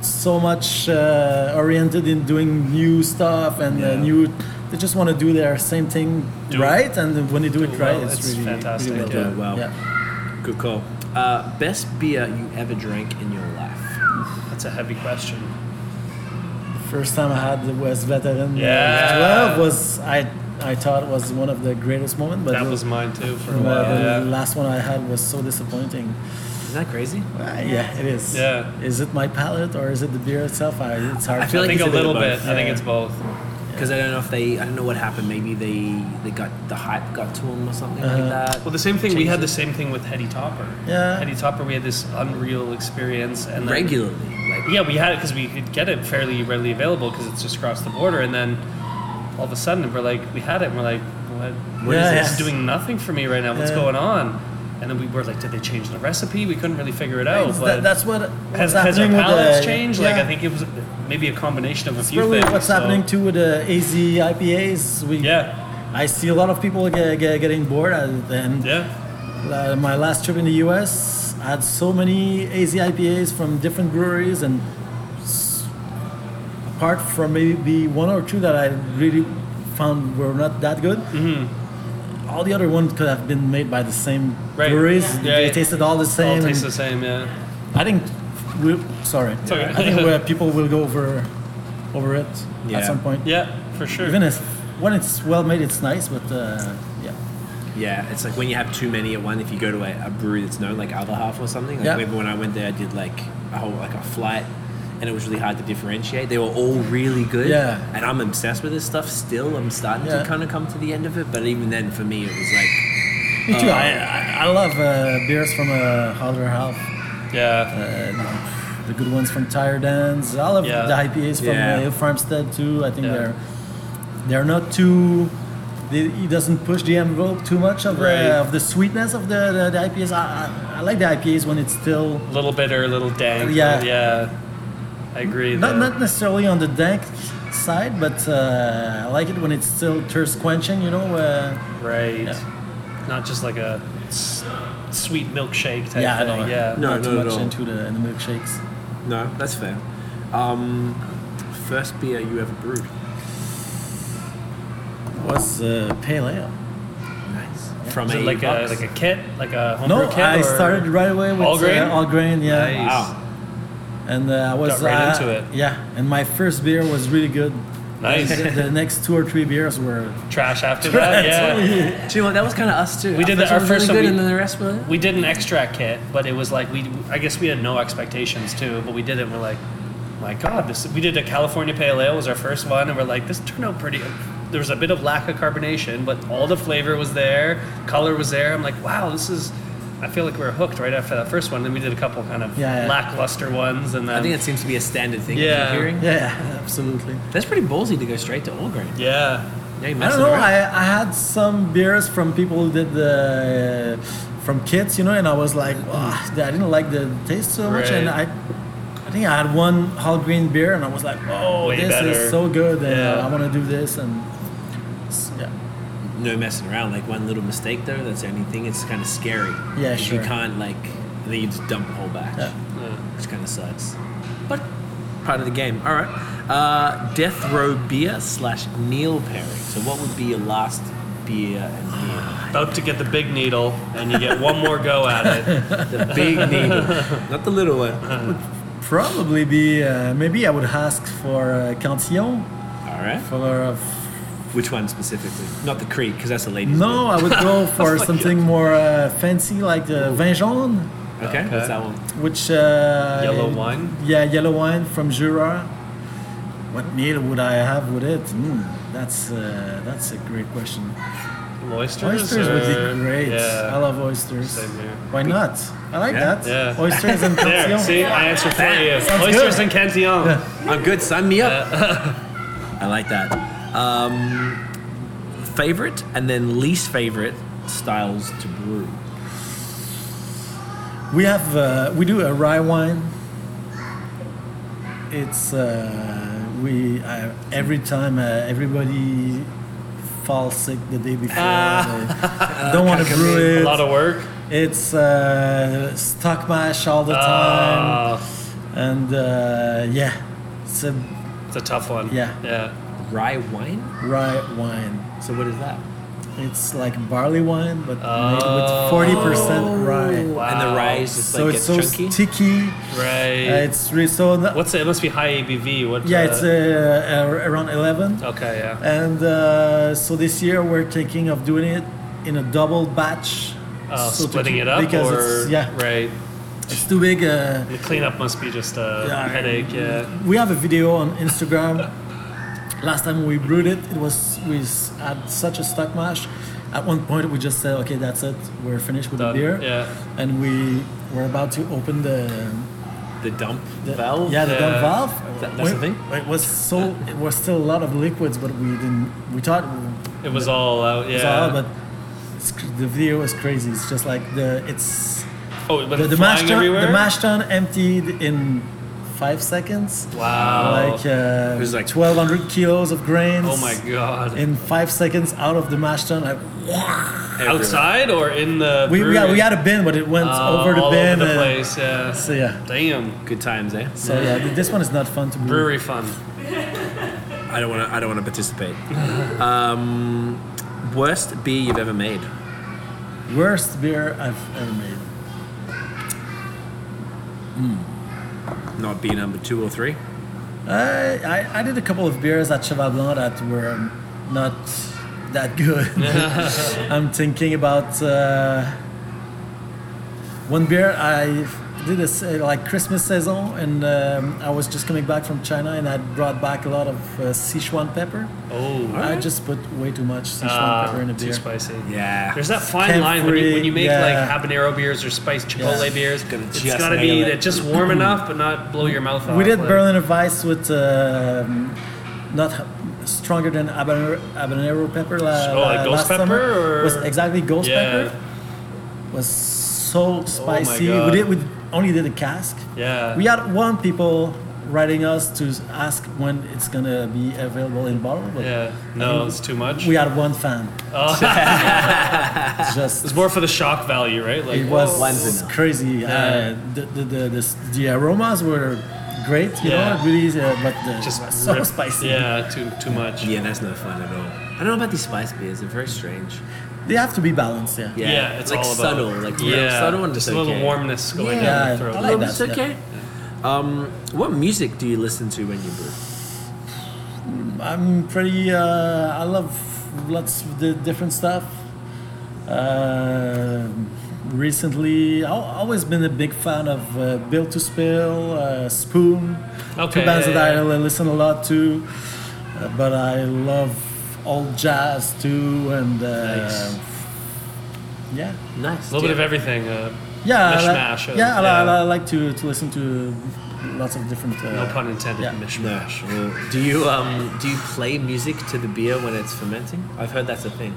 so much uh, oriented in doing new stuff and uh,
Yeah.
new. They just want to do their same thing
Do it.
right, and when they do it
Do it
right,
well.
it's,
It's
really
fantastic,
Really well
yeah.
done.
Wow.
Yeah.
Hmm. Good call. Uh, best beer you ever drank in your life?
That's a heavy question.
First time I had the West Veteran uh,
Yeah.
12 was I I thought was one of the greatest moments, but
That
the-
was mine too for a
the,
while.
the
Yeah.
last one I had was so disappointing.
Isn't that crazy?
Uh, yeah, it is.
Yeah.
Is it my palate or is it the beer itself? I, it's hard.
I
to-
feel
I
like
think
it's
a
a bit
little
of
bit.
both.
I think it's both.
Because I don't know if they, I don't know what happened. Maybe they, they got the hype got to them or something like that.
Well, the same thing. We
Change
had
it.
the same thing with Hetty Topper.
Yeah.
Hetty Topper. We had this unreal experience and then-
regularly. Like
Yeah, we had it because we could get it fairly readily available because it's just across the border. And then all of a sudden, we're like, we had it. and We're like, what? What is
Yeah,
this?
yeah.
It's doing nothing for me right now. What's
Yeah.
going on? And then we were like, did they change the recipe? We couldn't really figure it out.
It's
but
that- that's what
has,
what's
has our
happening with
palates
the,
changed?
Yeah.
Like, I think it was maybe a combination of a
it's
few
probably
things.
what's
so-
happening too with the AZ IPAs. We
Yeah,
I see a lot of people get, get, getting bored uh, and and
yeah,
Uh, my last trip in the US, I had so many AZ IPAs from different breweries, and s- apart from maybe one or two that I really found were not that good, all the other ones could have been made by the same
Mm-hmm. Right.
breweries.
Yeah.
They
Yeah.
tasted all the same.
all
and
tastes the same. Yeah,
I think we sorry.
okay.
I think where people will go over over it at
Yeah.
some point.
yeah, for sure.
Even if when it's well made, it's nice, but uh, yeah.
Yeah, it's like when you have too many at one. If you go to a, a brewery that's known, like other half or something. Like
Yeah.
remember when I went there, I did like a whole like a flight, and it was really hard to differentiate. They were all really good.
Yeah.
And I'm obsessed with this stuff still. I'm starting
Yeah.
to kind of come to the end of it, but even then, for me, it was like
Me
Uh,
too. I I, I love uh, beers from uh, Halder Half.
yeah,
Uh, the good ones from Tire Dance. I love
Yeah.
the IPAs from
Yeah.
uh, Hill Farmstead too. I think
Yeah.
they're they're not too. They, he doesn't push the envelope too much of,
Right.
the, of the sweetness of the, the, the IPAs. I, I, I like the IPAs when it's still
a little bitter, a little dank.
Yeah.
yeah. I agree.
not,
that-
not necessarily on the dank side, but uh, I like it when it's still thirst quenching. You know, uh,
Right.
Yeah.
Not just like a s- sweet milkshake type
yeah, I
thing.
don't,
yeah.
No,
not
not
too
at
much
all.
into the, in the milkshakes.
no, that's fair. Um, first beer you ever brewed?
Was uh, pale ale.
Nice. From
Is
a
it like
box?
a uh, like a kit, like a homebrew
No,
kit?
I
or-
started right away with
All grain?
Uh, all grain, yeah.
Nice.
wow.
and uh, I was
Got right
uh,
into it.
Yeah, and my first beer was really good.
Nice.
The, the next two or three beers were
Trash after that, yeah.
Do you know what? That was kind of us too.
We did that- our
was
first
really good,
one we-
and then the rest were.
We did an extract kit, but it was like we. I guess we had no expectations too, but we did it. and We're like, my God, this. We did a California Pale Ale was our first one, and we're like, this turned out pretty. There was a bit of lack of carbonation, but all the flavor was there, color was there. I'm like, wow, this is. I feel like we were hooked right after that first one. Then we did a couple kind of
Yeah, yeah.
lackluster ones, and then
I think that seems to be a standard thing.
Yeah.
Yeah. Hearing.
yeah, absolutely.
That's pretty ballsy to go straight to all grain.
yeah,
Yeah, you
I don't know. I, I had some beers from people who did the uh, from kids, you know, and I was like, wow, I didn't like the taste so much, and I.
Right.
I think I had one whole green beer, and I was like, "Oh,
Way
this
better.
is so good, and
Yeah.
I want to do this." And s- yeah,
no messing around. Like one little mistake though, that's the only thing. It's kind of scary.
Yeah,
If
sure.
You can't like and then you just dump the whole batch,
Yeah.
which kind of sucks. But part of the game. All right. Uh, Death Row beer slash meal pairing. So what would be your last beer and meal?
about to get the big needle, and you get one more go at it.
The big needle, not the little one.
probably be uh, maybe I would ask for uh, Cantillon
All right.
for uh, a
Which one specifically? Not the creek, because that's a ladies.
No, I would go
Oh
for something more uh, fancy like the vin jaune,
one. Okay. What's that one?
which uh,
Yellow wine?
Yeah, yellow wine from Jura. What meal would I have with it? Mm, that's uh, that's a great question.
Oysters,
Oysters would
or-
be great.
uh, Yeah.
I love oysters.
Same here.
Why not? I like
Yeah.
that.
Yeah.
Oysters and
There,
tortillon.
see, I answered for you.
good.
Oysters and Cantillon.
I'm good. Sign me up. Uh, I like that. Um, favorite and then least favorite styles to brew.
We have uh, we do a rye wine. It's uh, we uh, every time uh, everybody falls sick the day before. they don't want to brew it.
A lot of work.
it's uh, stock mash all the time,
Uh,
and uh, yeah, it's a
it's a tough one.
Yeah. Uh,
Yeah.
Rye wine?
rye wine.
So what is that?
It's like barley wine, but made with forty
Oh,
percent rye.
And the rye is just
So
like gets
it's so
chunky.
sticky. Uh,
Right.
it's really so. the-
What's it? It must be high ABV. What?
Yeah,
uh,
it's uh, ar- around 11.
Okay. Yeah.
And uh, so this year we're thinking of doing it in a double batch.
Oh,
So to
splitting
keep-
it up
because
or
it's, yeah,
Right.
it's too big. Uh,
The cleanup must be just a
Yeah.
headache. Yeah.
we have a video on Instagram. Last time we brewed it, it was we s- had such a stock mash. At one point, we just said, "Okay, that's it. We're finished with
Done.
the beer,"
Yeah.
and we were about to open the,
The dump
the
valve.
Yeah, the
Yeah.
dump valve.
That- that's the thing?
It was so. It was still a lot of liquids, but we didn't. We thought
It was all out. Yeah.
It's all, but it's, cr- the video is crazy. It's just like the it's
oh, but
the, the
it's
mash
flying
tun,
everywhere.
the mash tun emptied in five seconds.
Wow.
Like uh,
It was like-
1,200 kilos of grains.
oh my god.
In five seconds out of the mash tun, like,
Everywhere.
Outside or in the?
we we had, we
brewery?
had a bin, but it went
Oh,
over the
all
bin.
Over the
and-
place. Yeah.
So yeah,
Damn.
Good times, eh?
so yeah, th- this one is not fun to brew.
Brewery fun.
I don't want to. I don't want to participate. um, worst beer you've ever made.
Worst beer I've ever made.
Not beer number two or three.
I, I, I did a couple of beers at Cheval Blanc that were not that good. I'm thinking about uh, one beer I did a s- uh, like Christmas saison, and um, I was just coming back from China, and I brought back a lot of uh, Sichuan pepper.
Oh.
I just put way too much Sichuan
Ah,
pepper in a
too
beer.
spicy.
Yeah.
There's that fine line when you, when you make
Yeah.
like habanero beers or spiced chipotle
Yeah.
beers.
Gotta
it's
just
got to be
nail it.
that just warm enough, but not blow your mouth off.
We did
like-
Berliner Weiss with um, not h- stronger than habanero, habanero pepper. La,
Oh, like
la-
ghost
last
pepper,
summer.
or-
was exactly ghost
Yeah. Oh
pepper. Was so spicy.
God.
we did. We only did a cask.
Yeah.
We had one people writing us to s- ask when it's gonna be available in bottle. But
yeah. No, it's too much.
Mhm.
Oh,
We had one fan. Just
it's more for the shock value, right? Like
it was
One's enough.
crazy.
Yeah.
Uh, the, the, the, the, s- the aromas were great, you
Yeah.
know, really, uh, but the,
just
it was so
rip-
spicy.
Yeah, too too much.
Yeah, that's no fun at all. I don't know about these spice beers. They're very strange.
They have to be balanced, yeah.
Yeah, it's
like
all about
subtle, like real
yeah,
subtle and
just
just
a little
okay.
warmness going
Yeah.
down your
I
throat.
like
Oh,
that,
it's
yeah.
okay. Um, what music do you listen to when you brew?
I'm pretty. Uh, I love lots of the different stuff. Uh, recently, I've always been a big fan of uh, Built to Spill, uh, Spoon.
Okay,
Two bands
yeah,
that
yeah.
I listen a lot to. Uh, but I love old jazz too, and uh,
Nice.
yeah.
Nice.
little bit of
Yeah.
everything. Uh,
Yeah, I li-
Mishmash of-
yeah, I li-
yeah.
I, li- like to, to listen to lots of different. Uh,
no pun intended.
yeah.
Mishmash.
No. Do you um do you play music to the beer when it's fermenting? I've heard that's a thing.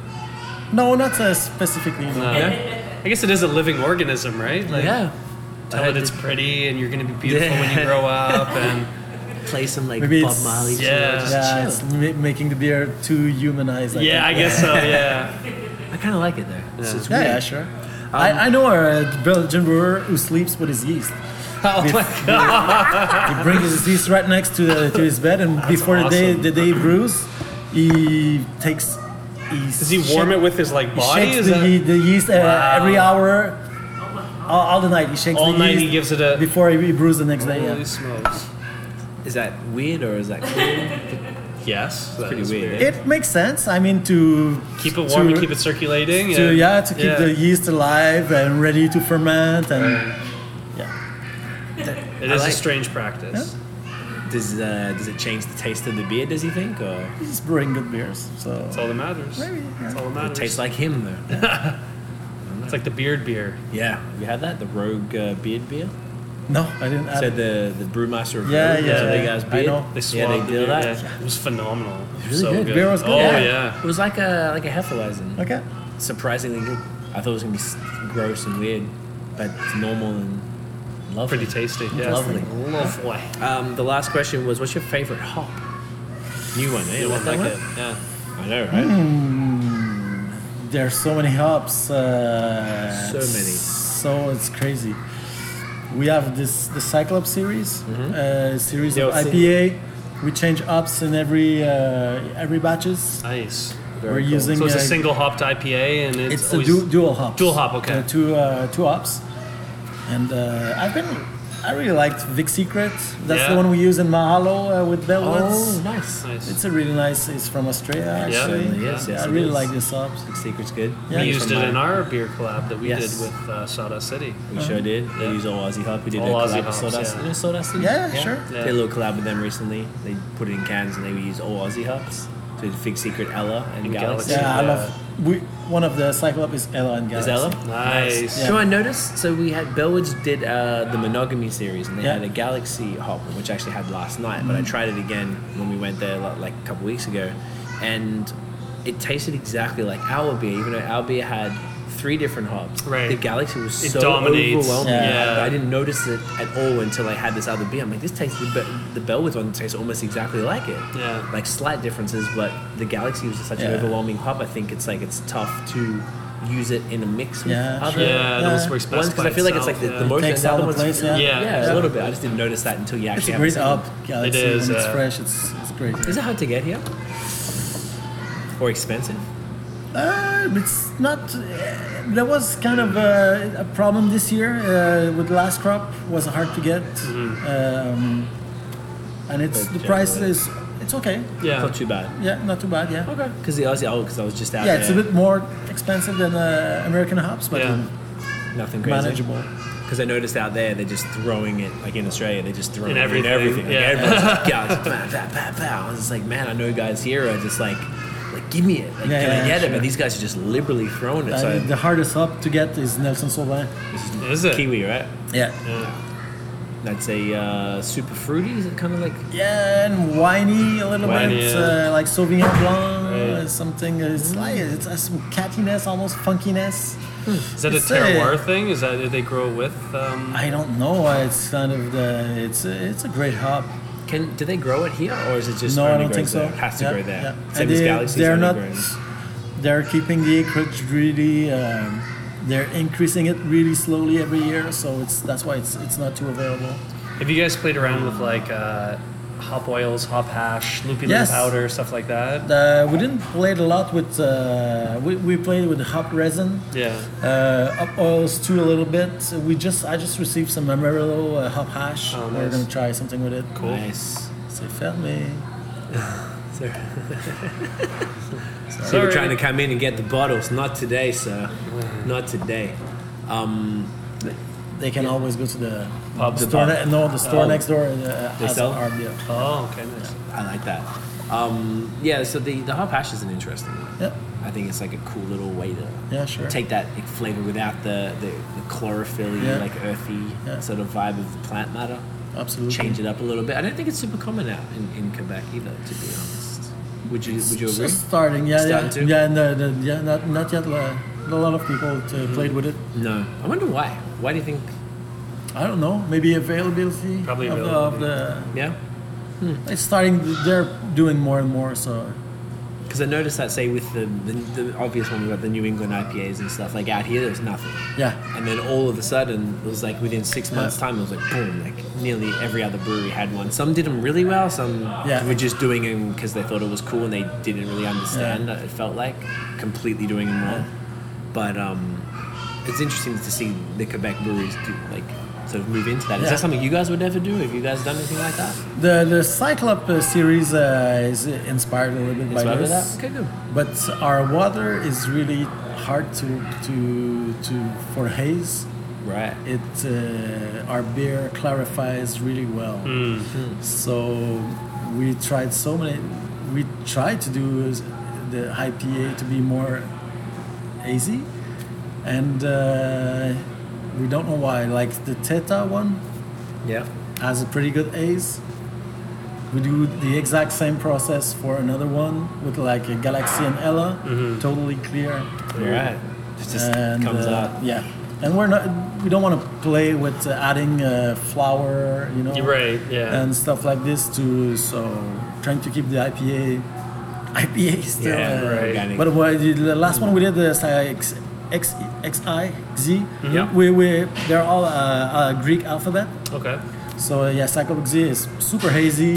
No, not uh, specifically. no.
Yeah.
Uh, I guess it is a living organism, right? Like,
yeah.
Tell
I
it it's pretty, and you're going to be beautiful when you grow up, and
play some like
Maybe
Bob
it's-
Marley. to
yeah.
it, just
Yeah,
chill.
it's ma- making the beer too humanized. I
yeah, I
think.
guess so. Yeah.
I kind of like it though. It's, it's
yeah,
weird.
yeah,
Um,
sure. I, I know a Belgian brewer who sleeps with his yeast.
oh my god.
He brings his yeast right next to the, to his bed, and before the day
awesome.
the day brews, he takes. He
Does he warm it with his like
He
body?
shakes
Is
the,
that-
ye- the yeast uh,
Wow.
every hour, all, all the night. He shakes
all
the
night
yeast
he gives it a.
before he brews the next day.
Holy
Yeah.
smokes.
Is that weird or is that cool?
Yes. It's
pretty weird.
It makes sense. I mean, to
Keep it warm and
to-
keep it circulating.
to
and-
yeah to keep the yeast alive and ready to ferment and yeah
It
I
is
like-
a strange practice.
does uh, does it change the taste of the beer? Does he think or
he's brewing good beers so
That's all that matters.
Maybe,
That's all that
it
matters.
tastes like him though?
it's like the beard beer.
yeah. Have you had that? The Rogue uh, Beard beer.
no I didn't add
So the the brewmaster of
Yeah,
Rogue,
yeah,
the big
yeah.
ass
I
beard.
know.
They
yeah,
swabbed
they
the
did
beer.
that.
Yeah, It was phenomenal. It was
really
so
good.
good.
Beer was good,
Oh
yeah.
yeah.
It was like a like a Hefeweizen.
okay
Surprisingly good. I thought it was gonna be s- gross and weird, but it's normal and lovely.
Pretty tasty. Yeah.
Lovely.
Lovely.
Um, the last question was, what's your favorite hop? New one, eh?
New
Like
one, like
that
it.
Yeah. I know, right?
there's Hmm, so many hops uh,
So many.
so it's crazy we have this the Cyclops series uh, series of
Yeah, I've seen
IPA we change hops in every uh, every batches
Nice.
we're using
So it's a
uh,
single hopped IPA, and it's,
it's a
always,
du- dual hop.
Dual hop, okay.
two uh, two hops, and uh, I've been I really liked Vic Secret. That's the
Yeah.
one we use in Mahalo uh, with Bellwoods.
Oh, nice.
nice.
It's a really nice. It's from Australia
Yeah.
actually.
Certainly is,
Yeah,
yes,
I
it
really
is.
like this hops.
Secret's good.
Yeah.
we
it's
used it
from
in
mine.
our beer collab that we
Yes.
did with uh, Sawdust City.
We sure did. We used all Aussie hop. We did a
All
collab
Aussie
with
hops,
Sawdust.
yeah.
You know Sawdust? City?
Yeah, sure.
Yeah.
Did a little collab with them recently. They put it in cans and they used all Aussie hops. Did Fig Secret Ella and,
And
Galaxy.
Galaxy.
Yeah, I
Yeah.
love. We one of the Cyclops is Ella and
uh, Is
Galaxy.
Ella?
Nice.
Do I notice? So we had Bellwoods did uh, the monogamy series, and they
Yeah. Mm.
had a Galaxy hop, which I actually had last night. But I tried it again when we went there like, like a couple weeks ago, and it tasted exactly like our beer, even though our beer had three different hops.
Right.
The Galaxy was
It
so
dominates.
overwhelming.
Yeah.
Yeah.
I didn't notice it at all until I had this other beer. I'm like, this tastes the, Be- the Bellwoods one tastes almost exactly like it.
Yeah.
Like slight differences, but the Galaxy was just such an
Yeah.
overwhelming hop. I think it's like it's tough to use it in a mix with
Yeah,
other
Yeah, it almost
Yeah.
works best
ones
by
because I feel like it's like the,
itself,
the most
Takes
and the
all
other
the
ones.
place, yeah.
a
Yeah.
little bit. I just didn't notice that until you
It's
actually.
a
have a
great
second
hop,
one.
Galaxy.
is,
when it's
uh,
fresh. It's it's great.
Is it hard to get here? Or expensive?
Uh, it's not. Uh, there was kind of a, a problem this year uh, with the last crop. Was hard to get, um, and it's
But
the price
generally-
is it's okay.
Yeah.
Not too bad.
Yeah, not too bad. Yeah,
Okay. Because the Aussie, oh, because I was just out
yeah,
there.
it's a bit more expensive than uh, American hops, but
Yeah.
um,
nothing crazy.
manageable.
Because I noticed out there, they're just throwing it, like in Australia, they're just throwing
In
it
everything,
in everything. Like,
yeah.
everyone's like, yeah, it's pow, pow, pow, pow. I was just like, man, I know guys here are just like, like, give me it. Like,
Yeah,
can I
yeah,
get it?
sure.
But these guys are just liberally throwing it.
I
so
mean, the hardest hop to get is Nelson Sauvin.
Is it?
Kiwi, right?
Yeah,
Yeah.
That's a uh, super fruity. Is it kind of like
yeah, and winey a little
Winey,
bit,
yeah.
uh, like Sauvignon Blanc,
Right.
uh, something. It's like it's has some cattiness, almost funkiness.
Is that a
It's, uh,
terroir thing? Is that do they grow with? Um,
I don't know. uh, It's kind of the. It's a, it's a great hop.
Can do they grow it here, or is it just
no,
only
I don't
grows
think so.
there? Has to
Yeah,
grow there.
yeah.
Same
And
as
they-
Galaxy's
They're
only
not.
grown.
They're keeping the acreage really. Um, they're increasing it really slowly every year, so it's that's why it's it's not too available.
have you guys played around with like uh, hop oils, hop hash, lupulin
Yes.
powder, stuff like that?
Uh, we didn't play it a lot with. Uh, we we played with hop resin,
Yeah.
uh, hop oils too a little bit. We just I just received some Amarillo uh, hop hash.
Oh,
We're
nice.
gonna try something with it.
Cool.
Nice.
C'est fermé.
So we're
Sorry.
trying to come in and get the bottles. Not today, sir. Not today. Um,
They can always go to the
Pub.
store.
The
ne- no, the store
Oh.
next door. Uh,
They
as
sell?
Arb, yeah.
Oh, okay, nice.
I like that. Um, yeah, so the, the hop hash is an interesting one.
Yeah.
I think it's like a cool little way to
Yeah, sure.
take that flavor without the, the, the chlorophyll
Yeah.
like earthy
Yeah.
sort of vibe of the plant matter.
Absolutely.
Change it up a little bit. I don't think it's super common out in, in Quebec either, to be honest. Would you would you
Just
agree?
starting, yeah,
Starting
yeah,
to?
yeah, and the, the, yeah, not not yet. Uh, not a lot of people to
Mm-hmm.
played with it.
No. I wonder why. Why do you think
I don't know. Maybe availability.
Probably
of the- Of the,
yeah?
it's starting. They're doing more and more. So
Because I noticed that, say, with the, the, the obvious one, we've got the New England IPAs and stuff, like out here, there's nothing.
yeah,
And then all of a sudden, it was like within six months' time, it was like boom, like nearly every other brewery had one. Some did them really well, some
Yeah.
were just doing them because they thought it was cool and they didn't really understand, it felt like, completely doing them wrong. But um, it's interesting to see the Quebec breweries do, like, sort of move into that. Is
Yeah.
that something you guys would ever do? Have you guys done anything like that?
the the Cyclop uh, series uh, is inspired a little bit by
Inspired by
this.
that? Okay, good.
But our water is really hard to to to for haze.
Right.
It uh, our beer clarifies really well. So we tried so many. We tried to do is the IPA to be more hazy, and uh, we don't know why. Like the Theta one
Yeah.
has a pretty good haze. We do the exact same process for another one with like a Galaxy and Ella, totally clear.
All right. It just
and,
comes
uh,
up.
Yeah, and we're not. We don't want to play with uh, adding uh, flour, you know,
You're right, yeah.
and stuff like this to so trying to keep the IPA, IPA still.
Yeah,
uh,
right.
organic.
But what, the the last one we did is uh, X, X, XI, Z.
Yeah.
We, we, they're all uh, uh, Greek alphabet.
okay.
So uh, yeah, Cyclops Z is super hazy.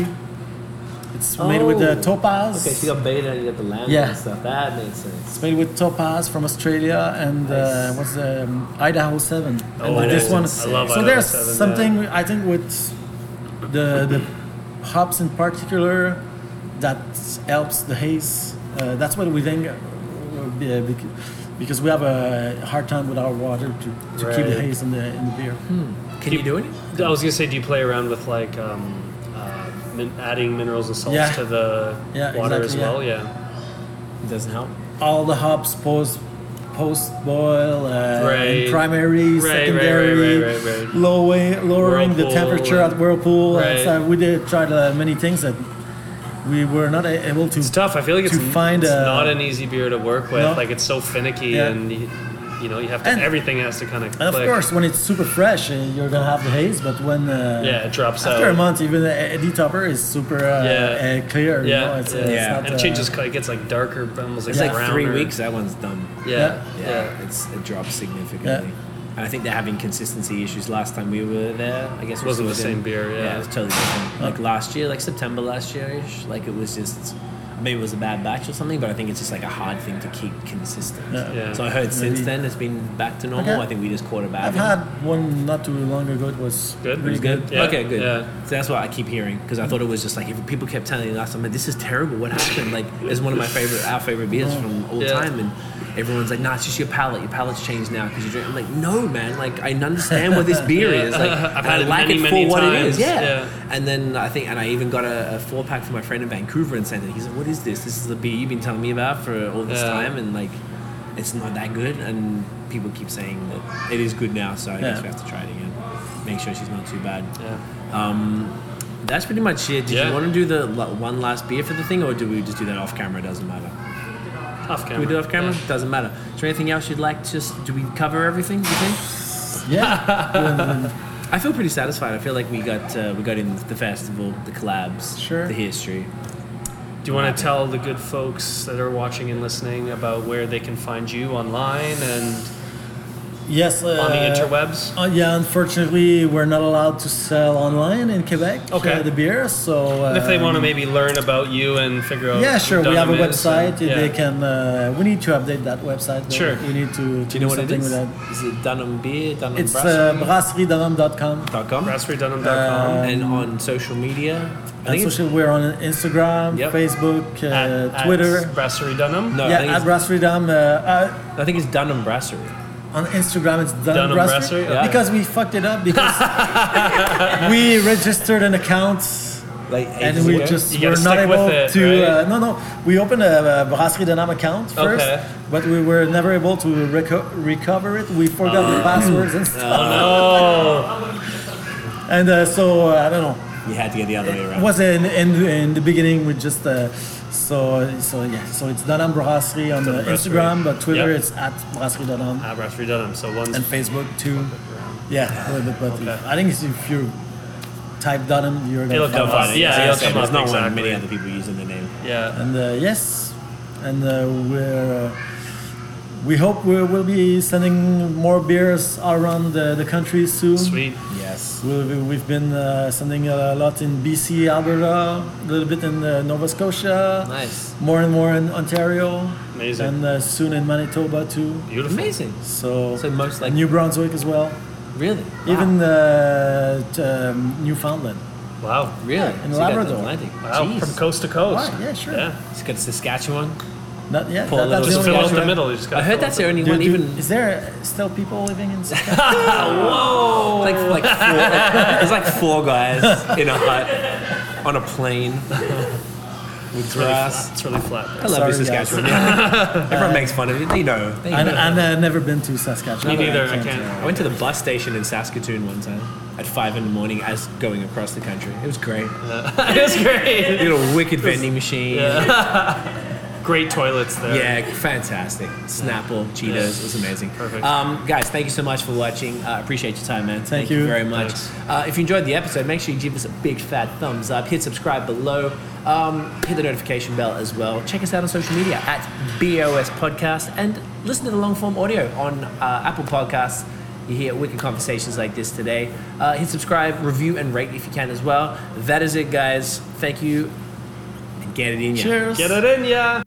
It's made with uh,
Oh.
topaz.
Okay, so you got beta, you got the lamb
Yeah.
and stuff. That makes sense.
It's made with topaz from Australia and uh,
Nice.
what's the um, Idaho Seven.
Oh,
and
Idaho
this one,
Seven. I love
so
Idaho
there's
Seven,
something I think with the the hops in particular that helps the haze. Uh, that's what we think, uh, be- uh, bec- because we have a hard time with our water to, to keep the
Right.
haze in the in the beer.
Can you do it?
I was gonna say, do you play around with like um, uh, min- adding minerals and salts
Yeah.
to the
Yeah,
water as
exactly, yeah.
well? Yeah.
It doesn't help.
all the hops post post boil uh,
Right.
and primary
Right, right, right,
secondary
right, right, right.
low way- lowering the
Whirlpool
temperature
and-
at whirlpool and
Right.
stuff. we did try uh, many things that we were not a- able to
It's tough. I feel like it's,
To find
it's
a-
not an easy beer to work with.
No.
Like it's so finicky,
Yeah.
and you, you know you have to.
And-
everything has to kind of.
and of course when it's super fresh uh, you're gonna have the haze but when uh,
Yeah, it drops
after
out.
a month even a, a topper is super uh,
Yeah.
uh, clear you know,
yeah,
it's, uh,
yeah.
it's
Yeah.
not,
and it
uh,
changes. co- It gets like darker, almost like
It's like three
browner.
weeks. That one's done.
Yeah, yeah.
Yeah, it's it drops significantly. And I think they're having consistency issues. Last time we were there, I guess we
Wasn't
saw
the
them.
same beer, yeah.
it was totally
Oh.
different. Like last year, like September last year-ish. Like it was just maybe it was a bad batch or something. But I think it's just like a hard thing to keep consistent.
Yeah.
Yeah.
So I heard since
Maybe-
then it's been back to normal.
Okay.
I think we just caught it back.
I've had one not too long ago it was
Good. It
really
was
good,
Yeah,
Okay, good.
yeah.
So that's what I keep hearing because I thought it was just like if people kept telling me last time, like, this is terrible. What happened? Like, it's one of my favorite, our favorite beers from all
Yeah.
time, and everyone's like, nah, it's just your palate. Your palate's changed now because you drink. I'm like, no, man. Like, I understand what this beer is. Like, and
I've had
I
it
like
many,
it for
many
what it
times.
is. Yeah.
Yeah.
And then I think, and I even got a, a four pack for my friend in Vancouver and sent it. He's like, what is this? This is the beer you've been telling me about for all this
Yeah.
time, and like, it's not that good. And people keep saying that it is good now, so I guess
Yeah.
we have to try it again. Make sure she's not too bad.
Yeah.
That's pretty much it. Did
Yeah.
you want to do the la- one last beer for the thing, or do we just do that off camera? It doesn't matter.
Off camera.
Do we do it off camera?
Yeah.
Doesn't matter. Is there anything else you'd like? to Just do we cover everything? Do you think?
yeah
I feel pretty satisfied. I feel like we got uh, we got in the festival, the collabs,
Sure.
the history.
Do you want to tell the good folks that are watching and listening about where they can find you online and
Yes. Uh,
on the interwebs?
Uh, yeah, unfortunately, we're not allowed to sell online in Quebec.
Okay.
uh, the beer. So
And if they
um,
want to maybe learn about you and figure out.
Yeah, sure. We have a
Dunham is and-
website. They can. Uh, we need to update that website. though.
Sure.
We need to.
Do you know what it
something
is?
With that.
Is it Dunham Beer? Dunham
It's uh,
Brasserie?
brasseriedanam.com.
dot com?
BrasserieDunham.com.
uh,
and on social media. I
And
think it's-
social, we're on Instagram,
Yep.
Facebook, uh,
At- at
Twitter.
Brasserie Dunham.
no,
yeah,
I, think
at
it's,
brasseriedanam. Uh, uh,
I think it's Dunham Brasserie.
on Instagram, it's Dunham,
Dunham
Brasserie.
Brasserie, yeah.
Because we fucked it up because we registered an account
Like
and
ages
we
ago.
just
You gotta
were not
stick with
able
it,
to.
right?
Uh, no, no. We opened a, a Brasserie Danam account first,
Okay.
but we were never able to reco- recover it. We forgot the passwords and stuff.
Oh,
and uh, so uh, I don't know.
you had to get the other way
It
around.
was in, in, in the beginning. We just uh, so so yeah. So it's Danam Brasserie on uh,
Danam Brasserie.
Instagram, but Twitter
Yep.
it's at Brasserie Danam
at Brasserie Dunham. So one's
and Facebook too. Yeah, a little bit. But
Okay.
I think it's if you type Danam, you're gonna
It'll
find
come
us.
find it. Yeah, yeah,
it's
come
there's
up,
not one
exactly.
many other people using the name.
yeah.
And uh, yes, and uh, we're. Uh, we hope we will be sending more beers around the, the country soon.
Sweet.
Yes.
We'll, be- we've been uh, sending a lot in BC, Alberta, a little bit in uh, Nova Scotia.
Nice.
More and more in Ontario.
Amazing.
And uh, soon in Manitoba too.
Beautiful.
Amazing.
So,
So most like Ah.
New Brunswick as well.
really
Even uh, t- um, Newfoundland.
Wow.
Wow. really So you got
Labrador.
Atlantic.
Wow.
Jeez.
From coast to
Oh,
coast.
Right, Ah, yeah, sure.
Yeah.
It's got Saskatchewan.
Not yet.
Pull a little-
that's
Just
the
fill
only
out the
one.
middle. You just
I
gotta
heard
fill
that's
out
the only
Do-
one.
do-
Even
is there still people living in Saskatchewan? Oh!
whoa, like like four, there's like four guys in a hut on a plane with
the-
grass.
It's really flat.
I love you,
Sorry, guys.
Saskatchewan. Yeah. Everyone makes fun of you. They know. They
I,
know.
I've uh, never been to Saskatchewan.
Me neither, I
can't,
can't.
uh,
I went to the bus station in Saskatoon one time at five in the morning as going across the country. It was great.
it was great.
You got a wicked vending machine. Yeah,
Great toilets there.
fantastic. Snapple, Cheetos, it was amazing.
Perfect.
Um, guys, thank you so much for watching. Uh, appreciate your time, man. Thank,
you.
very much.
Thanks.
Uh, if you enjoyed the episode, make sure you give us a big fat thumbs up. Hit subscribe below. Um, hit the notification bell as well. Check us out on social media at BOS Podcast and listen to the long form audio on uh, Apple Podcasts. You hear wicked conversations like this today. Uh, hit subscribe, review, and rate if you can as well. That is it, guys. Thank you. And get it in ya.
Cheers.
Get it in, yeah.